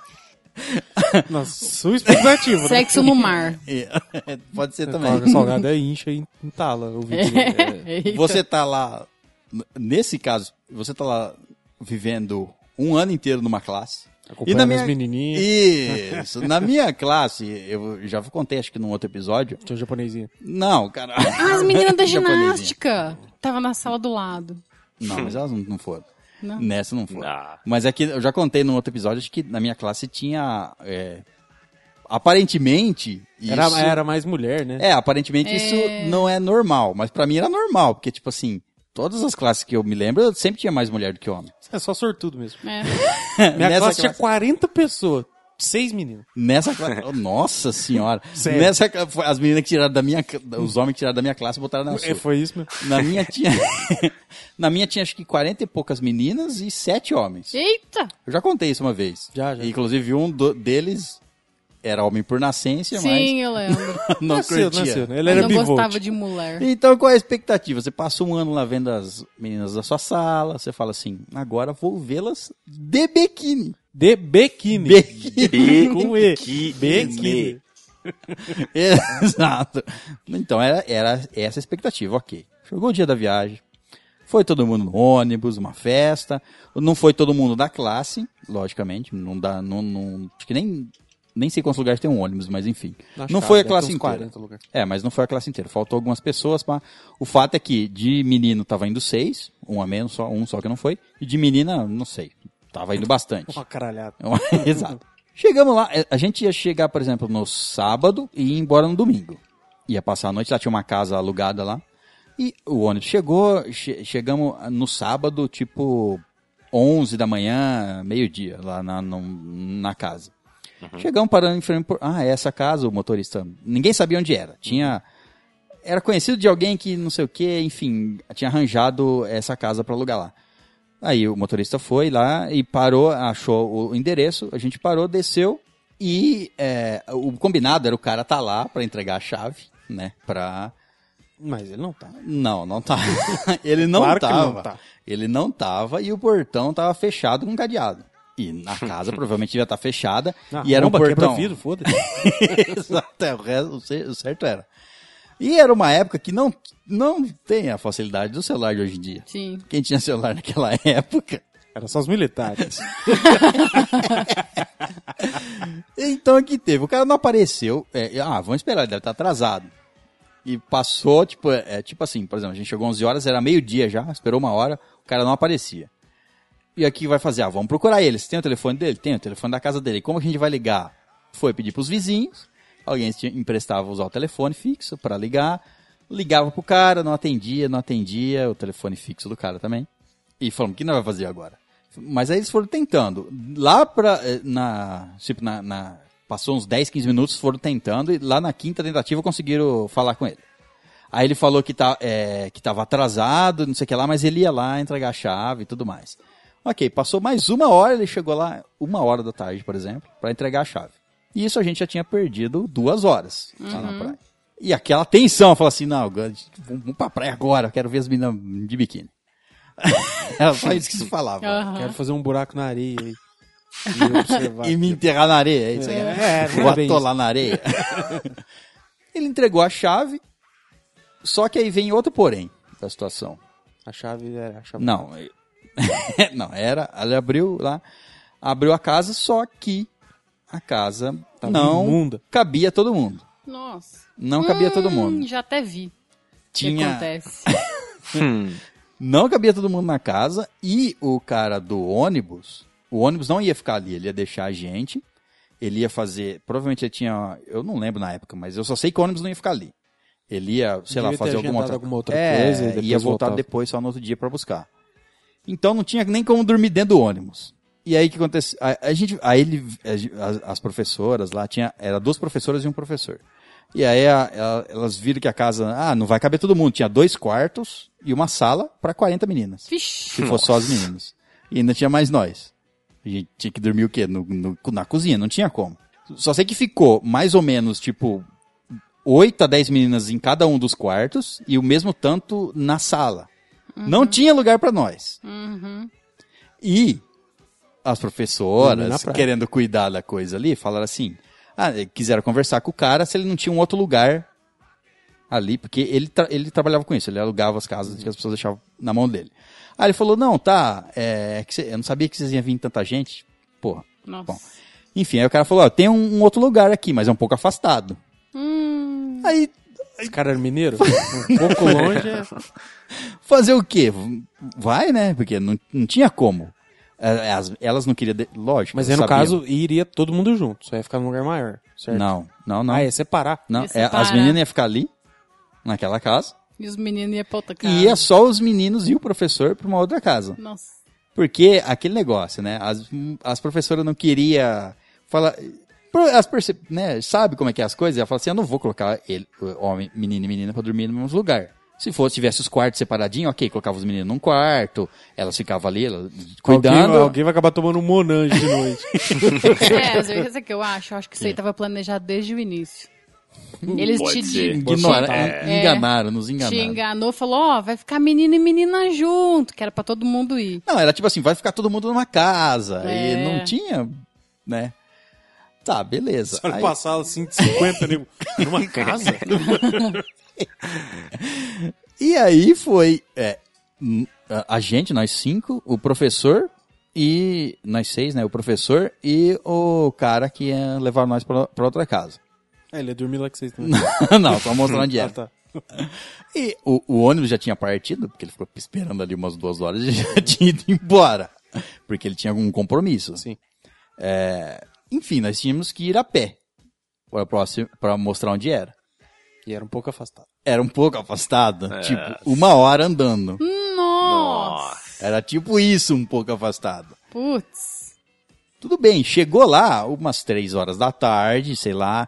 Speaker 9: Nossa, sua expectativa, né?
Speaker 7: Sexo no mar.
Speaker 5: É, Pode ser
Speaker 9: Cobra
Speaker 5: também.
Speaker 9: salgada é incha e entala. né? Eu ouvi dizer.
Speaker 7: Eita.
Speaker 5: Você tá lá, n- nesse caso, você tá lá vivendo um ano inteiro numa classe.
Speaker 9: Acompanhando as menininhas.
Speaker 5: Isso. Na minha classe, eu já contei acho que num outro episódio.
Speaker 9: Tinha um japonesinho.
Speaker 5: Não, cara.
Speaker 7: Ah, as meninas da
Speaker 5: Japonesinha.
Speaker 7: ginástica. Tava na sala do lado. né?
Speaker 5: Não, mas elas não- não foram.
Speaker 9: Ah.
Speaker 7: Não.
Speaker 5: Nessa não foram.
Speaker 10: Ah,
Speaker 5: Mas é que eu já contei num outro episódio acho que na minha classe tinha é, Aparentemente, isso...
Speaker 9: Era, era mais mulher, né?
Speaker 5: É, aparentemente
Speaker 7: É.
Speaker 5: isso não é normal, mas pra mim era normal, porque tipo assim, todas as classes que eu me lembro, eu sempre tinha mais mulher do que homem.
Speaker 9: Você É só sortudo mesmo.
Speaker 7: É.
Speaker 9: Minha
Speaker 5: Nessa
Speaker 9: classe tinha
Speaker 5: classe.
Speaker 9: 40 pessoas, seis meninos.
Speaker 5: Nessa classe, oh, nossa senhora.
Speaker 9: Sério.
Speaker 5: Nessa cla- foi as meninas que tiraram da minha, cla- os homens que tiraram da minha classe botaram na
Speaker 9: É,
Speaker 5: sua.
Speaker 9: foi isso mesmo.
Speaker 5: Na minha tinha Na minha tinha acho que 40 e poucas meninas e sete homens.
Speaker 7: Eita!
Speaker 5: Eu já contei isso uma vez.
Speaker 9: Já, já.
Speaker 5: E, inclusive um do- deles era homem por nascência,
Speaker 7: Sim, eu lembro.
Speaker 5: mas não
Speaker 9: nasceu,
Speaker 5: curtia.
Speaker 9: nasceu. né? Ele era
Speaker 7: não
Speaker 9: bivolt.
Speaker 7: gostava de mulher.
Speaker 5: Então, qual é a expectativa? Você passa um ano lá vendo as meninas da sua sala, você fala assim, agora vou vê-las de biquíni.
Speaker 9: De biquíni.
Speaker 12: Be-
Speaker 9: Com E.
Speaker 12: que-
Speaker 9: Biquíni.
Speaker 5: Exato. Então, era, era essa a expectativa, ok. Chegou o dia da viagem, foi todo mundo no ônibus, uma festa, não foi todo mundo da classe, logicamente, não dá, não, não- acho que nem, nem sei quantos lugares tem um ônibus, mas enfim. não foi a classe inteira. É, mas não foi a classe inteira. Faltou algumas pessoas. Pra... O fato é que de menino tava indo seis, um a menos, só um só que não foi. E de menina, não sei, tava indo bastante.
Speaker 9: Uma caralhada.
Speaker 5: é? Exato. Chegamos lá, é, a gente ia chegar, por exemplo, no sábado e ir embora no domingo. Ia passar a noite, lá tinha uma casa alugada lá. E o ônibus chegou, che- chegamos no sábado, tipo 11 da manhã, meio-dia, lá na, num- na casa. Chegamos parando em frente. Por... Ah, é essa casa, o motorista. Ninguém sabia onde era. Tinha. Era conhecido de alguém que não sei o que, enfim, tinha arranjado essa casa pra alugar lá. Aí o motorista foi lá e parou, achou o endereço, a gente parou, desceu e é, o combinado era o cara tá lá pra entregar a chave, né? Pra.
Speaker 9: Mas ele não tá.
Speaker 5: Não, não tá. Ele não
Speaker 9: Claro que
Speaker 5: tava.
Speaker 9: não tá.
Speaker 5: Ele não tava e o portão tava fechado com cadeado. E na casa provavelmente já tá fechada
Speaker 9: Ah,
Speaker 5: e era um
Speaker 9: bomba, quebra
Speaker 5: portão.
Speaker 9: vidro, foda-se.
Speaker 5: Exato, é, o, resto, o cer- o certo era. E era uma época que não, não tem a facilidade do celular de hoje em dia.
Speaker 7: Sim.
Speaker 5: Quem tinha celular naquela época.
Speaker 9: Era só os militares.
Speaker 5: Então o que teve? O cara não apareceu. É, ah, vamos esperar, ele deve estar atrasado. E passou, tipo, é, é, tipo assim, por exemplo, a gente chegou 11 horas, era meio-dia já, esperou uma hora, o cara não aparecia. E aqui vai fazer, ah, vamos procurar ele. Você tem o telefone dele? Tem o telefone da casa dele. Como que a gente vai ligar? Foi pedir pros vizinhos, alguém tinha- emprestava usar o telefone fixo para ligar, ligava pro cara, não atendia, não atendia, o telefone fixo do cara também. E falamos, o que nós vai fazer agora? Mas aí eles foram tentando. Lá pra. eh, Na, tipo, na, na- passou uns 10, 15 minutos, foram tentando, e lá na quinta tentativa conseguiram falar com ele. Aí ele falou que, tá, eh, que tava atrasado, não sei o que lá, mas ele ia lá entregar a chave e tudo mais. Ok, passou mais uma hora, ele chegou lá, uma hora da tarde, por exemplo, para entregar a chave. E isso a gente já tinha perdido duas horas lá na praia. E aquela tensão, falou assim: não, agora, vamos vamos pra praia agora, eu quero ver as meninas de biquíni. Era só isso que se falava.
Speaker 7: Aham.
Speaker 9: Quero fazer um buraco na areia aí. E observar.
Speaker 5: E me enterrar na areia, é isso aí.
Speaker 9: É, não é
Speaker 5: Vou
Speaker 9: bem
Speaker 5: atolar na areia. Ele entregou a chave, só que aí vem outro porém da situação.
Speaker 9: A chave era a chave.
Speaker 5: Não, eu- não, era, ele abriu lá, abriu a casa, só que a casa
Speaker 9: Tava
Speaker 5: não
Speaker 9: imunda.
Speaker 5: cabia todo mundo.
Speaker 7: Nossa.
Speaker 5: Não cabia todo
Speaker 7: Hum,
Speaker 5: mundo.
Speaker 7: Já até vi. O que
Speaker 5: Tinha,
Speaker 7: acontece.
Speaker 5: não cabia todo mundo na casa e o cara do ônibus, o ônibus não ia ficar ali, ele ia deixar a gente, ele ia fazer, provavelmente ele tinha, eu não lembro na época, mas eu só sei que o ônibus não ia ficar ali. Ele ia, sei
Speaker 9: Devia
Speaker 5: lá,
Speaker 9: ter
Speaker 5: fazer
Speaker 9: agendado
Speaker 5: alguma outra,
Speaker 9: alguma outra
Speaker 5: É,
Speaker 9: coisa e depois
Speaker 5: ia voltar
Speaker 9: voltava.
Speaker 5: depois só no outro dia pra buscar. Então não tinha nem como dormir dentro do ônibus. E aí o que aconteceu? A, a gente, aí ele, a gen- as, as professoras lá tinha, era duas professoras e um professor. E aí a- ela- elas viram que a casa, ah, não vai caber todo mundo. Tinha dois quartos e uma sala pra 40 meninas.
Speaker 7: Vixe.
Speaker 5: Se fosse só as meninas. E ainda tinha mais nós. A gente tinha que dormir o quê? No, no- na cozinha, não tinha como. Só sei que ficou mais ou menos, tipo, 8 a 10 meninas em cada um dos quartos e o mesmo tanto na sala. Não tinha lugar pra nós. E as
Speaker 9: Dormir na
Speaker 5: professoras,
Speaker 9: praia.
Speaker 5: querendo cuidar da coisa ali, falaram assim: ah, eh, quiseram conversar com o cara se ele não tinha um outro lugar ali, porque ele, tra- ele trabalhava com isso, ele alugava as casas que as pessoas deixavam na mão dele. Aí ele falou: não, tá, é, que cê- eu não sabia que vocês iam vir tanta gente. Porra.
Speaker 7: Nossa.
Speaker 5: Bom. Enfim, aí o cara falou: ó, tem um, um outro lugar aqui, mas é um pouco afastado. Aí
Speaker 9: Esse cara era mineiro? um pouco longe é.
Speaker 5: fazer o quê? Vai, né? Porque não, não tinha como. É, as- Elas não queriam. de- Lógico.
Speaker 9: Mas aí, no
Speaker 5: sabiam.
Speaker 9: caso, iria todo mundo junto. Só ia ficar num lugar maior, certo?
Speaker 5: Não, não, não.
Speaker 9: Ah, ia separar.
Speaker 5: Não,
Speaker 7: Ia
Speaker 5: é, as
Speaker 7: separar.
Speaker 5: meninas iam ficar ali, naquela casa,
Speaker 7: E os meninos iam pra outra casa.
Speaker 5: e ia só os meninos e o professor pra uma outra casa.
Speaker 7: Nossa.
Speaker 5: Porque aquele negócio, né? As, as professoras não queriam falar. pro- As perce- né, sabe como é que é as coisas? Ela fala assim: eu não vou colocar ele, o homem, menino e menina pra dormir no mesmo lugar. Se fosse, tivesse os quartos separadinhos, ok, colocava os meninos num quarto, elas ficavam ali, elas- cuidando.
Speaker 9: Alguém, alguém vai acabar tomando um monange de noite.
Speaker 7: É, às vezes é que eu acho. Eu acho que isso aí tava planejado desde o início.
Speaker 5: Hum,
Speaker 7: Eles
Speaker 13: Pode
Speaker 7: te,
Speaker 13: ser.
Speaker 7: te,
Speaker 5: Ignoraram,
Speaker 7: É.
Speaker 5: enganaram, nos
Speaker 7: te
Speaker 5: enganaram.
Speaker 7: enganou, falou, ó, vai ficar menino e menina junto, que era pra todo mundo ir.
Speaker 5: Não, era tipo assim, vai ficar todo mundo numa casa. E
Speaker 7: É.
Speaker 5: não tinha, né? Tá, beleza.
Speaker 9: Só não
Speaker 5: Aí-
Speaker 9: passava assim de 50 nego, numa casa.
Speaker 5: E aí foi é, n- a a gente, nós cinco, o professor e. Nós seis, né? O professor e o cara que ia levar nós pra, pra outra casa.
Speaker 9: É, ele ia dormir lá que vocês também.
Speaker 5: não, só mostrando onde
Speaker 9: Ah,
Speaker 5: era.
Speaker 9: tá.
Speaker 5: E o, o ônibus já tinha partido, porque ele ficou esperando ali umas duas horas e já tinha ido embora. Porque ele tinha algum compromisso.
Speaker 9: Sim.
Speaker 5: É, enfim, nós tínhamos que ir a pé pra, próxima, pra mostrar onde era.
Speaker 9: E era um pouco afastado.
Speaker 5: Era um pouco afastado, tipo, uma hora andando.
Speaker 7: Nossa!
Speaker 5: Era tipo isso, um pouco afastado.
Speaker 7: Putz.
Speaker 5: Tudo bem, chegou lá umas três horas da tarde, sei lá.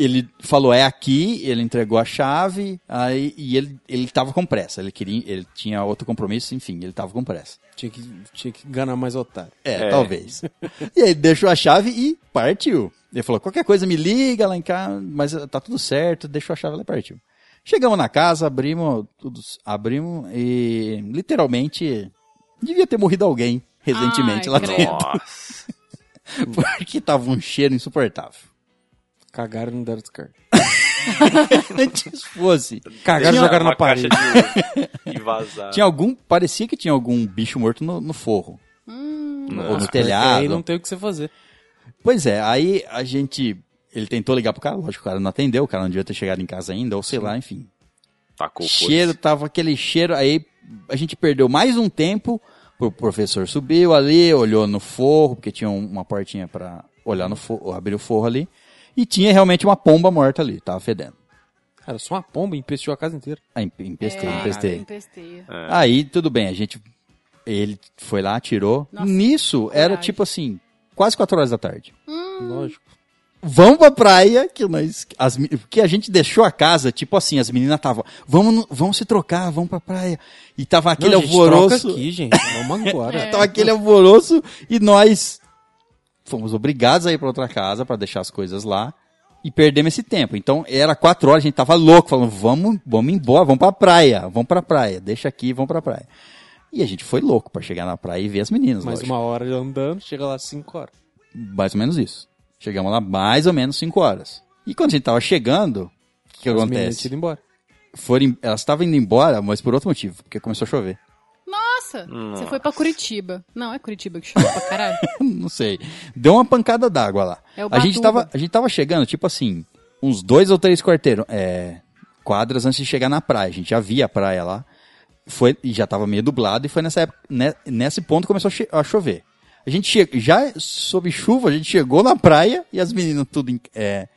Speaker 5: Ele falou, é aqui, ele entregou a chave, aí, e ele, ele tava com pressa. Ele queria, ele tinha outro compromisso, enfim, ele tava com pressa.
Speaker 9: Tinha que, tinha que enganar mais otário.
Speaker 5: É, talvez. E aí deixou a chave e partiu. Ele falou, qualquer coisa me liga lá em casa, mas eh, tá tudo certo, deixou a chave lá e partiu. Chegamos na casa, abrimos, tudo, abrimos e literalmente devia ter morrido alguém recentemente
Speaker 7: Ai,
Speaker 5: lá
Speaker 7: credo.
Speaker 5: dentro,
Speaker 10: Nossa.
Speaker 5: porque tava um cheiro insuportável.
Speaker 9: Cagaram e não deram descarga.
Speaker 5: Antes fosse.
Speaker 9: Cagaram e
Speaker 10: Deixaram
Speaker 9: jogaram
Speaker 10: uma
Speaker 9: na parede.
Speaker 10: caixa de- E vazaram.
Speaker 5: Tinha algum, parecia que tinha algum bicho morto no, no forro. ou no telhado.
Speaker 9: Aí não tem o que você fazer.
Speaker 5: Pois é, aí a gente. Ele tentou ligar pro cara, lógico, o cara não atendeu, o cara não devia ter chegado em casa ainda, ou sei lá, enfim.
Speaker 9: um
Speaker 10: Tacou o
Speaker 5: cheiro, tava aquele cheiro. Aí a gente perdeu mais um tempo. O professor subiu ali, olhou no forro, porque tinha um- uma portinha pra olhar no forro, abrir o forro ali. E tinha realmente uma pomba morta ali, tava fedendo. Ah,
Speaker 9: Cara, só uma pomba empesteou a casa inteira.
Speaker 5: Aí emp- empestei,
Speaker 7: É,
Speaker 5: empestei.
Speaker 7: empestei.
Speaker 5: Aí tudo bem, a gente. Ele foi lá, tirou.
Speaker 7: Nossa,
Speaker 5: Nisso era
Speaker 7: coragem.
Speaker 5: tipo assim, quase 4 horas da tarde.
Speaker 9: Lógico.
Speaker 5: Vamos pra praia, que nós. As, me- que a gente deixou a casa, tipo assim, as meninas estavam. Vamos, no- vamos se trocar, vamos pra praia. E tava aquele
Speaker 9: Não, gente,
Speaker 5: alvoroço.
Speaker 9: troca aqui, gente. Vamos agora.
Speaker 5: Então aquele alvoroço e nós fomos obrigados a ir pra outra casa pra deixar as coisas lá e perdemos esse tempo. Então era quatro horas, a gente tava louco, falando, vamos, vamos embora, vamos pra praia, vamos pra praia, deixa aqui, vamos pra praia. E a gente foi louco pra chegar na praia e ver as meninas,
Speaker 9: Mais
Speaker 5: lógico.
Speaker 9: uma hora andando, chega lá às 5 horas.
Speaker 5: mais ou menos isso. Chegamos lá mais ou menos cinco horas. E quando a gente tava chegando, o que, que
Speaker 9: As meninas
Speaker 5: acontece?
Speaker 9: tinham ido embora.
Speaker 5: Foram, em- elas estavam indo embora, mas por outro motivo, porque começou a chover.
Speaker 7: Nossa, você foi pra Curitiba. Não, é Curitiba que chama pra caralho.
Speaker 5: não sei. Deu uma pancada d'água lá.
Speaker 7: É o
Speaker 5: a, gente
Speaker 7: Batuba.
Speaker 5: tava, a gente tava chegando, tipo assim, uns dois ou três quarteirões, é, quadras antes de chegar na praia. A gente já via a praia lá. Foi, e já tava meio dublado, e foi nessa época, né, nesse ponto que começou a, che- a chover. A gente che- já sob chuva, a gente chegou na praia e as meninas tudo em- é,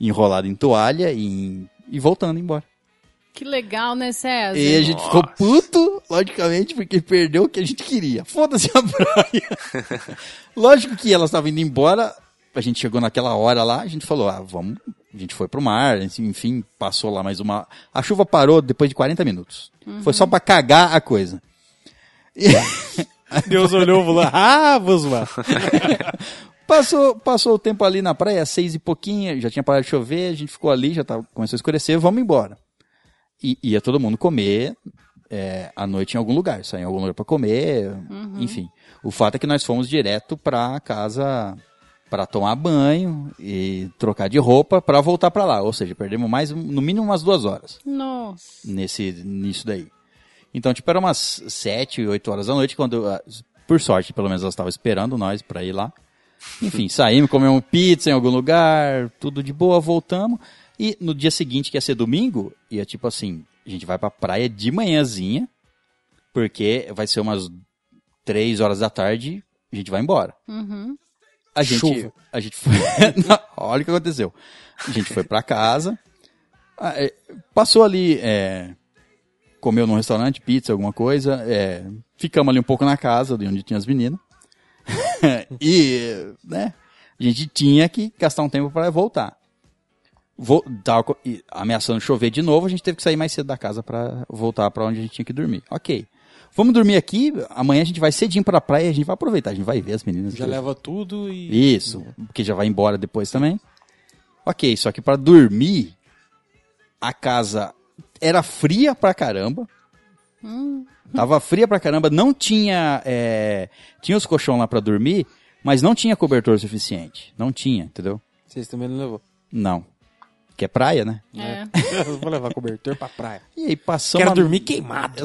Speaker 5: enrolado em toalha e, em- e voltando embora.
Speaker 7: Que legal, né, César?
Speaker 5: E a gente ficou puto, logicamente, porque perdeu o que a gente queria. Foda-se a praia. Lógico que elas estavam indo embora, a gente chegou naquela hora lá, a gente falou, ah, vamos. A gente foi pro mar, a gente, enfim, passou lá mais uma. A chuva parou depois de 40 minutos. Foi só pra cagar a coisa.
Speaker 9: Deus olhou e falou: Ah, vou zoar.
Speaker 5: Passou, passou o tempo ali na praia, seis e pouquinho, já tinha parado de chover, a gente ficou ali, já tava, começou a escurecer, vamos embora. E ia todo mundo comer é, à noite em algum lugar, sair em algum lugar pra comer,
Speaker 7: Uhum.
Speaker 5: enfim. O fato é que nós fomos direto pra casa pra tomar banho e trocar de roupa pra voltar pra lá, ou seja, perdemos mais, um- no mínimo umas duas horas
Speaker 7: Nossa.
Speaker 5: nesse nisso daí. Então, tipo, era umas sete, oito horas da noite, quando, ah, por sorte, pelo menos elas estavam esperando nós pra ir lá. Enfim, saímos, comemos pizza em algum lugar, tudo de boa, voltamos. E no dia seguinte, que ia ser domingo, ia tipo assim, a gente vai pra praia de manhãzinha, porque vai ser umas três horas da tarde, a gente vai embora.
Speaker 7: Uhum.
Speaker 5: A gente,
Speaker 9: Chuva.
Speaker 5: A gente foi. Não, olha o que aconteceu. A gente foi pra casa. ah, é, Passou ali. é, comeu num restaurante, pizza, alguma coisa. é, ficamos ali um pouco na casa, de onde tinha as meninas. e, né? A gente tinha que gastar um tempo para voltar. Vo tava co- e ameaçando chover de novo, a gente teve que sair mais cedo da casa para voltar para onde a gente tinha que dormir. Ok. Vamos dormir aqui, amanhã a gente vai cedinho pra praia, a gente vai aproveitar, a gente vai ver as meninas.
Speaker 9: Já
Speaker 5: tudo.
Speaker 9: leva tudo e.
Speaker 5: Isso, porque já vai embora depois também. Ok, só que pra dormir, a casa era fria pra caramba. Tava fria pra caramba, não tinha. é, tinha os colchão lá pra dormir, mas não tinha cobertor suficiente. Não tinha, entendeu?
Speaker 9: Vocês também não levou.
Speaker 5: Não. Que é praia, né?
Speaker 7: É.
Speaker 9: Eu vou levar cobertor pra praia.
Speaker 5: E aí passamos.
Speaker 9: Quero
Speaker 5: a-
Speaker 9: dormir queimado.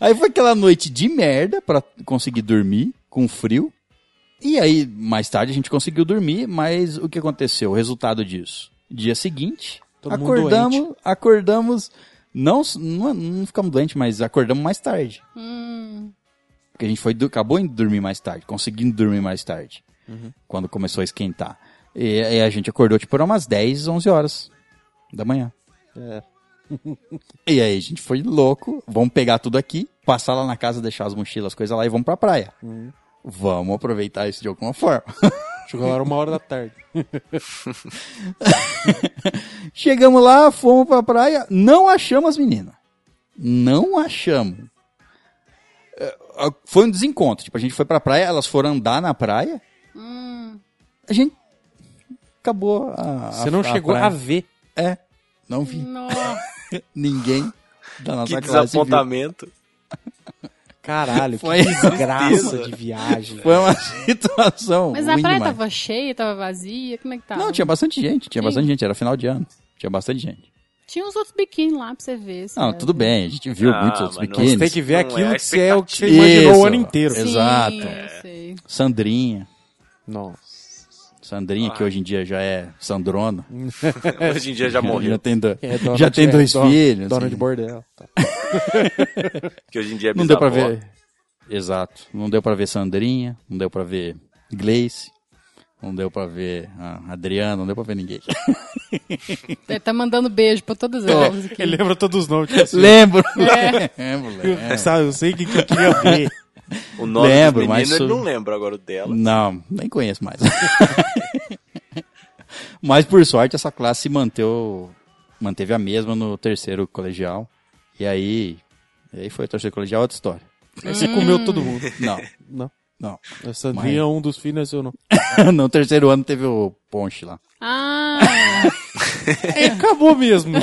Speaker 5: Aí foi aquela noite de merda pra conseguir dormir com frio. E aí, mais tarde, a gente conseguiu dormir, mas o que aconteceu? O resultado disso? Dia seguinte,
Speaker 9: Todo mundo
Speaker 5: acordamos, acordamos, não, não, não ficamos doentes, mas acordamos mais tarde.
Speaker 7: Hum.
Speaker 5: Porque a gente foi, do- acabou indo dormir mais tarde, conseguindo dormir mais tarde.
Speaker 9: Uhum.
Speaker 5: Quando começou a esquentar. E, aí a gente acordou, tipo, era umas 10, 11 horas da manhã. e aí a gente foi louco, vamos pegar tudo aqui, passar lá na casa, deixar as mochilas, coisa lá e vamos pra praia.
Speaker 9: Hum.
Speaker 5: Vamos aproveitar isso de alguma forma.
Speaker 9: Chegou lá era uma hora da tarde.
Speaker 5: Chegamos lá, fomos pra praia, não achamos as meninas. Não achamos. É, a- Foi um desencontro. Tipo, a gente foi pra praia, elas foram andar na praia.
Speaker 7: Hum.
Speaker 5: A gente acabou a. a-
Speaker 9: Você não
Speaker 5: a
Speaker 9: chegou
Speaker 5: praia.
Speaker 9: a ver.
Speaker 5: É, não vi
Speaker 7: Nossa.
Speaker 5: ninguém da nossa
Speaker 10: Que
Speaker 5: classe. viu.
Speaker 10: desapontamento.
Speaker 9: Caralho,
Speaker 5: Foi-
Speaker 9: que desgraça de viagem.
Speaker 5: Foi uma situação.
Speaker 7: Mas a
Speaker 5: ruim
Speaker 7: praia
Speaker 5: demais.
Speaker 7: tava cheia, tava vazia, como é que tava?
Speaker 5: Não, tinha bastante gente, tinha
Speaker 7: Sim.
Speaker 5: bastante gente, era final de ano. Tinha bastante gente.
Speaker 7: Tinha uns outros biquíni lá pra você ver. se
Speaker 5: Não,
Speaker 7: era-
Speaker 5: tudo bem, a gente viu
Speaker 10: Ah,
Speaker 5: muitos outros
Speaker 10: mas não-
Speaker 5: biquínis.
Speaker 9: Você tem que ver
Speaker 10: Não
Speaker 9: aquilo
Speaker 10: é a
Speaker 9: que você é o que você
Speaker 5: expectativa.
Speaker 9: imaginou
Speaker 5: Isso.
Speaker 9: o ano inteiro.
Speaker 7: Sim,
Speaker 5: Exato.
Speaker 7: eu sei.
Speaker 5: Sandrinha.
Speaker 9: Nossa.
Speaker 5: Sandrinha,
Speaker 10: Ah.
Speaker 5: que hoje em dia já é Sandrona.
Speaker 10: Hoje em dia
Speaker 5: Já
Speaker 10: já morreu.
Speaker 5: tem, do-
Speaker 9: É dona
Speaker 5: já
Speaker 9: de-
Speaker 5: tem
Speaker 9: é
Speaker 5: dois
Speaker 9: dona-
Speaker 5: filhos.
Speaker 9: Dona
Speaker 5: assim.
Speaker 9: de bordel. Tá.
Speaker 10: Que hoje em dia é
Speaker 5: Não deu pra
Speaker 10: bisavó.
Speaker 5: ver. Exato. Não deu pra ver Sandrinha, não deu pra ver Gleice, não deu pra ver a Adriana, não deu pra ver ninguém.
Speaker 7: Ele tá mandando beijo pra todas elas aqui.
Speaker 9: Ele lembra todos os nomes. Tipo assim,
Speaker 5: Lembro, lembro, lembro.
Speaker 9: sabe, eu sei o que, que eu queria ver.
Speaker 10: O nome
Speaker 5: Lembro,
Speaker 10: do menino
Speaker 5: mas
Speaker 10: ele
Speaker 5: sou-
Speaker 10: não lembra agora o dela.
Speaker 5: Não, nem conheço mais. Mas por sorte essa classe se manteu, manteve a mesma no terceiro colegial. E aí, e aí foi o terceiro colegial, outra história.
Speaker 9: Aí você comeu todo mundo.
Speaker 5: Não,
Speaker 9: Não.
Speaker 5: não.
Speaker 9: A Sandrinha é um dos filhos, mas eu não.
Speaker 5: no terceiro ano teve o Ponche lá.
Speaker 7: Ah,
Speaker 9: É, acabou mesmo.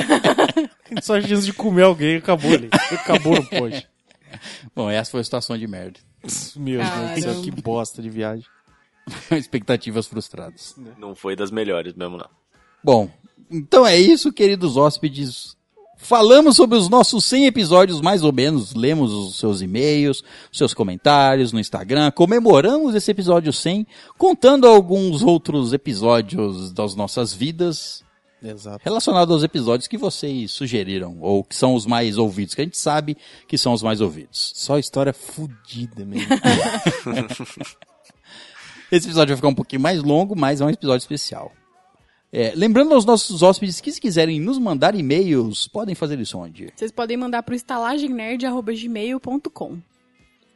Speaker 9: Só a chance de comer alguém, acabou ali. Acabou no pote.
Speaker 5: Bom, essa foi a situação de merda.
Speaker 9: Meu Deus do
Speaker 7: Caramba.
Speaker 9: céu, né? é que bosta de viagem.
Speaker 5: Expectativas frustradas.
Speaker 9: Hum.
Speaker 10: Não foi das melhores mesmo, não.
Speaker 5: Bom, então é isso, queridos hóspedes. Falamos sobre os nossos 100 episódios, mais ou menos. Lemos os seus e-mails, os seus comentários no Instagram. Comemoramos esse episódio 100, contando alguns outros episódios das nossas vidas
Speaker 9: Exato.
Speaker 5: relacionados aos episódios que vocês sugeriram, ou que são os mais ouvidos, que a gente sabe que são os mais ouvidos.
Speaker 9: Só história fodida mesmo.
Speaker 5: Esse episódio vai ficar um pouquinho mais longo, mas é um episódio especial. É, lembrando aos nossos hóspedes que se quiserem nos mandar e-mails, podem fazer isso onde?
Speaker 7: vocês podem mandar pro estalagemnerd.gmail.com.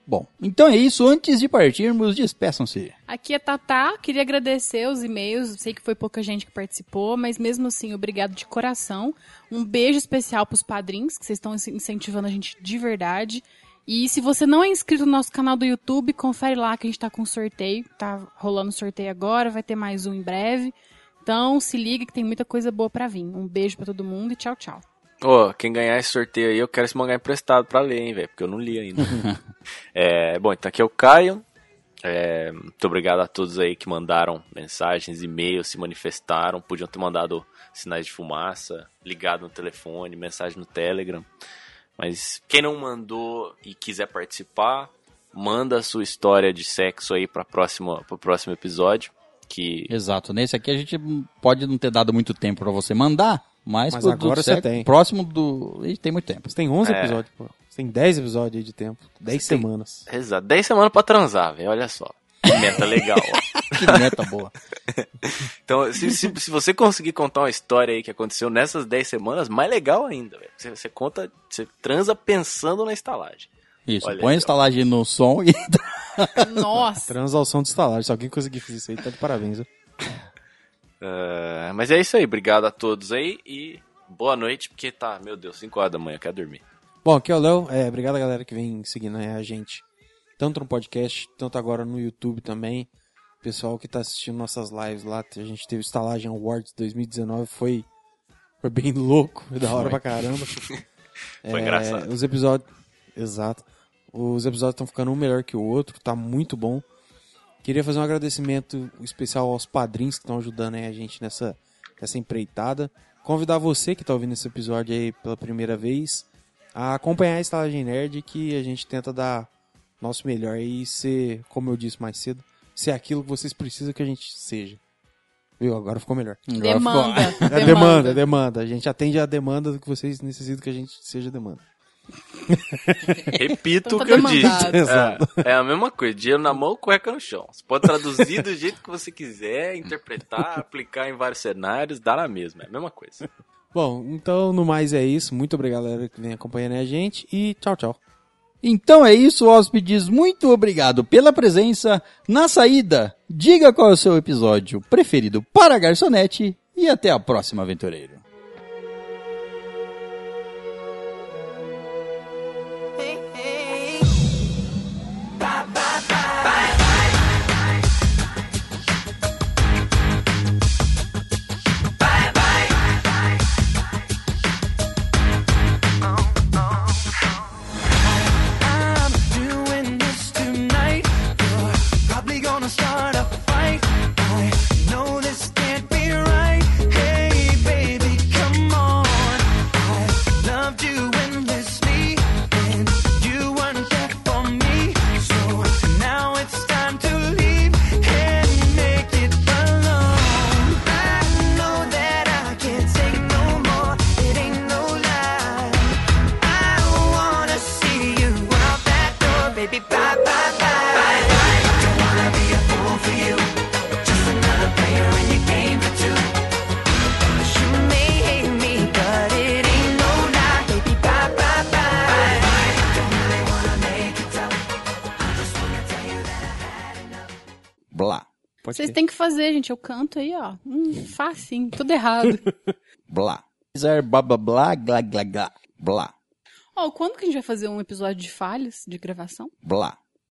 Speaker 5: Bom, então é isso. Antes de partirmos, despeçam-se.
Speaker 7: Aqui é Tatá, queria agradecer os e-mails, sei que foi pouca gente que participou, mas mesmo assim, obrigado de coração. Um beijo especial pros padrinhos, que vocês estão in- incentivando a gente de verdade. E se você não é inscrito no nosso canal do YouTube, confere lá que a gente tá com sorteio, tá rolando sorteio agora, vai ter mais um em breve. Então, se liga que tem muita coisa boa pra vir. Um beijo pra todo mundo e tchau, tchau.
Speaker 10: Ô, quem ganhar esse sorteio aí, eu quero esse mangá emprestado pra ler, hein, velho, porque eu não li ainda. é, bom, então aqui é o Caio. É, muito obrigado a todos aí que mandaram mensagens, e-mails, se manifestaram. Podiam ter mandado sinais de fumaça, ligado no telefone, mensagem no Telegram. Mas quem não mandou e quiser participar, manda a sua história de sexo aí para próxima, pro próximo episódio. Que
Speaker 5: Exato. Nesse aqui a gente hum, pode não ter dado muito tempo pra você mandar, mas,
Speaker 9: Mas
Speaker 5: pro- do
Speaker 9: agora você
Speaker 5: século-
Speaker 9: tem.
Speaker 5: próximo do. A gente tem muito tempo.
Speaker 9: Mas tem 11
Speaker 10: É.
Speaker 9: episódios, pô. Você tem 10 episódios aí de tempo. 10 semanas.
Speaker 10: Exato. 10 semanas pra transar, velho. Olha só. Que meta legal. ó.
Speaker 5: Que meta boa.
Speaker 10: Então, se, se, se você conseguir contar uma história aí que aconteceu nessas 10 semanas, mais legal ainda, velho. Você, você conta, você transa pensando na estalagem.
Speaker 5: Isso,
Speaker 10: Olha
Speaker 5: põe a
Speaker 10: aí, ó.
Speaker 5: estalagem no som e...
Speaker 7: Nossa.
Speaker 9: Transalção de estalagem. Se alguém conseguir fazer isso aí, tá de parabéns. viu?
Speaker 10: Ah, mas é isso aí. Obrigado a todos aí e boa noite, porque tá, meu Deus, 5 horas da manhã, eu quero dormir.
Speaker 9: Bom, aqui é o Léo. É, obrigado a galera que vem seguindo né, a gente. Tanto no podcast, tanto agora no YouTube também. Pessoal que tá assistindo nossas lives lá. A gente teve Estalagem Awards 2019. Foi, foi bem louco. Foi da hora pra caramba.
Speaker 10: Foi engraçado.
Speaker 9: É, Os episódios. Exato. Os episódios estão ficando um melhor que o outro, tá muito bom. Queria fazer um agradecimento especial aos padrinhos que estão ajudando aí a gente nessa, nessa empreitada. Convidar você que está ouvindo esse episódio aí pela primeira vez a acompanhar a Estalagem Nerd, que a gente tenta dar nosso melhor e ser, como eu disse mais cedo, ser aquilo que vocês precisam que a gente seja. Viu? Agora ficou melhor.
Speaker 7: Demanda.
Speaker 9: É demanda, é demanda. A gente atende a demanda do que vocês necessitam que a gente seja demanda.
Speaker 10: Repito
Speaker 7: Então
Speaker 10: o
Speaker 7: tá
Speaker 10: que eu
Speaker 7: demandado.
Speaker 10: disse.
Speaker 9: Exato.
Speaker 10: É, é a mesma coisa, dinheiro na mão, cueca no chão. Você pode traduzir do jeito que você quiser, interpretar, aplicar em vários cenários, dá na mesma, é a mesma coisa.
Speaker 9: Bom, então no mais é isso. Muito obrigado, galera, que vem acompanhando a gente. E tchau, tchau.
Speaker 5: Então é isso, hóspedes. Muito obrigado pela presença. Na saída, diga qual é o seu episódio preferido para a garçonete. E até a próxima, aventureiro.
Speaker 1: I'm doing this tonight. You're probably gonna start a fight. I know this can't be right. Hey, baby, come on. I loved you endlessly, and you weren't there for me. So now it's time to leave and make it alone. I know that I can't take no more. It ain't no lie. I wanna see you out that door, baby. Bye bye bye. bye, bye. Don't wanna be a fool for you. Just another player in your game for two. You may hate me, but it ain't no lie, baby. Bye bye bye. bye, bye. Don't really wanna make it tough. I just wanna tell you that I had enough.
Speaker 5: Blá,
Speaker 9: Pode
Speaker 7: Vocês
Speaker 9: ter.
Speaker 7: têm que fazer, gente. Eu canto aí, ó. Hum, facinho. Tudo errado.
Speaker 5: blá. Zar, blá, blá, blá, glá, glá, glá. Blá,
Speaker 7: Ó, quando que a gente vai fazer um episódio de falhas de gravação?
Speaker 5: blá.